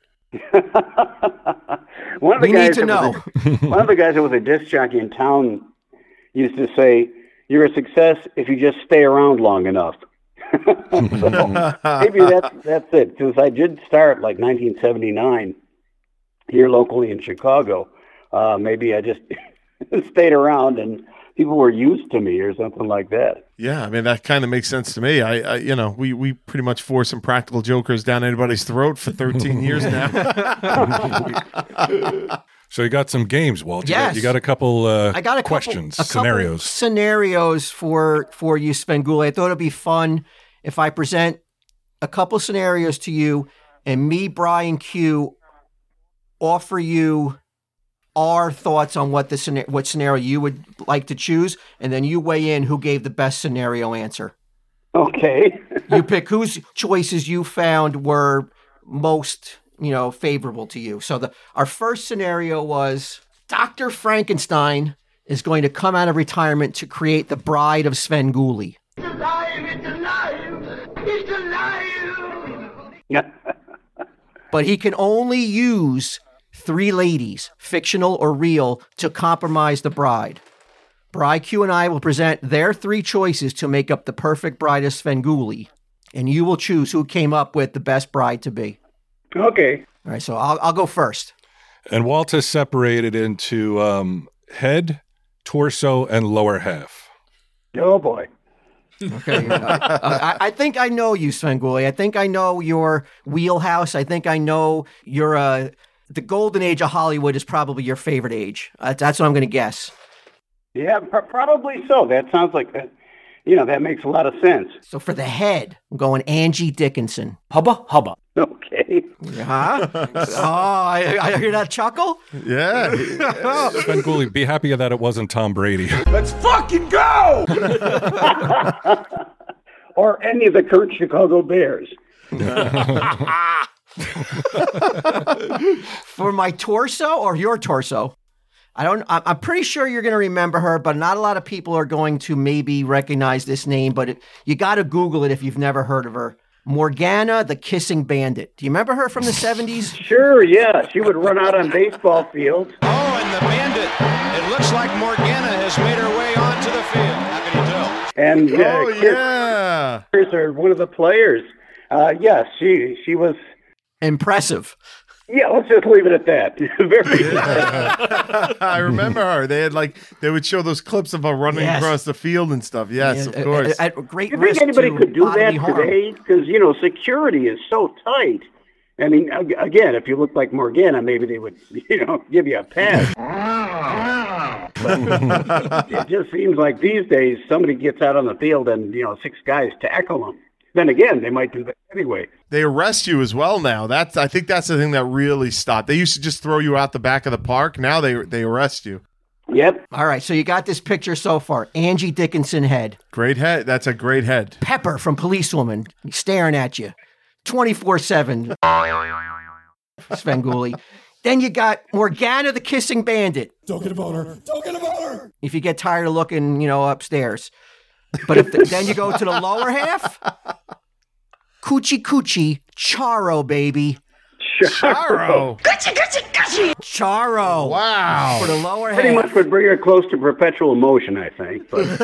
Speaker 8: one of
Speaker 1: We
Speaker 8: the
Speaker 1: need
Speaker 8: guys
Speaker 1: to
Speaker 8: that was a- one of the guys that was a disc jockey in town used to say, "You're a success if you just stay around long enough." so maybe that's that's it. Since I did start like 1979 here locally in Chicago, uh, maybe I just stayed around and people were used to me or something like that.
Speaker 2: Yeah, I mean that kind of makes sense to me. I, I, you know, we we pretty much force some practical jokers down anybody's throat for 13 years now.
Speaker 3: So you got some games, Walt. You got-
Speaker 1: Yes.
Speaker 3: You got a couple. Uh,
Speaker 1: I got a couple-
Speaker 3: questions,
Speaker 1: a couple
Speaker 3: scenarios.
Speaker 1: scenarios for for you, Spengule. I thought it'd be fun if I present a couple scenarios to you, and me, Brian Q, offer you our thoughts on what the scena- what scenario you would like to choose, and then you weigh in who gave the best scenario answer.
Speaker 8: Okay.
Speaker 1: You pick whose choices you found were most you know favorable to you. So the our first scenario was Doctor Frankenstein is going to come out of retirement to create the Bride of Svengoolie.
Speaker 8: Yeah.
Speaker 1: but he can only use three ladies, fictional or real, to compromise the bride. Bri Q and I will present their three choices to make up the perfect bride of Svengoolie, and you will choose who came up with the best bride to be.
Speaker 8: okay.
Speaker 1: All right, so I'll, I'll go first.
Speaker 3: and Walt is separated into um, head, torso, and lower half.
Speaker 8: Oh boy.
Speaker 1: Okay, uh, I, I think I know you, Svengoolie. I think I know your wheelhouse. I think I know your uh, the golden age of Hollywood is probably your favorite age. That's that's what I'm going to guess.
Speaker 8: Yeah, pr- probably so. That sounds like that. You know, that makes a lot of sense.
Speaker 1: So for the head, I'm going Angie Dickinson.
Speaker 6: Hubba hubba.
Speaker 8: Okay.
Speaker 1: Huh? oh, I, I hear that chuckle.
Speaker 2: yeah,
Speaker 3: Ben Gooley, be happy that it wasn't Tom Brady.
Speaker 8: or any of the current Chicago Bears.
Speaker 1: For my torso or your torso? I don't. I- I'm pretty sure you're going to remember her, but not a lot of people are going to maybe recognize this name. But it, you got to Google it if you've never heard of her. Morgana, the kissing bandit. Do you remember her from the 70s?
Speaker 8: Sure, yeah. She would run out on baseball fields.
Speaker 9: Oh, and the bandit. It looks like Morgana has made her way onto the field. How can you tell?
Speaker 8: And uh,
Speaker 2: oh yeah.
Speaker 8: Kickers are one of the players. Uh, yes, she she was.
Speaker 1: Impressive.
Speaker 8: Yeah, let's just leave it at that. Very,
Speaker 2: I remember her. They had like they would show those clips of her running
Speaker 1: Yes.
Speaker 2: across the field and stuff. Yes,
Speaker 1: Yeah,
Speaker 2: of course.
Speaker 1: At, at great
Speaker 8: you
Speaker 1: risk
Speaker 8: think anybody
Speaker 1: to
Speaker 8: could do that
Speaker 1: bodily harm.
Speaker 8: today? Because you know, security is so tight. I mean, ag- again, if you look like Morgana, maybe they would, you know, give you a pass. But it just seems like these days somebody gets out on the field and you know six guys tackle them. Then again, they might do that anyway.
Speaker 2: they arrest you as well now. That's I think that's the thing that really stopped. They used to just throw you out the back of the park. Now they they arrest you.
Speaker 8: Yep,
Speaker 1: All right, so you got this picture so far. Angie Dickinson head.
Speaker 2: Great head. That's a great head.
Speaker 1: Pepper from Policewoman staring at you 24 7. Svengoolie. Then you got Morgana the Kissing Bandit. Don't get a boner. Don't get a boner. If you get tired of looking, you know, upstairs. But if the, then you go to the lower half, Coochie Coochie, Charo, baby.
Speaker 2: Charo.
Speaker 1: Charo.
Speaker 2: Wow.
Speaker 1: For the lower
Speaker 8: pretty
Speaker 1: half.
Speaker 8: much would bring her close to perpetual motion, I think.
Speaker 1: Uh,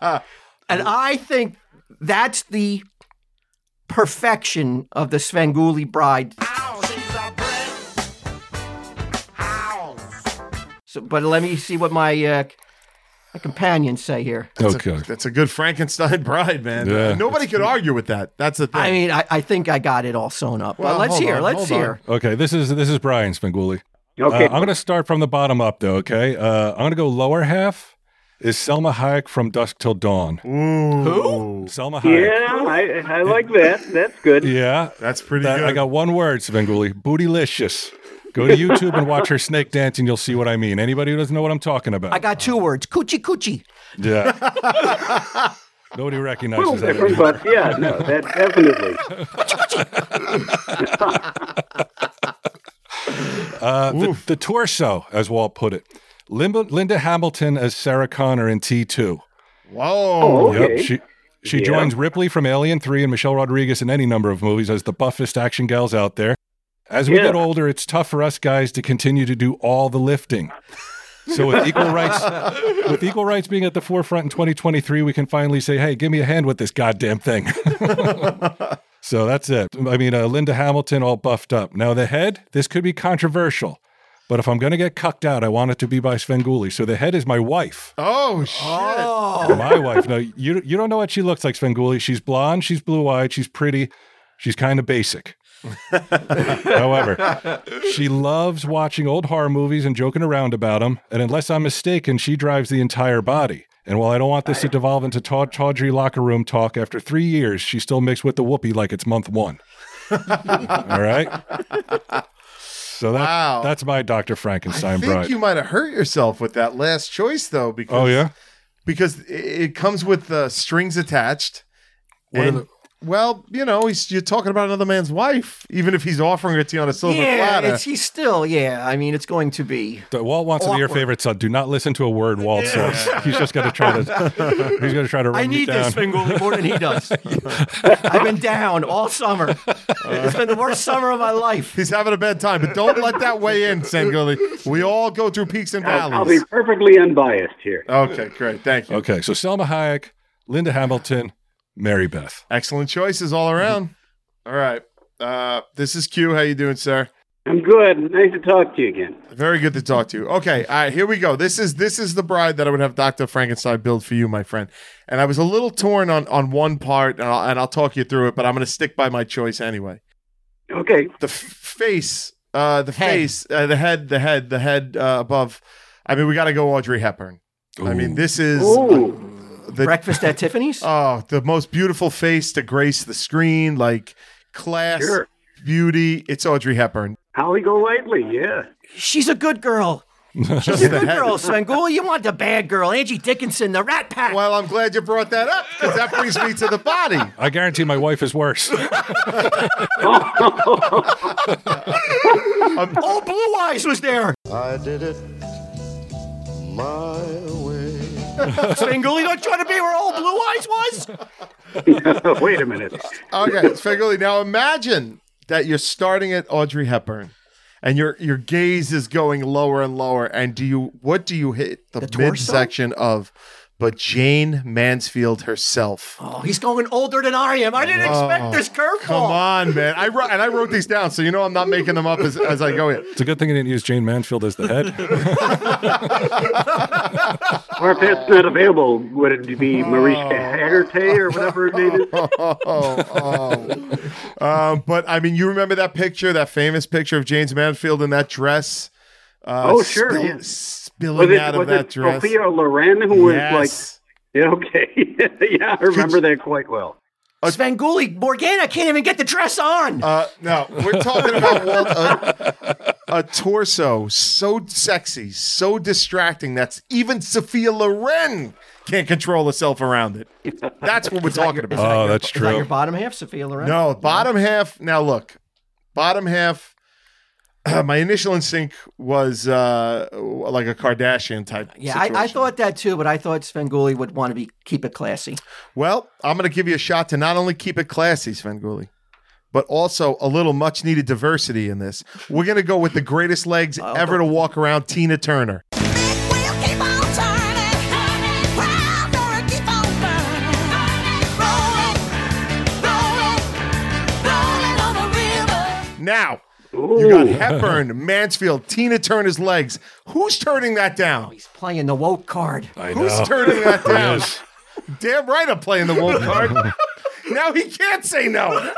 Speaker 8: But
Speaker 1: And I think that's the perfection of the Svengoolie bride. So, but let me see what my, uh, my companions say here.
Speaker 3: okay.
Speaker 2: That's a good Frankenstein bride, man.
Speaker 3: Yeah.
Speaker 2: Nobody could argue with that. That's the thing.
Speaker 1: I mean, I, I think I got it all sewn up.
Speaker 2: Well,
Speaker 1: but let's
Speaker 2: hold
Speaker 1: hear.
Speaker 2: on,
Speaker 1: let's
Speaker 2: hold on.
Speaker 1: hear.
Speaker 3: Okay. This is this is Brian Spenguli.
Speaker 8: okay,
Speaker 3: Uh, I'm going to start from the bottom up, though. Okay. Uh, I'm going to go lower half. Is Selma Hayek from Dusk Till Dawn?
Speaker 2: Ooh.
Speaker 3: Selma Hayek.
Speaker 8: yeah, I, I like that. That's good.
Speaker 3: Yeah.
Speaker 2: That's pretty
Speaker 3: That-
Speaker 2: good.
Speaker 3: I got one word, Spenguli. Bootylicious. Go to YouTube and watch her snake dance, and you'll see what I mean. Anybody who doesn't know what I'm talking about,
Speaker 1: I got two words: coochie coochie.
Speaker 3: yeah. Nobody
Speaker 8: A little
Speaker 3: recognizes that.
Speaker 8: different,
Speaker 3: anymore.
Speaker 8: but yeah, no, that definitely.
Speaker 3: Uh, the, the torso, as Walt put it. Linda, Linda Hamilton as Sarah Connor in T2.
Speaker 2: Whoa.
Speaker 8: Oh, okay.
Speaker 3: Yep. She she
Speaker 8: Yeah.
Speaker 3: joins Ripley from Alien 3 and Michelle Rodriguez in any number of movies as the buffest action gals out there. As we
Speaker 8: Yeah.
Speaker 3: get older, it's tough for us guys to continue to do all the lifting. So with equal rights with equal rights being at the forefront in 2023, we can finally say, "Hey, give me a hand with this goddamn thing." so that's it. I mean, uh, Linda Hamilton all buffed up. Now the head, this could be controversial, but if I'm going to get cucked out, I want it to be by Svengoolie. So the head is my wife.
Speaker 2: Oh shit.
Speaker 3: Oh, My wife. No, you you don't know what she looks like, Svengoolie. She's blonde. She's blue eyed. She's pretty. She's kind of basic. However, she loves watching old horror movies and joking around about them. And unless I'm mistaken, she drives the entire body. And while I don't want this to devolve into ta- tawdry locker room talk, after three years, she still mixed with the whoopee like it's month one. All right. So that,
Speaker 2: Wow.
Speaker 3: that's my Dr.
Speaker 2: I
Speaker 3: Frankenstein
Speaker 2: think
Speaker 3: bride.
Speaker 2: you might have hurt yourself with that last choice though, because
Speaker 3: oh, yeah?
Speaker 2: because it, it comes with uh, strings attached.
Speaker 3: What are
Speaker 2: And,
Speaker 3: the-
Speaker 2: well, you know, he's, you're talking about another man's wife, even if he's offering it to you on a silver
Speaker 1: yeah,
Speaker 2: platter.
Speaker 1: it's, he's still. Yeah, I mean, it's going to be.
Speaker 3: The- Walt wants to be your
Speaker 1: Awkward.
Speaker 3: favorite son. Do not listen to a word Walt says. He's just going to try to. He's going to try to run
Speaker 1: I
Speaker 3: you
Speaker 1: need
Speaker 3: down.
Speaker 1: this Bengali more than he does. I've been down all summer. It's been the worst summer of my life.
Speaker 2: He's having a bad time, but don't let that weigh in, Sangoli. We all go through peaks and
Speaker 8: I'll, I'll be
Speaker 2: valleys.
Speaker 8: perfectly unbiased here.
Speaker 2: Okay, great. Thank you.
Speaker 3: Okay, so Selma Hayek, Linda Hamilton, Mary Beth.
Speaker 2: Excellent choices all around. All right. Uh, this is Q. How you doing, sir?
Speaker 8: I'm good. Nice to talk to you again.
Speaker 2: Very good to talk to you. Okay, all right, here we go. This is this is the bride that I would have Doctor Frankenstein build for you, my friend. And I was a little torn on on one part, and I'll, and I'll talk you through it. But I'm going to stick by my choice anyway.
Speaker 8: Okay.
Speaker 2: The f- face, uh, the
Speaker 1: Head.
Speaker 2: face, uh, the head, the head, the head uh, above. I mean, we got to go Audrey Hepburn. I mean, this is
Speaker 8: Ooh.
Speaker 2: the
Speaker 1: Breakfast at Tiffany's.
Speaker 2: Oh, the most beautiful face to grace the screen, like class,
Speaker 8: Sure.
Speaker 2: beauty. It's Audrey Hepburn.
Speaker 8: Holly Golightly, yeah.
Speaker 1: She's a good girl. She's a
Speaker 2: Just the
Speaker 1: good
Speaker 2: head.
Speaker 1: girl, Svengoolie. You want the bad girl, Angie Dickinson, the Rat Pack.
Speaker 2: Well, I'm glad you brought that up because that brings me to the body.
Speaker 3: I guarantee my wife is worse.
Speaker 1: oh, Blue Eyes was there.
Speaker 10: I did it my way.
Speaker 1: Svengoolie, don't you want to be where old Blue Eyes was?
Speaker 8: Wait a minute.
Speaker 2: Okay, Spengoli. Now imagine that you're starting at Audrey Hepburn, and your your gaze is going lower and lower. And do you what do you hit the,
Speaker 1: torso?
Speaker 2: midsection of? But Jane Mansfield herself.
Speaker 1: Oh, he's going older than I am. I didn't expect this curveball.
Speaker 2: Oh, Come on, man! I wrote and I wrote these down, so you know I'm not making them up as, as I go here.
Speaker 3: it's a good thing I didn't use Jane Mansfield as the head.
Speaker 8: Or if that's not available, would it be
Speaker 2: Oh.
Speaker 8: Mariska Haggerty or whatever her name is?
Speaker 2: oh. Um, but I mean, you remember that picture, that famous picture of James Mansfield in that dress? Uh,
Speaker 8: Oh, sure,
Speaker 2: spill-
Speaker 8: yeah.
Speaker 2: Spilling
Speaker 8: Was it,
Speaker 2: out of
Speaker 8: was
Speaker 2: that
Speaker 8: it
Speaker 2: dress.
Speaker 8: Sophia Loren who was
Speaker 2: Yes.
Speaker 8: like, yeah, okay. yeah, I remember that quite well.
Speaker 1: Svengoolie, Morgana can't even get the dress on.
Speaker 2: Uh, no, we're talking about Walt, a, a torso so sexy, so distracting that's even Sophia Loren can't control herself around it. That's what we're talking about.
Speaker 3: Oh, that's
Speaker 1: Is that
Speaker 3: true.
Speaker 1: your bottom half, Sophia Loren?
Speaker 2: No, bottom half. Now look, bottom half. my initial instinct was uh, like a Kardashian type.
Speaker 1: Yeah, I, I
Speaker 2: situation.
Speaker 1: thought that too, but I thought Svengoolie would want to be keep it classy.
Speaker 2: Well, I'm going to give you a shot to not only keep it classy, Sven but also a little much needed diversity in this. We're going to go with the greatest legs ever to walk around, Tina Turner. Now, you got Hepburn, Mansfield, Tina Turner's legs. Who's turning that down?
Speaker 1: He's playing the woke card.
Speaker 3: I know.
Speaker 2: Who's turning that down?
Speaker 3: Yes.
Speaker 2: Damn right I'm playing the wolf card. now he can't say no.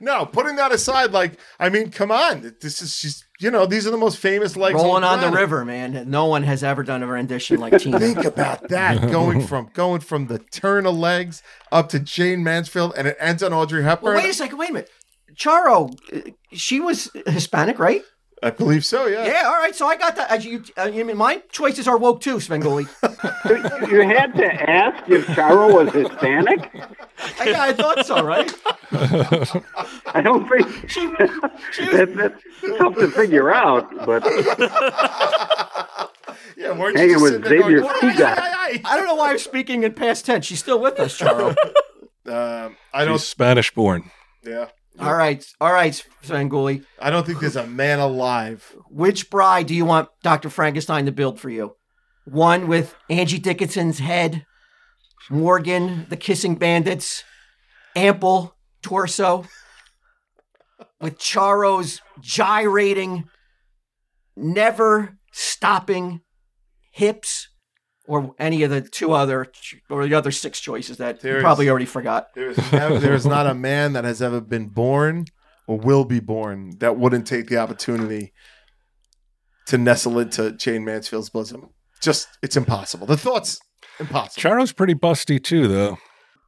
Speaker 2: no, putting that aside, like, I mean, come on. This is just, you know, these are the most famous legs.
Speaker 1: Rolling on the
Speaker 2: planet.
Speaker 1: river, man. No one has ever done a rendition like Tina.
Speaker 2: Think about that. Going from going from the turn of legs up to Jane Mansfield and it ends on Audrey Hepburn.
Speaker 1: Wait a second, wait a minute. Charo, uh, she was Hispanic, right?
Speaker 2: I believe so. Yeah.
Speaker 1: Yeah. All right. So I got that. As you, I mean, my choices are woke too, Svengoli.
Speaker 8: You had to ask if Charo was Hispanic.
Speaker 1: I, I thought so, right?
Speaker 8: I don't think that, that's tough to figure out. But
Speaker 2: Yeah. Weren't
Speaker 8: Hanging
Speaker 2: you just
Speaker 8: with
Speaker 2: sitting there going,
Speaker 8: Xavier
Speaker 2: "What do I-
Speaker 8: Cugat."
Speaker 2: I- I-
Speaker 1: I don't know why I'm speaking in past tense. She's still with us, Charo.
Speaker 2: I?" Um, I
Speaker 3: He's
Speaker 2: don't.
Speaker 3: Spanish born.
Speaker 2: Yeah.
Speaker 1: all right. All right, Svengoli.
Speaker 2: I don't think there's a man alive.
Speaker 1: Which bride do you want Dr. Frankenstein to build for you? One with Angie Dickinson's head, Morgan, the kissing bandits, ample torso, with Charo's gyrating, never stopping hips, or any of the two other, or the other six choices that
Speaker 2: There
Speaker 1: you
Speaker 2: is-
Speaker 1: probably already forgot.
Speaker 2: There is, nev- there is not a man that has ever been born or will be born that wouldn't take the opportunity to nestle into Jane Mansfield's bosom. Just, it's impossible. The thoughts, impossible.
Speaker 3: Charo's pretty busty too, though.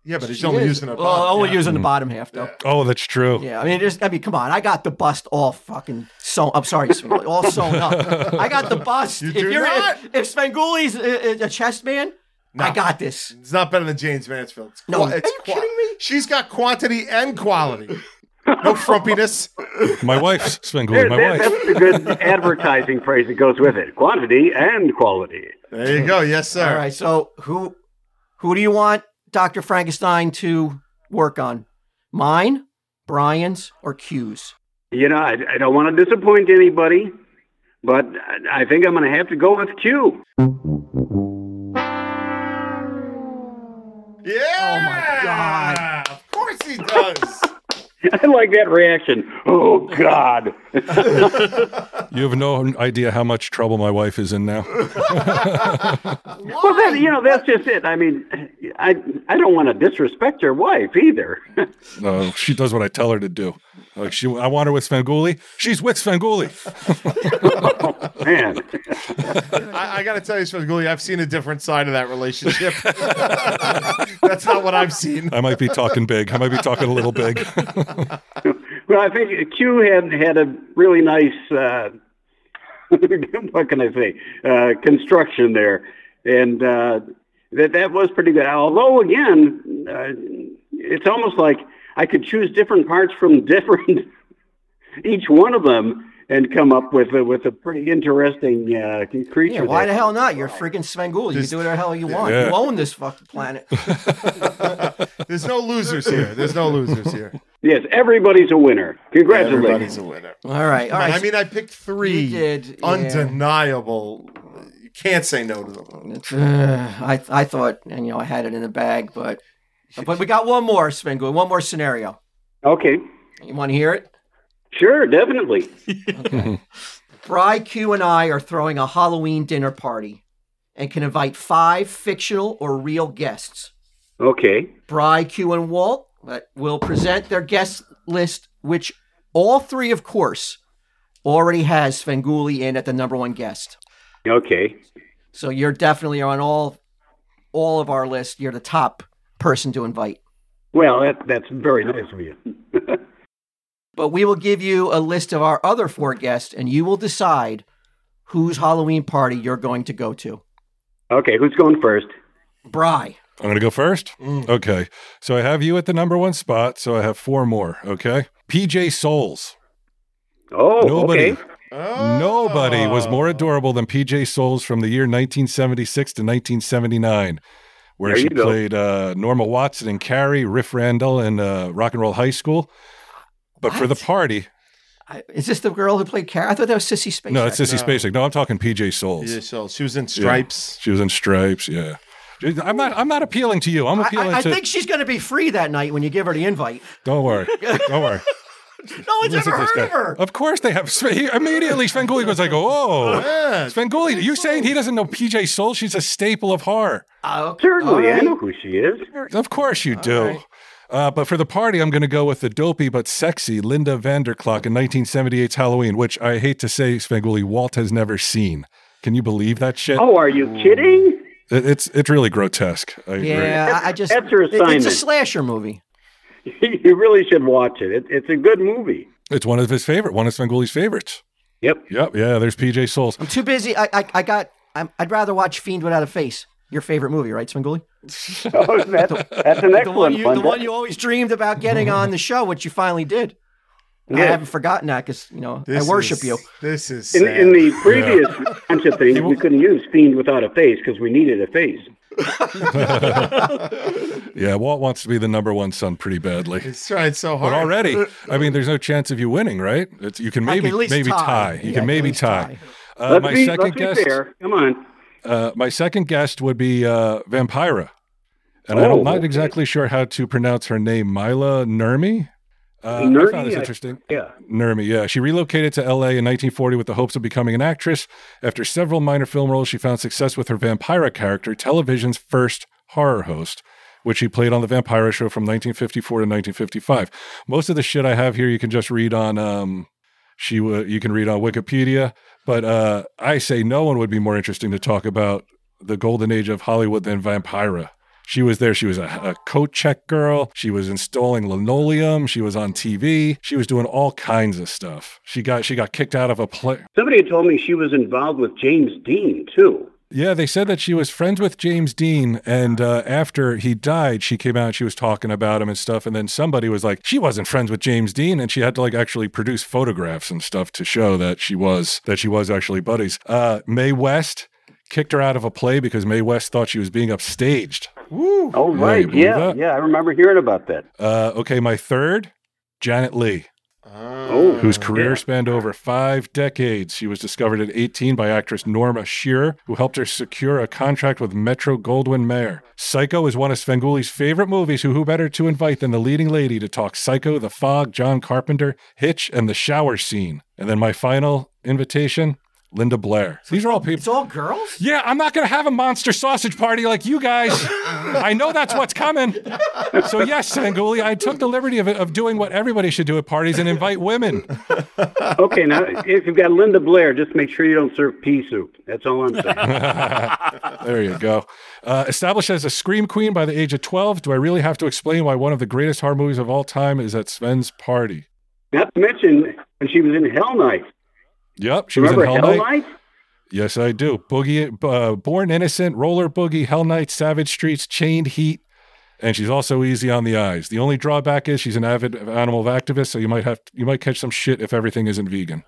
Speaker 2: yeah, but he's
Speaker 1: She
Speaker 2: only
Speaker 1: is-
Speaker 2: using
Speaker 1: Mm-hmm.
Speaker 2: a
Speaker 1: Well, only
Speaker 2: yeah.
Speaker 1: using the bottom half, though.
Speaker 3: Oh, that's true.
Speaker 1: Yeah, I mean, just, I mean, come on. I got the bust all fucking sewn. I'm sorry, Spenguli, all sewn up. I got the bust.
Speaker 2: You
Speaker 1: if
Speaker 2: do
Speaker 1: you're
Speaker 2: not.
Speaker 1: if, if Spenguli's a, a chest man, I
Speaker 2: No.
Speaker 1: got this.
Speaker 2: It's not better than James Mansfield. It's
Speaker 1: No, are
Speaker 2: it's
Speaker 1: you kidding me?
Speaker 2: She's got quantity and quality. No frumpiness.
Speaker 3: My wife's Spenguli.
Speaker 8: there,
Speaker 3: My
Speaker 8: there-
Speaker 3: wife.
Speaker 8: that's the good advertising phrase that goes with it: quantity and quality.
Speaker 2: There you go. Yes, sir.
Speaker 1: All right, so who who do you want Dr. Frankenstein to work on? Mine, Brian's, or Q's?
Speaker 8: You know, I, I don't want to disappoint anybody, but I I think I'm going to have to go with Q.
Speaker 2: Yeah.
Speaker 1: Oh, my God.
Speaker 2: Of course he does.
Speaker 8: I like that reaction. Oh God!
Speaker 3: You have no idea how much trouble my wife is in now.
Speaker 8: Well, that, you know, that's just it. I mean, I I don't want to disrespect your wife either.
Speaker 3: No, Oh, she does what I tell her to do. Like she, I want her with Spenguli. She's with Spenguli.
Speaker 8: Man,
Speaker 2: I, I got to tell you, Spenguli, I've seen a different side of that relationship. That's not what I've seen.
Speaker 3: I might be talking big. I might be talking a little big.
Speaker 8: well, I think Q had had a really nice. Uh, what can I say? Uh, construction there, and uh, that that was pretty good. Although again, uh, it's almost like I could choose different parts from different each one of them and come up with a, with a pretty interesting uh, creature.
Speaker 1: Yeah, why the
Speaker 8: there.
Speaker 1: hell not? You're freaking Spenguli. You can do whatever the hell you want.
Speaker 3: Yeah.
Speaker 1: You own this fucking planet.
Speaker 2: There's no losers here. There's no losers here.
Speaker 8: Yes, everybody's a winner. Congratulations.
Speaker 2: Everybody's a winner.
Speaker 1: All right, all right.
Speaker 2: I mean, I picked three
Speaker 1: You did, yeah.
Speaker 2: undeniable. You can't say no to them.
Speaker 1: It's, uh, I I thought and you know I had it in the bag, but but we got one more Spengler, one more scenario.
Speaker 8: Okay.
Speaker 1: You want to hear it?
Speaker 8: Sure, definitely.
Speaker 1: Bry Q and I are throwing a Halloween dinner party, and can invite five fictional or real guests.
Speaker 8: Okay.
Speaker 1: Bry Q and Walt uh, will present their guest list, which all three, of course, already has Svengoolie in at the number one guest.
Speaker 8: Okay.
Speaker 1: So you're definitely on all all of our list. You're the top person to invite.
Speaker 8: Well, that, that's very nice of you.
Speaker 1: But we will give you a list of our other four guests, and you will decide whose Halloween party you're going to go to.
Speaker 8: okay, who's going first?
Speaker 1: Bry.
Speaker 3: I'm gonna go first. Okay. So I have you at the number one spot. So I have four more. Okay. PJ Souls.
Speaker 8: Oh,
Speaker 3: Nobody.
Speaker 8: okay.
Speaker 2: Oh.
Speaker 3: Nobody was more adorable than PJ Souls from the year 1976 to 1979, where
Speaker 8: There
Speaker 3: she
Speaker 8: you go.
Speaker 3: played uh, Norma Watson and Carrie, Riff Randall, and uh, Rock and Roll High School. But for the
Speaker 1: What?
Speaker 3: party,
Speaker 1: I, is this the girl who played Carrie? I thought that was Sissy Spacek.
Speaker 3: no, it's Sissy
Speaker 2: No.
Speaker 3: Spacek. No, I'm talking PJ Souls.
Speaker 2: Yeah, so she was in stripes.
Speaker 3: She was in stripes. Yeah. I'm not. I'm not appealing to you. I'm
Speaker 1: I,
Speaker 3: appealing
Speaker 1: I- I
Speaker 3: to.
Speaker 1: think she's going to be free that night when you give her the invite.
Speaker 3: Don't worry. Don't worry.
Speaker 1: No one's
Speaker 3: Listen
Speaker 1: ever
Speaker 3: to this
Speaker 1: heard
Speaker 3: guy. Oh.
Speaker 1: of her.
Speaker 3: Of course they have. Sven- he- Immediately, Svengoolie goes like, "Oh,
Speaker 2: Yeah.
Speaker 3: Svengoolie, you're saying he doesn't know PJ Soul? She's a staple of horror.
Speaker 1: Oh, okay.
Speaker 8: Certainly,
Speaker 1: All right.
Speaker 8: I know who she is.
Speaker 3: Of course you do." Uh, but for the party, I'm going to go with the dopey but sexy Linda Vanderklok in 1978's Halloween, which I hate to say, Svengoolie, Walt has never seen. Can you believe that shit?
Speaker 8: Oh, are you kidding?
Speaker 3: It- it's it's really grotesque. I agree.
Speaker 1: Yeah, I, I just
Speaker 8: That's her
Speaker 1: it- it's a
Speaker 8: assignment.
Speaker 1: slasher movie.
Speaker 8: you really should watch it. it. It's a good movie.
Speaker 3: It's one of his favorite, one of Svenguli's favorites.
Speaker 8: Yep.
Speaker 3: Yep. Yeah. There's PJ Souls.
Speaker 1: I'm too busy. I I, I got. I'm, I'd rather watch Fiend without a face. Your favorite movie, right, Svengoolie?
Speaker 8: Oh, that's, that's an
Speaker 1: The
Speaker 8: excellent
Speaker 1: one, you, the
Speaker 8: That-
Speaker 1: one you always dreamed about getting on the show, which you finally did. I
Speaker 8: Yeah.
Speaker 1: haven't forgotten that because you know
Speaker 2: This
Speaker 1: I worship
Speaker 2: is-
Speaker 1: you.
Speaker 2: This is
Speaker 8: In,
Speaker 2: sad.
Speaker 8: in the previous bunch of things, we couldn't use Fiend without a face because we needed a face.
Speaker 3: Yeah. Walt wants to be the number one son pretty badly.
Speaker 2: He's trying so
Speaker 3: But
Speaker 2: hard
Speaker 3: already, I mean, there's no chance of you winning, right? It's, you can
Speaker 1: I can
Speaker 3: maybe
Speaker 1: at least
Speaker 3: maybe tie.
Speaker 1: tie.
Speaker 3: You
Speaker 1: Yeah, I
Speaker 3: can
Speaker 1: can
Speaker 3: maybe
Speaker 1: at least
Speaker 3: tie.
Speaker 1: tie.
Speaker 3: Uh,
Speaker 8: let's
Speaker 3: my
Speaker 8: be,
Speaker 3: second
Speaker 8: let's
Speaker 3: guest.
Speaker 8: be fair. Come on.
Speaker 3: Uh, my second guest would be uh, Vampira, and I'm
Speaker 8: Oh,
Speaker 3: not
Speaker 8: okay.
Speaker 3: exactly sure how to pronounce her name. Mila Nurmi. Uh, I
Speaker 8: Nurmi,
Speaker 3: found this
Speaker 8: I-
Speaker 3: interesting.
Speaker 8: Yeah.
Speaker 3: Nurmi, yeah. She relocated to LA in 1940 with the hopes of becoming an actress. After several minor film roles, she found success with her Vampira character, television's first horror host, which she played on The Vampira Show from 1954 to 1955. Most of the shit I have here, you can just read on. Um, she wa you can read on Wikipedia, but uh, I say no one would be more interesting to talk about the golden age of Hollywood than Vampira. She was there. She was a, a coat check girl. She was installing linoleum. She was on TV. She was doing all kinds of stuff. She got she got kicked out of a play.
Speaker 8: Somebody had told me she was involved with James Dean, too.
Speaker 3: Yeah, they said that she was friends with James Dean, and uh, after he died, she came out. and She was talking about him and stuff, and then somebody was like, "She wasn't friends with James Dean," and she had to like actually produce photographs and stuff to show that she was that she was actually buddies. Uh, Mae West kicked her out of a play because Mae West thought she was being upstaged.
Speaker 8: Oh,
Speaker 3: Yeah, you
Speaker 8: right.
Speaker 3: believe
Speaker 8: Yeah.
Speaker 3: that?
Speaker 8: Yeah. I remember hearing about that.
Speaker 3: Uh, okay, my third, Janet Lee.
Speaker 2: Oh,
Speaker 3: whose career spanned over five decades. She was discovered at 18 by actress Norma Shearer, who helped her secure a contract with Metro Goldwyn Mayer. Psycho is one of Svenguli's favorite movies, who who better to invite than the leading lady to talk Psycho, The Fog, John Carpenter, Hitch, and the shower scene. And then my final invitation, Linda Blair. These are all people.
Speaker 1: It's all girls.
Speaker 3: Yeah, I'm not going to have a monster sausage party like you guys. I know that's what's coming. So, yes, Sanguli, I took the liberty of, of doing what everybody should do at parties and invite women.
Speaker 8: Okay. Now, if you've got Linda Blair, just make sure you don't serve pea soup. That's all I'm saying.
Speaker 3: There you go. Uh, established as a scream queen by the age of 12, do I really have to explain why one of the greatest horror movies of all time is at Sven's party?
Speaker 8: Not to mention, when she was in Hell Night.
Speaker 3: Yep, she
Speaker 8: Remember
Speaker 3: was in
Speaker 8: Hell,
Speaker 3: Hell, Night.
Speaker 8: Night?
Speaker 3: Yes, I do. Boogie, uh, Born Innocent, Roller Boogie, Hell Night, Savage Streets, Chained Heat, and she's also easy on the eyes. The only drawback is she's an avid animal activist, so you might have you might catch some shit if everything isn't vegan.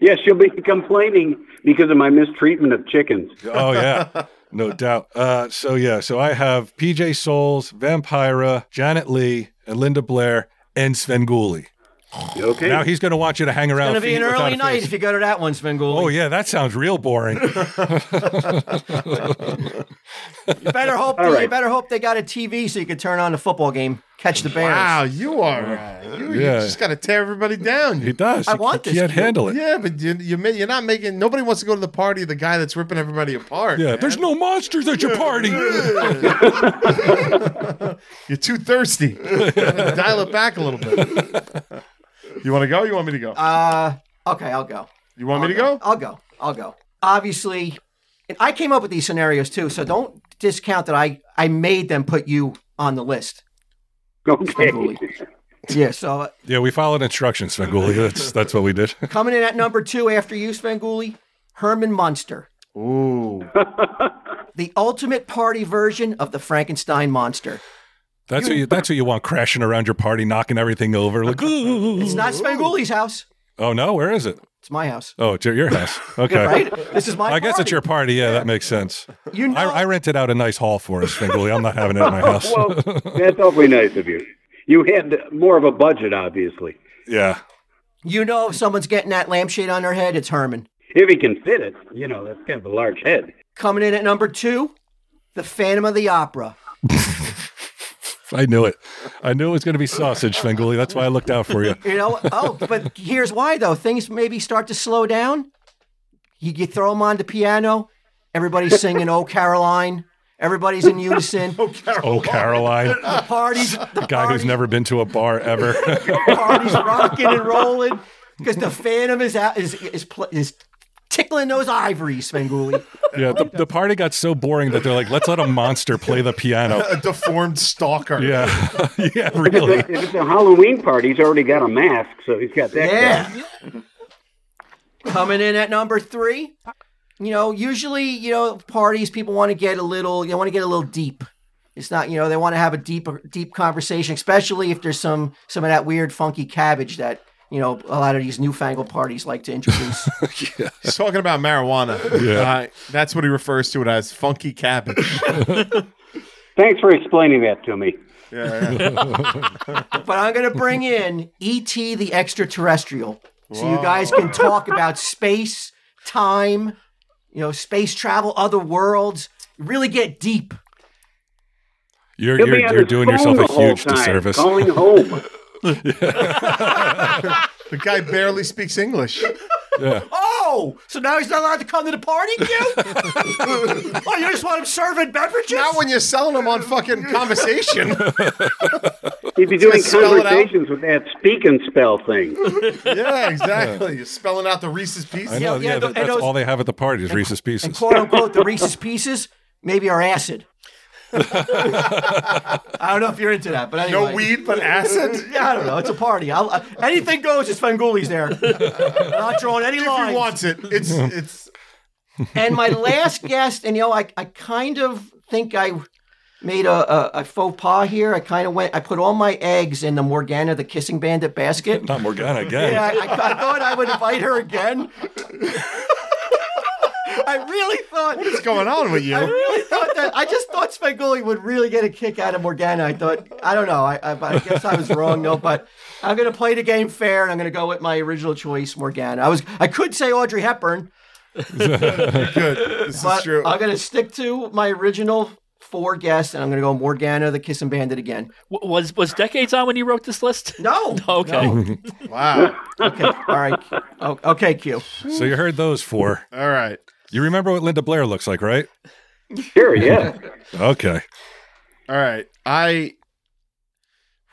Speaker 8: Yeah. She'll be complaining because of my mistreatment of chickens.
Speaker 3: Oh yeah, no doubt. Uh, so yeah, so I have PJ Souls, Vampira, Janet Lee, and Linda Blair, and Sven Gulli.
Speaker 8: Okay.
Speaker 3: Now he's going to want you to hang around.
Speaker 1: It's gonna be
Speaker 3: feet
Speaker 1: an
Speaker 3: without
Speaker 1: early
Speaker 3: a
Speaker 1: night
Speaker 3: face.
Speaker 1: if you go to that one, Svengoolie.
Speaker 3: Oh yeah, that sounds real boring.
Speaker 1: You better hope.
Speaker 8: All
Speaker 1: You
Speaker 8: right.
Speaker 1: better hope they got a TV so you can turn on the football game, catch the Bears.
Speaker 2: Wow, you are. Uh, you, you
Speaker 3: Yeah.
Speaker 2: just got to tear everybody down.
Speaker 3: he does.
Speaker 1: I
Speaker 3: He-
Speaker 1: want
Speaker 3: he
Speaker 1: this
Speaker 3: Can't
Speaker 1: kid.
Speaker 3: handle it. Yeah.
Speaker 2: yeah, but you, you, ma- you're not making. Nobody wants to go to the party of the guy that's ripping everybody apart. man.
Speaker 3: there's no monsters at your party.
Speaker 2: You're too thirsty. Dial it back a little bit. You want to go? You want me to go?
Speaker 1: Uh, okay, I'll go.
Speaker 2: you want me to
Speaker 1: I'll
Speaker 2: go?
Speaker 1: I'll go. I'll go. Obviously, and I came up with these scenarios too, so don't discount that I I made them put you on the list.
Speaker 8: Okay.
Speaker 1: Yeah. So uh,
Speaker 3: Yeah, we followed instructions, Svengoolie. That's that's what we did.
Speaker 1: coming in at number two after you, Svengoolie, Herman Munster,
Speaker 8: oh,
Speaker 2: Ooh.
Speaker 1: the ultimate party version of the Frankenstein monster.
Speaker 3: That's who you. That's who you want crashing around your party, knocking everything over. Like, ooh.
Speaker 1: It's not Svengoolie's house.
Speaker 3: oh no, where is it?
Speaker 1: It's my house.
Speaker 3: Oh, it's your, your house. Okay.
Speaker 1: Right? This is my.
Speaker 3: I guess
Speaker 1: party.
Speaker 3: it's your party. Yeah, that makes sense.
Speaker 1: You know,
Speaker 3: I, I rented out a nice hall for us, Svengoolie. I'm not having it at my house.
Speaker 8: Oh, well, that's awfully nice of you. You had more of a budget, obviously.
Speaker 3: yeah.
Speaker 1: you know, if someone's getting that lampshade on their head, it's Herman.
Speaker 8: If he can fit it, you know, that's kind of a large head.
Speaker 1: Coming in at number two, the Phantom of the Opera.
Speaker 3: I knew it. I knew it was going to be sausage, Svengoolie. That's why I looked out for you.
Speaker 1: You know, oh, but here's why though. Things maybe start to slow down. You, you throw them on the piano. Everybody's singing "Oh Caroline." Everybody's in unison.
Speaker 3: Oh, Caroline.
Speaker 1: The parties, the
Speaker 3: guy who's
Speaker 1: parties-
Speaker 3: never been to a bar ever.
Speaker 1: parties rocking and rolling because the Phantom is out is is pl- is tickling those ivories, Spanguli.
Speaker 3: Yeah, the, the party got so boring that they're like, let's let a monster play the piano.
Speaker 2: a deformed stalker.
Speaker 3: Yeah, yeah,
Speaker 8: If it's,
Speaker 3: really.
Speaker 8: a, if it's a Halloween party, he's already got a mask, so he's got that.
Speaker 1: Yeah.
Speaker 8: going.
Speaker 1: Coming in at number three, you know, usually, you know, parties people want to get a little, you know, want to get a little deep. It's not, you know, they want to have a deep, deep conversation, especially if there's some, some of that weird, funky cabbage that, you know, a lot of these newfangled parties like to introduce.
Speaker 2: He's talking about marijuana.
Speaker 3: Yeah.
Speaker 2: Uh, that's what he refers to it as funky cabbage.
Speaker 8: Thanks for explaining that to me.
Speaker 1: but I'm going to bring in E.T. the extraterrestrial so you guys can talk about space, time, you know, space travel, other worlds. Really get deep.
Speaker 3: You're
Speaker 8: He'll be
Speaker 3: you're,
Speaker 8: on
Speaker 3: you're
Speaker 8: his
Speaker 3: doing yourself
Speaker 8: phone
Speaker 3: a
Speaker 8: the whole
Speaker 3: huge
Speaker 8: time,
Speaker 3: disservice.
Speaker 8: Calling home.
Speaker 2: the guy barely speaks English.
Speaker 3: Yeah,
Speaker 1: Oh, so now he's not allowed to come to the party, Q? oh, you just want him serving beverages?
Speaker 2: Not when you're selling him on fucking conversation.
Speaker 8: He'd be
Speaker 2: gonna
Speaker 8: doing
Speaker 2: spell it out.
Speaker 8: conversations with that speak and spell thing.
Speaker 2: yeah, exactly. You're spelling out the Reese's
Speaker 3: I
Speaker 2: Pieces.
Speaker 3: know.
Speaker 1: Yeah,
Speaker 3: Yeah,
Speaker 1: yeah,
Speaker 3: that-
Speaker 1: and
Speaker 3: that's
Speaker 1: those-
Speaker 3: all they have at the party is Reese's Pieces.
Speaker 1: quote unquote the Reese's Pieces maybe are acid. I don't know if you're into that, but anyway.
Speaker 2: No weed, but acid.
Speaker 1: Yeah, I don't know. It's a party. I'll, I, anything goes. It's Fanguli's there. I'm not drawing any
Speaker 2: If
Speaker 1: lines.
Speaker 2: he wants it, it's it's
Speaker 1: And my last guest, and you know, I, I kind of think I made a, a, a faux pas here. I kind of went, I put all my eggs in the Morgana, the kissing bandit basket.
Speaker 3: Not Morgana again.
Speaker 1: Yeah, I, I thought I would invite her again. I really thought.
Speaker 2: what's going on with
Speaker 1: I
Speaker 2: you?
Speaker 1: really thought that. I just thought Spangoli would really get a kick out of Morgana. I thought, I don't know. I, I, I guess I was wrong though. But I'm going to play the game fair, and I'm going to go with my original choice, Morgana. I was, I could say Audrey Hepburn,
Speaker 2: Good. This is
Speaker 1: but
Speaker 2: true.
Speaker 1: I'm going to stick to my original four guests, and I'm going to go Morgana, the Kissing Bandit again.
Speaker 11: W- was was decades on when you wrote this list?
Speaker 1: No.
Speaker 11: Okay.
Speaker 1: No.
Speaker 2: Wow.
Speaker 1: Okay. All right. O- Okay, Q.
Speaker 3: So you heard those four.
Speaker 2: All right.
Speaker 3: You remember what Linda Blair looks like, right?
Speaker 8: Sure, yeah.
Speaker 3: Okay.
Speaker 2: All right. I.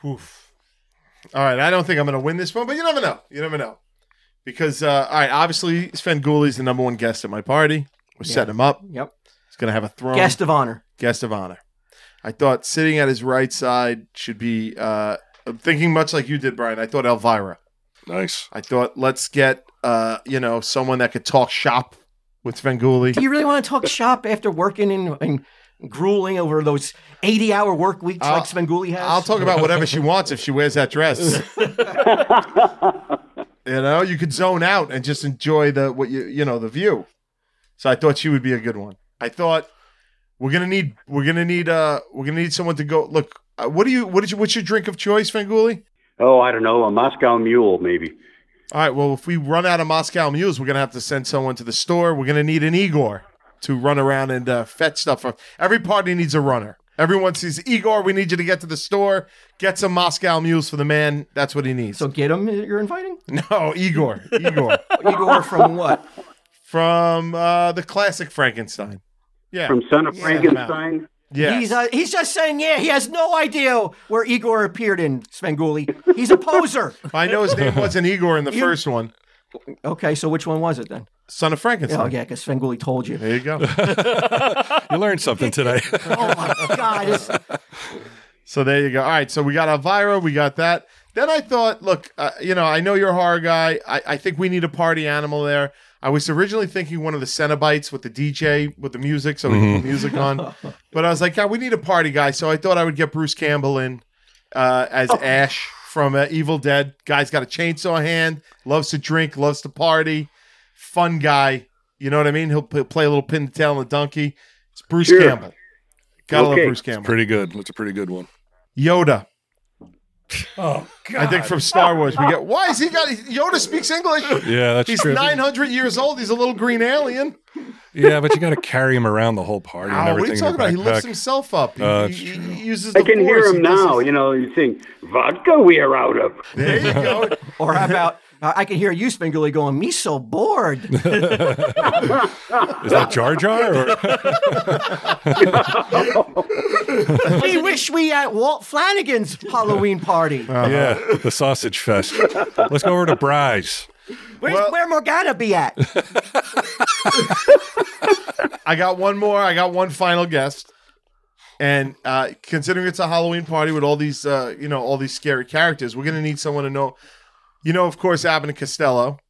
Speaker 2: Oof. All right. I don't think I'm going to win this one, but you never know. You never know. Because, uh, all right, obviously, Sven Guli's the number one guest at my party. We're setting him up.
Speaker 1: Yep.
Speaker 2: He's going to have a throne.
Speaker 1: Guest of honor.
Speaker 2: guest of honor. I thought sitting at his right side should be. Uh, I'm thinking much like you did, Brian. I thought Elvira.
Speaker 3: Nice.
Speaker 2: I thought let's get uh, you know someone that could talk shop with Svengoolie.
Speaker 1: You really want to talk shop after working and, and grueling over those 80 hour work weeks
Speaker 2: I'll-
Speaker 1: like Spanguli has?
Speaker 2: I'll talk about whatever she wants if she wears that dress. you know, you could zone out and just enjoy the what you you know the view. So I thought she would be a good one. I thought we're gonna need we're gonna need uh we're gonna need someone to go look. Uh, what do you what did you what's your drink of choice, Svengoolie?
Speaker 8: Oh, I don't know, a Moscow mule maybe.
Speaker 2: All right. Well, if we run out of Moscow mules, we're gonna have to send someone to the store. We're gonna need an Igor to run around and uh, fetch stuff. From. Every party needs a runner. Everyone sees Igor. We need you to get to the store, get some Moscow mules for the man. That's what he needs.
Speaker 1: So get him, you're inviting?
Speaker 2: no, Igor, Igor
Speaker 1: Igor from what?
Speaker 2: from uh, the classic Frankenstein. Yeah,
Speaker 8: From Son of
Speaker 2: Yeah,
Speaker 8: Frankenstein.
Speaker 2: yeah.
Speaker 1: He's uh, he's just saying, yeah, he has no idea where Igor appeared in Spanguli. He's a poser.
Speaker 2: I know his name wasn't Igor in the first one.
Speaker 1: okay, so which one was it then?
Speaker 2: Son of Frankenstein.
Speaker 1: Oh, yeah, because Spanguli told you.
Speaker 2: There you go.
Speaker 3: You learned something today.
Speaker 1: Oh, my God. It's,
Speaker 2: So there you go. All right. So we got Elvira. We got that. Then I thought, look, uh, you know, I know you're a horror guy. I, I think we need a party animal there. I was originally thinking one of the Cenobites with the DJ with the music, so we can
Speaker 8: Mm-hmm.
Speaker 2: put music on. But I was like, God, we need a party guy. So I thought I would get Bruce Campbell in uh, as Ash from uh, Evil Dead. Guy's got a chainsaw hand, loves to drink, loves to party, fun guy. You know what I mean? He'll p- play a little pin the tail on the donkey. It's Bruce
Speaker 8: Sure.
Speaker 2: Campbell. Gotta
Speaker 8: Okay.
Speaker 2: love Bruce Campbell.
Speaker 3: pretty good. That's a pretty good one.
Speaker 2: Yoda.
Speaker 3: Oh
Speaker 2: I think from Star Wars we get why is he got Yoda speaks English?
Speaker 3: Yeah, that's
Speaker 2: He's
Speaker 3: true.
Speaker 2: 900 years old. He's a little green alien.
Speaker 3: Yeah, but you got to carry him around the whole party and
Speaker 2: Oh, what are
Speaker 3: everything.
Speaker 2: you talking about?
Speaker 3: in
Speaker 2: He
Speaker 3: your
Speaker 2: lifts
Speaker 3: backpack.
Speaker 2: himself up. He,
Speaker 3: Uh,
Speaker 2: he- he uses. The
Speaker 8: I can hear
Speaker 2: force.
Speaker 8: him
Speaker 2: He does
Speaker 8: now,
Speaker 2: his-
Speaker 8: you know, you think, vodka we are out of.
Speaker 2: There you go.
Speaker 1: or how about, I I can hear you, Spanguli, going, me so bored.
Speaker 3: Is that Jar Jar? Or?
Speaker 1: we wish we at Walt
Speaker 3: Uh,
Speaker 1: Flanagan's Halloween party.
Speaker 3: yeah, the sausage fest. Let's go over to Bry's.
Speaker 1: Where's, where Morgana be at?
Speaker 2: I got one more. I got one final guest. And uh, considering it's a Halloween party with all these, uh, you know, all these scary characters, we're gonna need someone to know. You know, of course, Abbott and Costello.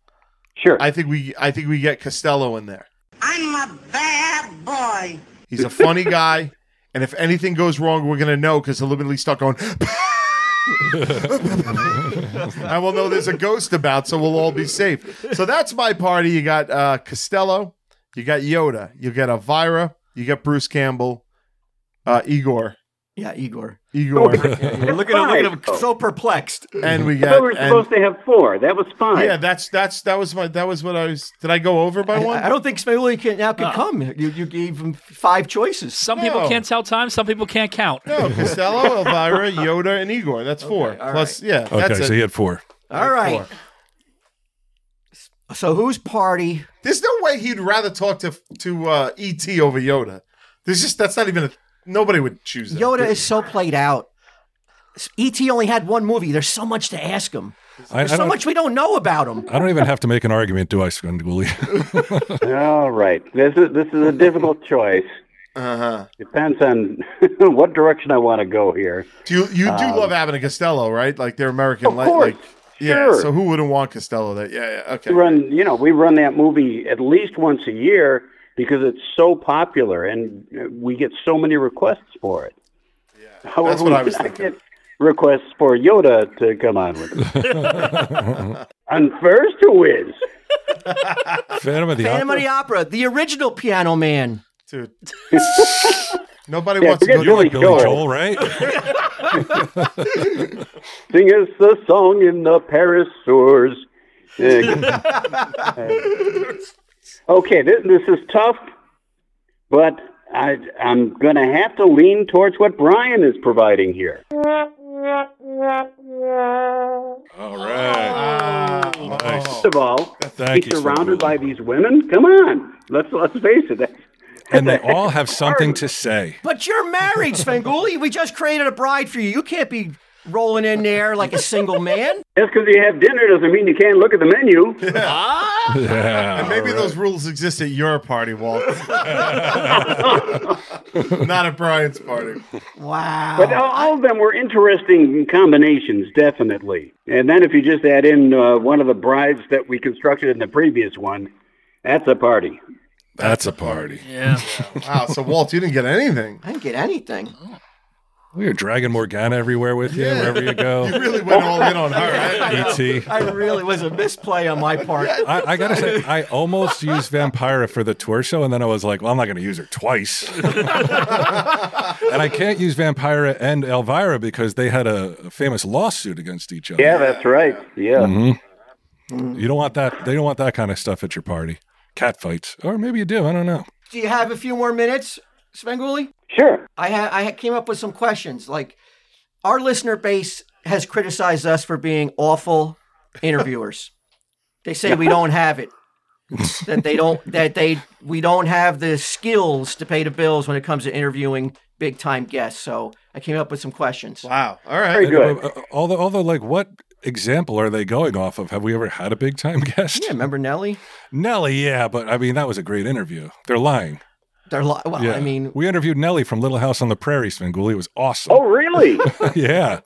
Speaker 8: Sure.
Speaker 2: I think we, I think we get Costello in there.
Speaker 12: I'm a bad boy.
Speaker 2: He's a funny guy, and if anything goes wrong, we're gonna know because he'll literally start going. I will know there's a ghost about, so we'll all be safe. So that's my party. You got uh, Costello, you got Yoda, you got Elvira, you got Bruce Campbell, uh, Igor,
Speaker 1: yeah, Igor.
Speaker 2: Igor.
Speaker 1: You're looking at, looking at him so perplexed.
Speaker 2: and we
Speaker 8: I
Speaker 2: got.
Speaker 8: thought we were
Speaker 2: and-
Speaker 8: supposed to have four. That was fine.
Speaker 2: yeah, that's that's that was my that was what I was. Did I go over by one?
Speaker 1: I don't think Spilly can now can come. You, you gave him five choices.
Speaker 11: Some people can't tell time. Some people can't count.
Speaker 2: No, Costello, Elvira, Yoda, and Igor. That's four. Plus, yeah.
Speaker 3: Okay,
Speaker 2: that's
Speaker 3: so
Speaker 2: it.
Speaker 3: he had four.
Speaker 1: All right. So whose party?
Speaker 2: There's no way he'd rather talk to to uh, ET over Yoda. There's just that's not even a nobody would choose that.
Speaker 1: Yoda is so played out. ET only had one movie. There's so much to ask him.
Speaker 3: I-
Speaker 1: There's
Speaker 3: I
Speaker 1: so
Speaker 3: don't-
Speaker 1: much we don't know about him.
Speaker 3: I don't even have to make an argument, do I, Scundoolie?
Speaker 8: All right. This is this is a difficult choice.
Speaker 2: Uh huh.
Speaker 8: Depends on what direction I want to go here.
Speaker 2: Do you you do
Speaker 8: Um,
Speaker 2: love Abbott and Costello, right? Like they're American.
Speaker 8: Of
Speaker 2: li-
Speaker 8: course.
Speaker 2: Like, yeah.
Speaker 8: Sure.
Speaker 2: So who wouldn't want Costello? That yeah. yeah okay.
Speaker 8: We run, you know, we run that movie at least once a year because it's so popular and uh, we get so many requests for it. Yeah,
Speaker 2: that's what I was thinking.
Speaker 8: get requests for Yoda to come on with us. and first, who is?
Speaker 3: Phantom of the
Speaker 1: Phantom
Speaker 3: Opera.
Speaker 1: of the Opera, the original Piano Man.
Speaker 2: Dude. Nobody
Speaker 8: Yeah,
Speaker 2: wants to go.
Speaker 8: forget Billy
Speaker 3: Billy
Speaker 8: Joel.
Speaker 3: Joel, right?
Speaker 8: Sing us the song in the Paris sewers. Uh, okay, this, this is tough, but I, I'm going to have to lean towards what Brian is providing here.
Speaker 3: All right.
Speaker 2: Oh.
Speaker 3: Nice.
Speaker 8: First of all,
Speaker 3: Oh, Thank
Speaker 8: he's
Speaker 3: you,
Speaker 8: surrounded by these women. Come on, let's let's face it. that-
Speaker 3: And they all have something to say.
Speaker 1: But you're married, Svengoolie. We just created a bride for you. You can't be rolling in there like a single man.
Speaker 8: Just because you have dinner doesn't mean you can't look at the menu.
Speaker 3: Yeah.
Speaker 2: And maybe those rules exist at your party, Walt. Not at Brian's party.
Speaker 1: Wow.
Speaker 8: But all, all of them were interesting combinations, definitely. And then if you just add in uh, one of the brides that we constructed in the previous one, that's a party.
Speaker 3: That's a party.
Speaker 11: Yeah.
Speaker 2: Wow. So Walt, you didn't get anything.
Speaker 1: I didn't get anything.
Speaker 3: We were dragging Morgana everywhere with you,
Speaker 2: Yeah.
Speaker 3: wherever you go.
Speaker 2: You really went all in on her. right?
Speaker 3: E.T.
Speaker 1: I really was a misplay on my part.
Speaker 3: I, I gotta say, I almost used Vampira for the torso, and then I was like, "Well, I'm not gonna use her twice." and I can't use Vampira and Elvira because they had a famous lawsuit against each other.
Speaker 8: Yeah, that's right. Yeah.
Speaker 3: Mhm.
Speaker 2: Mm-hmm.
Speaker 3: You don't want that. They don't want that kind of stuff at your party. Cat fights, or maybe you do. I don't know.
Speaker 1: Do you have a few more minutes, Svengoolie?
Speaker 8: Sure.
Speaker 1: I ha- I ha- came up with some questions. Like our listener base has criticized us for being awful interviewers. they say we don't have it. that they don't that they we don't have the skills to pay the bills when it comes to interviewing big time guests. So I came up with some questions.
Speaker 2: Wow. All right.
Speaker 8: Very good.
Speaker 3: Uh, uh, Although, although, like, what example are they going off of? Have we ever had a big time guest?
Speaker 1: Yeah, remember Nelly?
Speaker 3: Nelly, yeah, but I mean, that was a great interview. They're lying.
Speaker 1: They're li-
Speaker 8: Oh,
Speaker 1: well,
Speaker 3: Yeah.
Speaker 1: I mean,
Speaker 3: we interviewed Nelly from Little House on the Prairie, Svengoolie. It was awesome.
Speaker 8: Oh, really?
Speaker 3: yeah.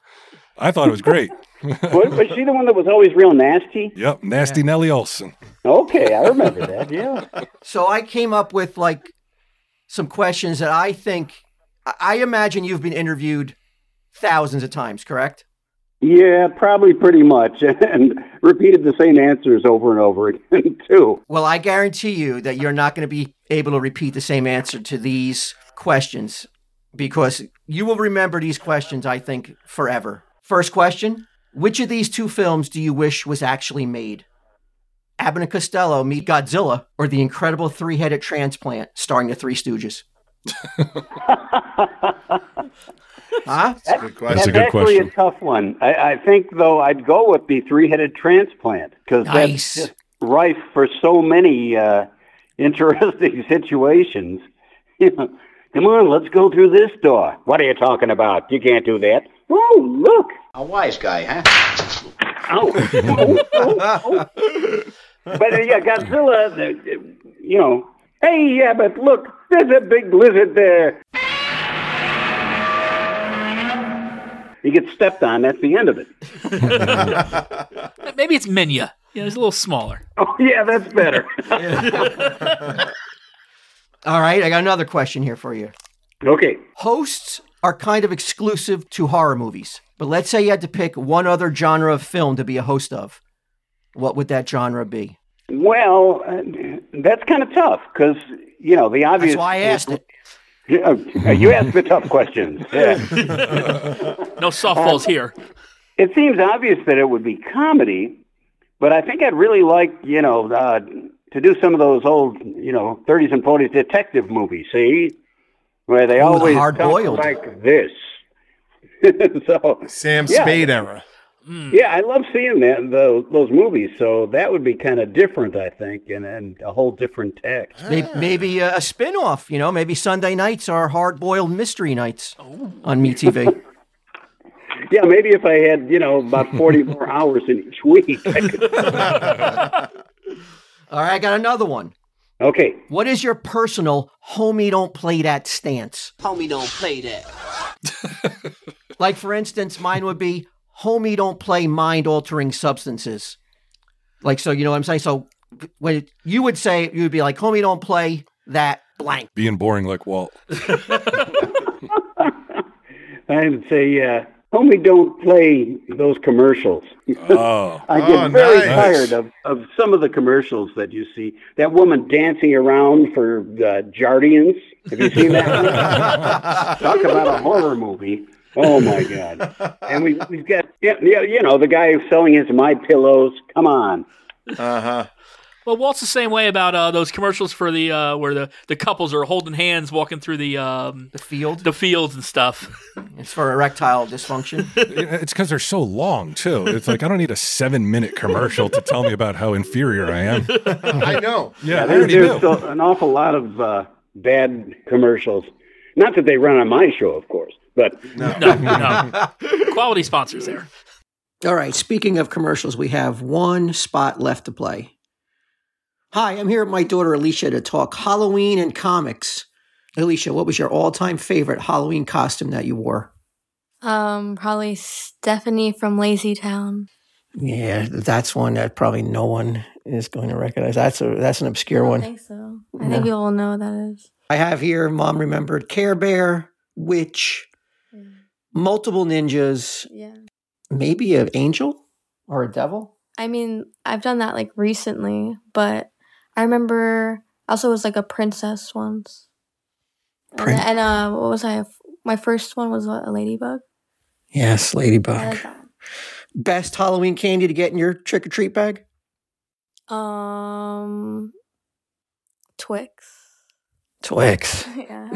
Speaker 3: I thought it was great.
Speaker 8: was, was she the one that was always real nasty?
Speaker 3: Yep. Nasty Nelly Olson.
Speaker 8: Okay, I remember that. Yeah.
Speaker 1: so I came up with like some questions that I think I- I imagine you've been interviewed thousands of times, correct?
Speaker 8: Yeah, probably pretty much. And repeated the same answers over and over again, too.
Speaker 1: Well, I guarantee you that you're not going to be able to repeat the same answer to these questions because you will remember these questions, I think, forever. First question Which of these two films do you wish was actually made? Abbott and Costello meet Godzilla or The Incredible Three Headed Transplant starring the Three Stooges? huh?
Speaker 8: That's,
Speaker 2: good question. That's a
Speaker 3: good
Speaker 8: actually
Speaker 3: question.
Speaker 8: a tough one. I, I think, though, I'd go with the three-headed transplant because
Speaker 1: Nice.
Speaker 8: that's just rife for so many uh, interesting situations. You know, Come on, let's go through this door. What are you talking about? You can't do that. Oh, look.
Speaker 13: A wise guy, huh?
Speaker 8: Oh, oh, oh, oh. But uh, yeah, Godzilla, uh, uh, you know, hey, yeah, but look, there's a big lizard there. You get stepped on, that's the end of it.
Speaker 11: Maybe it's Minya. You know, it's a little smaller.
Speaker 8: Oh, yeah, that's better.
Speaker 1: All right, I got another question here for you.
Speaker 8: Okay.
Speaker 1: Hosts are kind of exclusive to horror movies, but let's say you had to pick one other genre of film to be a host of. What would that genre be?
Speaker 8: Well, uh, that's kind of tough because, you know, the obvious.
Speaker 1: That's why I asked it.
Speaker 8: You, uh, you asked the tough questions. Yeah.
Speaker 11: No softballs here.
Speaker 8: It seems obvious that it would be comedy, but I think I'd really like, you know, uh, to do some of those old, you know, 30s and 40s detective movies, see? Where they
Speaker 1: Ooh, the
Speaker 8: always talk
Speaker 1: hard-boiled.
Speaker 8: like this. so
Speaker 2: Sam
Speaker 8: yeah.
Speaker 2: Spade era.
Speaker 8: Yeah, I love seeing that those, those movies. So that would be kind of different, I think, and, and a whole different text.
Speaker 1: Maybe, maybe a, a spin off, you know, maybe Sunday nights are hard boiled mystery nights on MeTV.
Speaker 8: Yeah, maybe if I had you know about forty more hours in each week. I could...
Speaker 1: All right, I got another one.
Speaker 8: okay,
Speaker 1: What is your personal homie don't play that stance?
Speaker 12: Homie, don't play that.
Speaker 1: Like, for instance, mine would be homie don't play mind altering substances. Like, so, you know what I'm saying? So, when you would say, you would be like, homie don't play that blank.
Speaker 3: Being boring like Walt.
Speaker 8: I would say, uh, homie, don't play those commercials.
Speaker 3: Oh,
Speaker 8: I
Speaker 2: Oh,
Speaker 8: get very
Speaker 2: nice.
Speaker 8: tired of, of some of the commercials that you see. That woman dancing around for uh, Jardians. Have you seen that? one? Talk about a horror movie. Oh my God! And we we've got yeah, yeah, you know the guy who's selling his my pillows. Come on.
Speaker 2: Uh huh.
Speaker 11: Well, Walt's the same way about uh, those commercials for the uh, where the, the couples are holding hands walking through the um,
Speaker 1: The field.
Speaker 11: the fields and stuff.
Speaker 1: It's for erectile dysfunction.
Speaker 3: It's because they're so long, too. It's like, I don't need a seven minute commercial to tell me about how inferior I am.
Speaker 2: I know.
Speaker 3: Yeah, I
Speaker 8: There's,
Speaker 3: already
Speaker 8: there's
Speaker 3: knew.
Speaker 8: still an awful lot of uh, bad commercials. Not that they run on my show, of course, but
Speaker 11: No, no. Quality sponsors there.
Speaker 1: All right. Speaking of commercials, we have one spot left to play. Hi, I'm here with my daughter Alicia to talk Halloween and comics. Alicia, what was your all time favorite Halloween costume that you wore?
Speaker 14: Um, probably Stephanie from Lazy Town.
Speaker 1: Yeah, that's one that probably no one is going to recognize. That's a that's an obscure
Speaker 14: I don't
Speaker 1: one.
Speaker 14: think so. I
Speaker 1: No.
Speaker 14: think you all know what that is.
Speaker 1: I have here mom remembered Care Bear, Witch, multiple ninjas,
Speaker 14: Yeah.
Speaker 1: maybe an angel or a devil.
Speaker 14: I mean, I've done that like recently, but I remember I also was like a princess once.
Speaker 1: Prin-
Speaker 14: And, and uh, what was I? My first one was what, a ladybug.
Speaker 1: Yes,
Speaker 14: I like
Speaker 1: Ladybug.
Speaker 14: that.
Speaker 1: Best Halloween candy to get in your trick or treat bag?
Speaker 14: Um, Twix.
Speaker 1: Twix.
Speaker 14: yeah,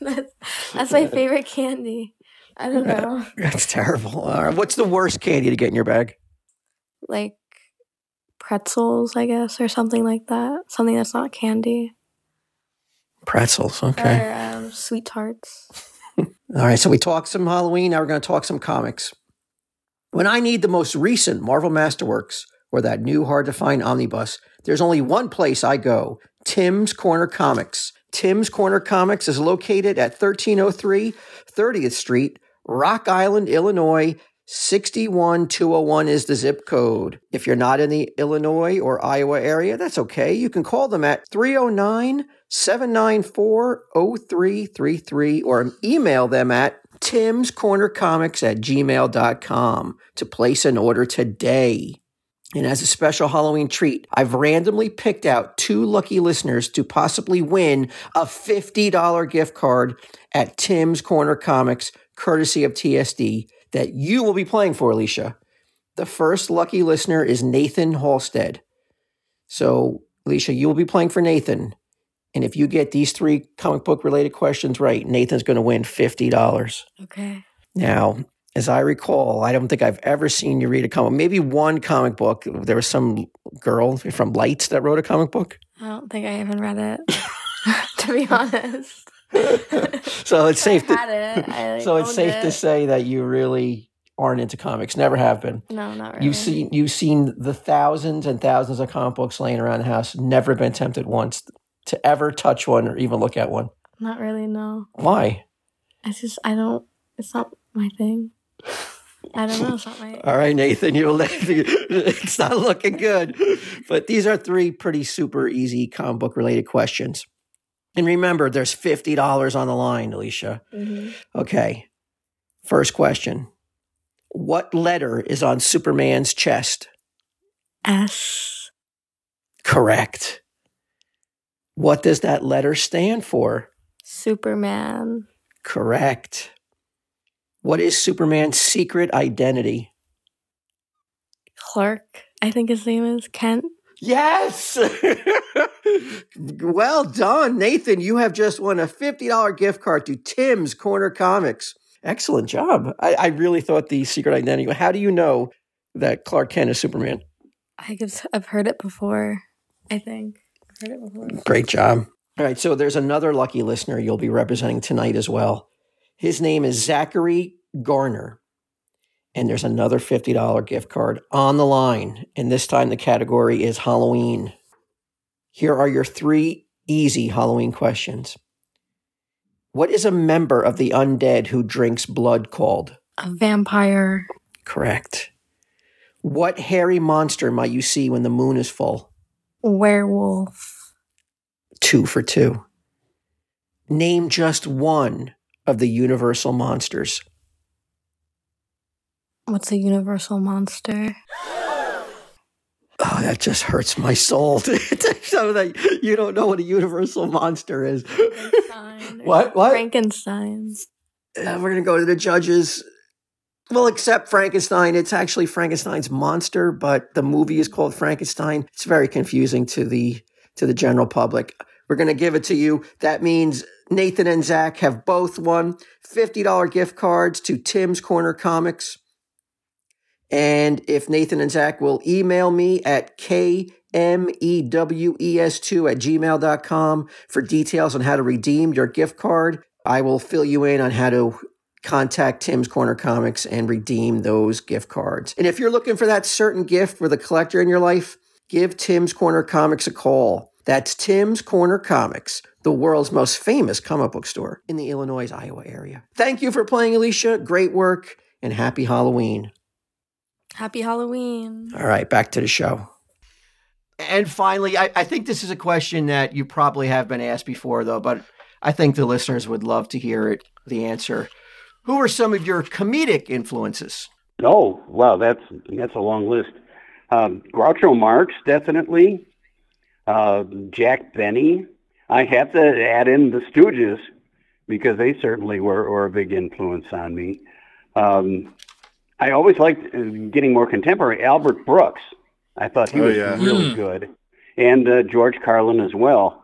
Speaker 14: that's, that's my favorite candy. I don't know,
Speaker 1: That's terrible. All right, What's the worst candy to get in your bag?
Speaker 14: like pretzels, I guess, or something like that. Something that's not candy.
Speaker 1: Pretzels. Okay.
Speaker 14: Or um, sweet tarts.
Speaker 1: All right. So we talked some Halloween. Now we're going to talk some comics. When I need the most recent Marvel Masterworks or that new hard to find omnibus, there's only one place I go Tim's Corner Comics. Tim's Corner Comics is located at 1303 30th Street, Rock Island, Illinois. 61201 is the zip code. If you're not in the Illinois or Iowa area, that's okay. You can call them at 309 794 0333 or email them at Tim's Corner Comics at gmail.com to place an order today. And as a special Halloween treat, I've randomly picked out two lucky listeners to possibly win a $50 gift card at Tim's Corner Comics, courtesy of TSD, that you will be playing for, Alicia. The first lucky listener is Nathan Halstead. So, Alicia, you will be playing for Nathan. And if you get these three comic book related questions right, Nathan's going to win $50.
Speaker 14: Okay.
Speaker 1: Now, as I recall, I don't think I've ever seen you read a comic. Maybe one comic book. There was some girl from Lights that wrote a comic book.
Speaker 14: I don't think I even read it, to be honest.
Speaker 1: So it's safe
Speaker 14: I
Speaker 1: to
Speaker 14: had it. Oh, I, like,
Speaker 1: so it's
Speaker 14: owned
Speaker 1: safe
Speaker 14: it.
Speaker 1: to say that you really aren't into comics, never have been.
Speaker 14: No, not really.
Speaker 1: You've seen you've seen the thousands and thousands of comic books laying around the house, never been tempted once to ever touch one or even look at one.
Speaker 14: Not really. No.
Speaker 1: Why?
Speaker 14: I just I don't. It's not my thing. I don't know. It's not my.
Speaker 1: All right, Nathan, you're laughing. It's not looking good. But these are three pretty super easy comic book related questions. And remember, there's $50 on the line, Alicia.
Speaker 14: Mhm.
Speaker 1: Okay. First question What letter is on Superman's chest?
Speaker 14: S.
Speaker 1: Correct. What does that letter stand for?
Speaker 14: Superman.
Speaker 1: Correct. What is Superman's secret identity?
Speaker 14: Clark. I think his name is Kent.
Speaker 1: Yes. well done, Nathan. You have just won a $50 gift card to Tim's Corner Comics. Excellent job. I, I really thought the secret identity. How do you know that Clark Kent is Superman?
Speaker 14: I could, I've heard it before. I think. I've heard it before.
Speaker 1: Great job. All right. So there's another lucky listener you'll be representing tonight as well. His name is Zachary Garner. And there's another $50 gift card on the line. And this time the category is Halloween. Here are your three easy Halloween questions. What is a member of the undead who drinks blood called?
Speaker 14: A vampire.
Speaker 1: Correct. What hairy monster might you see when the moon is full?
Speaker 14: Werewolf.
Speaker 1: two for two. Name just one of the universal monsters.
Speaker 14: What's a universal monster?
Speaker 1: Oh, that just hurts my soul to, to show that you don't know what a universal monster is. what? What?
Speaker 14: Frankenstein.
Speaker 1: Uh, we're going to go to the judges. Well, except Frankenstein. It's actually Frankenstein's monster, but the movie is called Frankenstein. It's very confusing to the to the general public. We're going to give it to you. That means Nathan and Zach have both won $50 gift cards to Tim's Corner Comics. And if Nathan and Zach will email me at E kmews2 at gmail.com for details on how to redeem your gift card, I will fill you in on how to contact Tim's Corner Comics and redeem those gift cards. And if you're looking for that certain gift with a collector in your life, give Tim's Corner Comics a call. That's Tim's Corner Comics, the world's most famous comic book store in the Illinois, Iowa area. Thank you for playing, Alicia. Great work and happy Halloween.
Speaker 14: Happy Halloween.
Speaker 1: All right, back to the show. And finally, I, I think this is a question that you probably have been asked before, though, but I think the listeners would love to hear it, the answer. Who are some of your comedic influences?
Speaker 8: Oh wow, that's that's a long list. Um, Groucho Marx definitely. Uh, Jack Benny. I have to add in the Stooges because they certainly were, were a big influence on me. Um, I always liked uh, getting more contemporary. Albert Brooks. I thought he
Speaker 2: Oh,
Speaker 8: was
Speaker 2: yeah.
Speaker 8: really
Speaker 2: Hmm.
Speaker 8: good, and uh, George Carlin as well.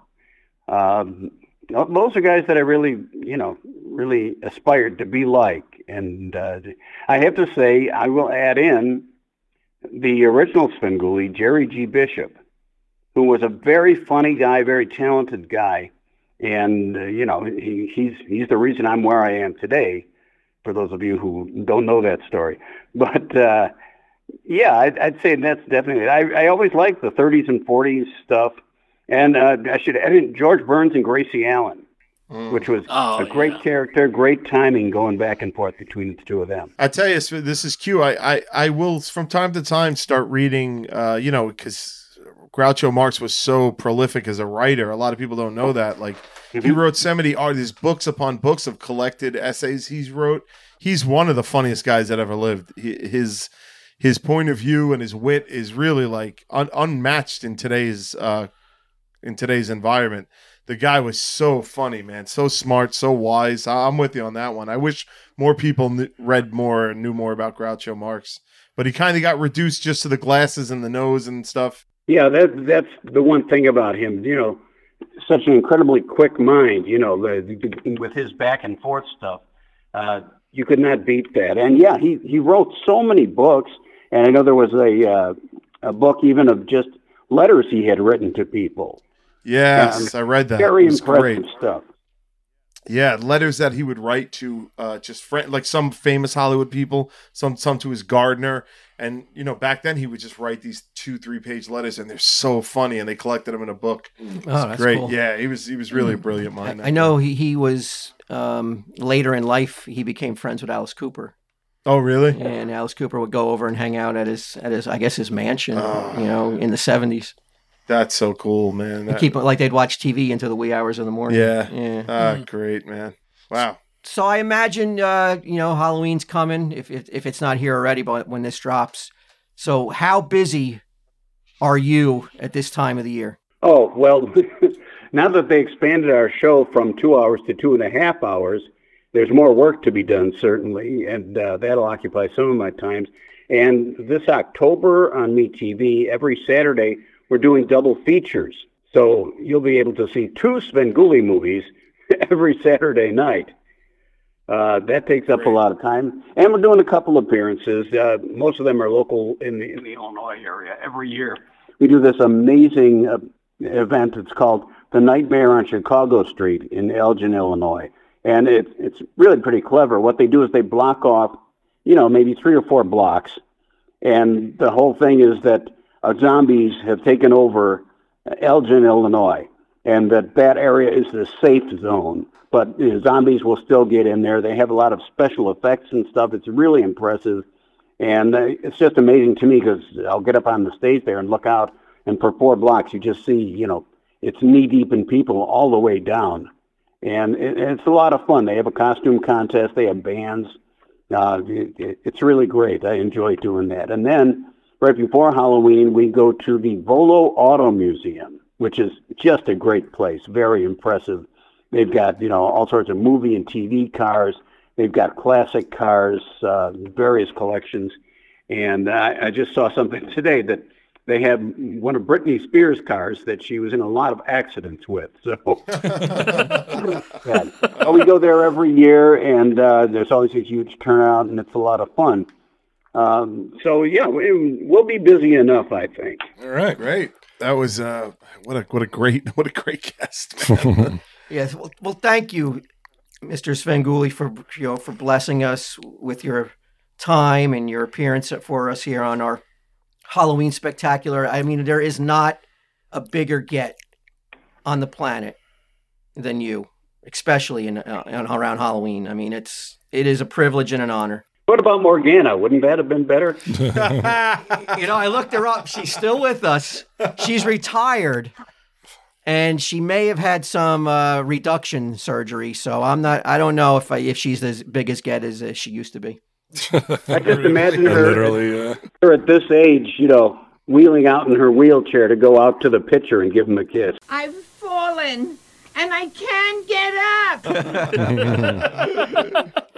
Speaker 8: Um, those are guys that I really, you know, really aspired to be like. And uh, I have to say, I will add in the original Spenguli, Jerry G. Bishop, who was a very funny guy, very talented guy, and uh, you know he, he's he's the reason I'm where I am today. For those of you who don't know that story, but uh, yeah, I'd, I'd say that's definitely. I I always liked the 30s and 40s stuff, and uh, I should add in George Burns and Gracie Allen, which was
Speaker 2: Oh,
Speaker 8: a great character, great timing going back and forth between the two of them.
Speaker 2: I tell you, so this is Q. I, I, I will from time to time start reading, uh, you know, because Groucho Marx was so prolific as a writer. A lot of people don't know that. Like, he wrote so many are these books upon books of collected essays he's wrote. He's one of the funniest guys that ever lived. He, his his point of view and his wit is really like un- unmatched in today's uh, in today's environment. The guy was so funny, man. So smart, so wise. I- I'm with you on that one. I wish more people kn- read more and knew more about Groucho Marx, but he kind of got reduced just to the glasses and the nose and stuff.
Speaker 8: Yeah, that that's the one thing about him. You know, such an incredibly quick mind. You know, the, the, with his back and forth stuff, uh, you could not beat that. And yeah, he he wrote so many books. And I know there was a uh, a book even of just letters he had written to people.
Speaker 2: Yes,
Speaker 8: Um,
Speaker 2: I read that.
Speaker 8: Very
Speaker 2: It was
Speaker 8: impressive
Speaker 2: great.
Speaker 8: stuff.
Speaker 2: Yeah, letters that he would write to uh, just friend, like some famous Hollywood people, some some to his gardener, and you know back then he would just write these two three page letters, and they're so funny, and they collected them in a book. It's
Speaker 1: Oh, that's
Speaker 2: great.
Speaker 1: cool.
Speaker 2: Yeah, he was he was really a brilliant mind.
Speaker 1: I, I know he, he was um, later in life he became friends with Alice Cooper.
Speaker 2: Oh, really?
Speaker 1: And Alice Cooper would go over and hang out at his at his I guess his mansion, you know, in the seventies.
Speaker 2: That's so cool, man. That-
Speaker 1: Keep like they'd watch TV into the wee hours of the morning.
Speaker 2: Yeah.
Speaker 1: yeah.
Speaker 2: Ah, great, man. Wow.
Speaker 1: So I imagine uh, you know Halloween's coming if, if if it's not here already, but when this drops. So how busy are you at this time of the year?
Speaker 8: Oh, well, now that they expanded our show from two hours to two and a half hours, there's more work to be done, certainly, and uh, that'll occupy some of my times. And this October on MeTV, every Saturday, we're doing double features. So you'll be able to see two Svengoolie movies every Saturday night. Uh, that takes up a lot of time. And we're doing a couple appearances. Uh, most of them are local in the, in the Illinois area every year. We do this amazing uh, event. It's called The Nightmare on Chicago Street in Elgin, Illinois. And it, it's really pretty clever. What they do is they block off, you know, maybe three or four blocks. And the whole thing is that uh, zombies have taken over Elgin, Illinois, and that that area is the safe zone. But you know, zombies will still get in there. They have a lot of special effects and stuff. It's really impressive. And uh, it's just amazing to me because I'll get up on the stage there and look out, and for four blocks, you just see, you know, it's knee deep in people all the way down. And it, it's a lot of fun. They have a costume contest, they have bands. Uh, it, it, it's really great. I enjoy doing that. And then right before Halloween, we go to the Volo Auto Museum, which is just a great place, very impressive. They've got, you know, all sorts of movie and TV cars. They've got classic cars, uh, various collections. And I, I just saw something today that they have one of Britney Spears' cars that she was in a lot of accidents with. So Yeah. Well, we go there every year, and uh, there's always a huge turnout, and it's a lot of fun. Um, so yeah, we, we'll be busy enough, I think.
Speaker 2: All right, great. That was uh, what a what a great what a great guest.
Speaker 1: Yes. Well, well thank you, Mr. Svengoolie, for you know for blessing us with your time and your appearance for us here on our Halloween spectacular. I mean, there is not a bigger get on the planet than you, especially in uh, around Halloween. I mean, it's it is a privilege and an honor.
Speaker 8: What about Morgana? Wouldn't that have been better?
Speaker 1: you know, I looked her up. She's still with us. She's retired, and she may have had some uh, reduction surgery. So I'm not. I don't know if I, if she's as big as get as uh, she used to be.
Speaker 8: I just imagine her,
Speaker 3: Literally, uh,
Speaker 8: her at this age, you know, wheeling out in her wheelchair to go out to the pitcher and give him a kiss.
Speaker 15: I've fallen and I can't get up.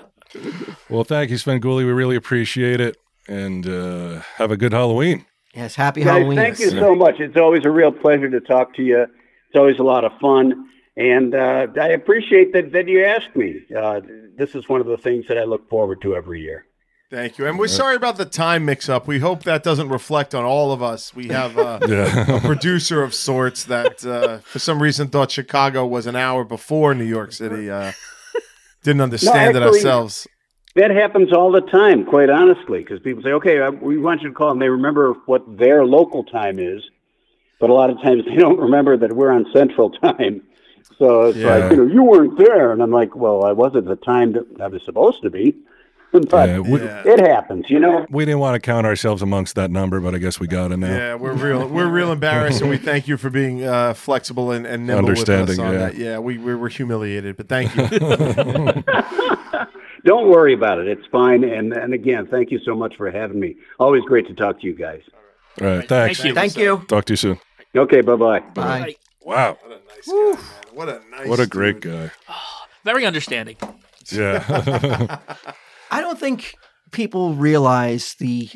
Speaker 3: well, thank you, Spenguli. We really appreciate it, and uh, have a good Halloween.
Speaker 1: Yes, happy
Speaker 8: Guys, Thank you so much. It's always a real pleasure to talk to you. It's always a lot of fun. And uh, I appreciate that, that you asked me. Uh, this is one of the things that I look forward to every year.
Speaker 2: Thank you, and we're sorry about the time mix-up. We hope that doesn't reflect on all of us. We have uh,
Speaker 3: Yeah.
Speaker 2: a producer of sorts that, uh, for some reason, thought Chicago was an hour before New York City. Uh, didn't understand it
Speaker 8: actually-
Speaker 2: ourselves.
Speaker 8: That happens all the time, quite honestly, because people say, okay, uh, we want you to call, and they remember what their local time is. But a lot of times they don't remember that we're on Central Time. So it's
Speaker 3: Yeah.
Speaker 8: like, you know, you weren't there. And I'm like, well, I was at the time that I was supposed to be. But
Speaker 3: Yeah, we-
Speaker 8: it happens, you know?
Speaker 3: We didn't want to count ourselves amongst that number, but I guess we got it now.
Speaker 2: Yeah, we're real. We're real embarrassed, and we thank you for being uh, flexible and, and nimble with us
Speaker 3: Understanding,
Speaker 2: on
Speaker 3: yeah.
Speaker 2: that. Yeah, we, we were humiliated, but thank you.
Speaker 8: Don't worry about it. It's fine. And, and again, thank you so much for having me. Always great to talk to you guys.
Speaker 3: All right, thanks.
Speaker 1: you. Thank you.
Speaker 3: Talk to you soon.
Speaker 8: Okay, bye-bye.
Speaker 1: Bye.
Speaker 3: Wow,
Speaker 2: what a nice,
Speaker 3: what a great guy.
Speaker 11: Very understanding.
Speaker 3: Yeah.
Speaker 1: I don't think people realize the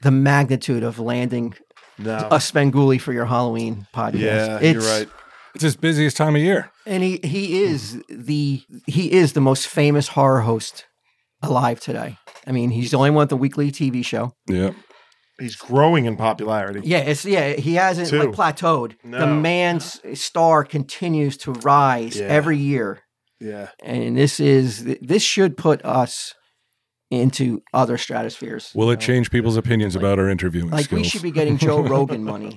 Speaker 1: the magnitude of landing
Speaker 2: no.
Speaker 1: a Spenguli for your Halloween podcast. It's-
Speaker 3: It's his busiest time of year.
Speaker 1: And he he is the he is the most famous horror host alive today. I mean, he's the only one with a weekly TV show.
Speaker 3: Yeah.
Speaker 2: He's growing in popularity.
Speaker 1: Yeah, it's yeah, he hasn't like
Speaker 2: Two.
Speaker 1: plateaued. The
Speaker 2: No.
Speaker 1: man's star continues to rise
Speaker 2: Yeah.
Speaker 1: every year.
Speaker 2: Yeah.
Speaker 1: And this is this should put us into other stratospheres.
Speaker 3: Will it change people's opinions about our interviewing
Speaker 1: Like
Speaker 3: skills?
Speaker 1: we should be getting Joe Rogan money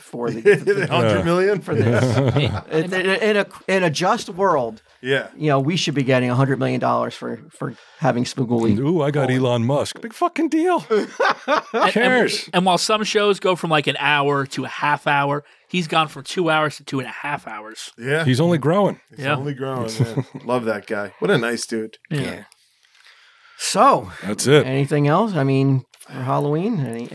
Speaker 1: for the, for the-
Speaker 3: $100 million?
Speaker 1: for this. in, in- in a in a just world,
Speaker 2: Yeah.
Speaker 1: you know, we should be getting hundred million dollars for for having
Speaker 2: Mm-hmm.
Speaker 1: Spigoolie.
Speaker 3: Ooh, I got Elon Musk. Big fucking deal.
Speaker 11: And-
Speaker 3: cares?
Speaker 11: And, and while some shows go from like an hour to a half hour, he's gone from two hours to two and a half hours.
Speaker 2: Yeah.
Speaker 3: He's only growing.
Speaker 2: He's only growing. man. Love that guy. What a nice dude.
Speaker 11: Yeah. Yeah.
Speaker 1: So
Speaker 3: that's it.
Speaker 1: Anything else? I mean, for Halloween. Any,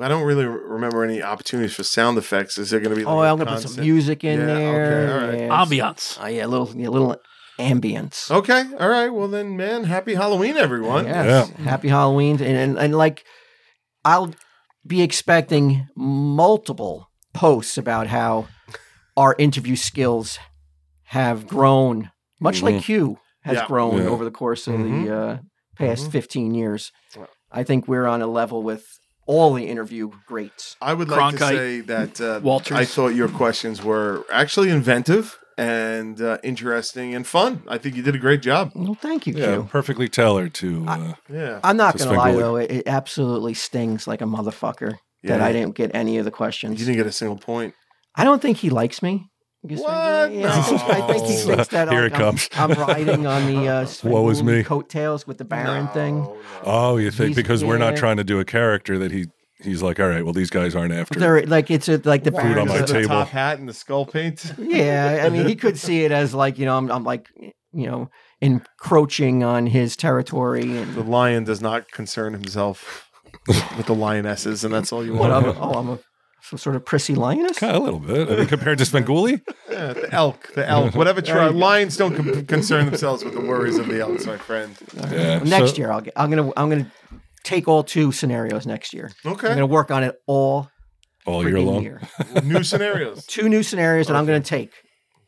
Speaker 2: I don't really re- remember any opportunities for sound effects. Is there going to be? Like
Speaker 1: oh,
Speaker 2: a
Speaker 1: I'm gonna put some
Speaker 2: constant-
Speaker 1: music in
Speaker 2: Yeah,
Speaker 1: there.
Speaker 2: Okay, all right.
Speaker 11: Ambiance.
Speaker 1: Oh yeah, a little, yeah, a little ambience.
Speaker 2: Okay, all right. Well then, man, happy Halloween, everyone.
Speaker 1: Yes. Happy Halloween. And, and and like I'll be expecting multiple posts about how our interview skills have grown,
Speaker 3: Mhm.
Speaker 1: much
Speaker 2: Mm-hmm.
Speaker 1: like you has
Speaker 3: Yeah.
Speaker 1: grown
Speaker 3: Yeah.
Speaker 1: over the course of
Speaker 3: Mhm.
Speaker 1: the uh, past
Speaker 2: Mhm.
Speaker 1: 15 years. I think we're on a level with all the interview greats.
Speaker 2: I would like to say that uh,
Speaker 1: Walters.
Speaker 2: I thought your questions were actually inventive and uh, interesting and fun. I think you did a great job.
Speaker 1: Well, thank you,
Speaker 3: Yeah,
Speaker 1: Q.
Speaker 3: perfectly tailored to. Uh,
Speaker 2: Yeah.
Speaker 1: I'm not
Speaker 3: to
Speaker 1: going to lie,
Speaker 3: Spengler.
Speaker 1: though. It, it absolutely stings like a motherfucker that
Speaker 2: Yeah.
Speaker 1: I didn't get any of the questions.
Speaker 2: You didn't get a single point.
Speaker 1: I don't think he likes me. What? Yeah, I, think, I think he
Speaker 3: No.
Speaker 1: thinks that
Speaker 3: Here
Speaker 1: I'm,
Speaker 3: it comes.
Speaker 1: I'm, I'm riding on the uh,
Speaker 3: Woe is
Speaker 1: Spengler
Speaker 3: me.
Speaker 1: coattails with the Baron thing. Uh,
Speaker 3: Oh, you think
Speaker 1: He's-
Speaker 3: because we're not
Speaker 1: yeah.
Speaker 3: trying to do a character that he he's like, all right, well, these guys aren't after.
Speaker 1: They're like it's a, like the
Speaker 3: Food on
Speaker 1: Baron's
Speaker 3: my
Speaker 1: a-
Speaker 3: table.
Speaker 2: Top hat and the skull paint.
Speaker 1: Yeah, I mean, he could see it as like you know, I'm, I'm like you know, encroaching on his territory
Speaker 2: The
Speaker 1: and
Speaker 2: lion does not concern himself with the lionesses, and that's all you
Speaker 1: what?
Speaker 2: want.
Speaker 1: I'm, oh, I'm a some sort of prissy lioness.
Speaker 3: Kind of a little bit. I mean, compared to Spenguli?
Speaker 2: Yeah, the elk, the elk, whatever.
Speaker 1: There
Speaker 2: Tri-
Speaker 1: you go.
Speaker 2: lions don't con- concern themselves with the worries of the elks, my friend.
Speaker 3: Yeah,
Speaker 1: next
Speaker 3: so-
Speaker 1: year, I'll get. I'm gonna I'm gonna take all two scenarios next year.
Speaker 2: Okay.
Speaker 1: I'm gonna work on it all
Speaker 3: All year
Speaker 1: freaking
Speaker 3: long.
Speaker 2: New scenarios.
Speaker 1: Two new scenarios that I'm gonna take.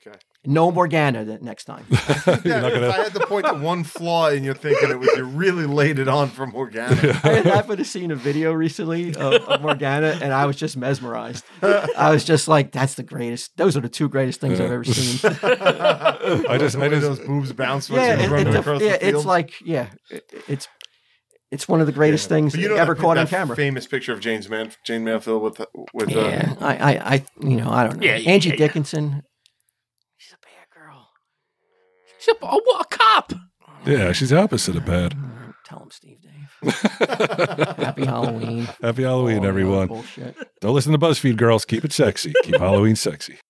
Speaker 2: Okay.
Speaker 1: No Morgana the next time.
Speaker 2: Yeah, if I had to point to one flaw in your thinking, it was you really laid it on from Morgana.
Speaker 1: I happened to seen a video recently of, of Morgana, and I was just mesmerized. I was just like, "That's the greatest. Those are the two greatest things I've
Speaker 3: Yeah.
Speaker 1: ever seen."
Speaker 3: I just,
Speaker 2: the
Speaker 3: I
Speaker 2: way
Speaker 3: just,
Speaker 2: those boobs bounce when
Speaker 1: yeah,
Speaker 2: she's
Speaker 1: it-
Speaker 2: running
Speaker 1: it's, a-
Speaker 2: across
Speaker 1: yeah,
Speaker 2: the field.
Speaker 1: it's like, yeah, it- it's it's one of the greatest things
Speaker 2: But you know
Speaker 1: ever
Speaker 2: that-
Speaker 1: caught on
Speaker 2: that
Speaker 1: camera.
Speaker 2: Famous picture of James Man, Jane Manfield with with
Speaker 1: yeah,
Speaker 2: uh,
Speaker 1: I, I, I, you know, I don't know.
Speaker 11: Yeah, yeah,
Speaker 1: Angie
Speaker 11: yeah, yeah.
Speaker 1: Dickinson.
Speaker 11: She's a, a, a cop.
Speaker 3: yeah, she's opposite of bad.
Speaker 1: Tell him, Steve Dave. Happy Halloween.
Speaker 3: Happy Halloween,
Speaker 1: All that
Speaker 3: everyone.
Speaker 1: bullshit.
Speaker 3: Don't listen to BuzzFeed, girls. Keep it sexy. Keep Halloween sexy.
Speaker 8: Oh,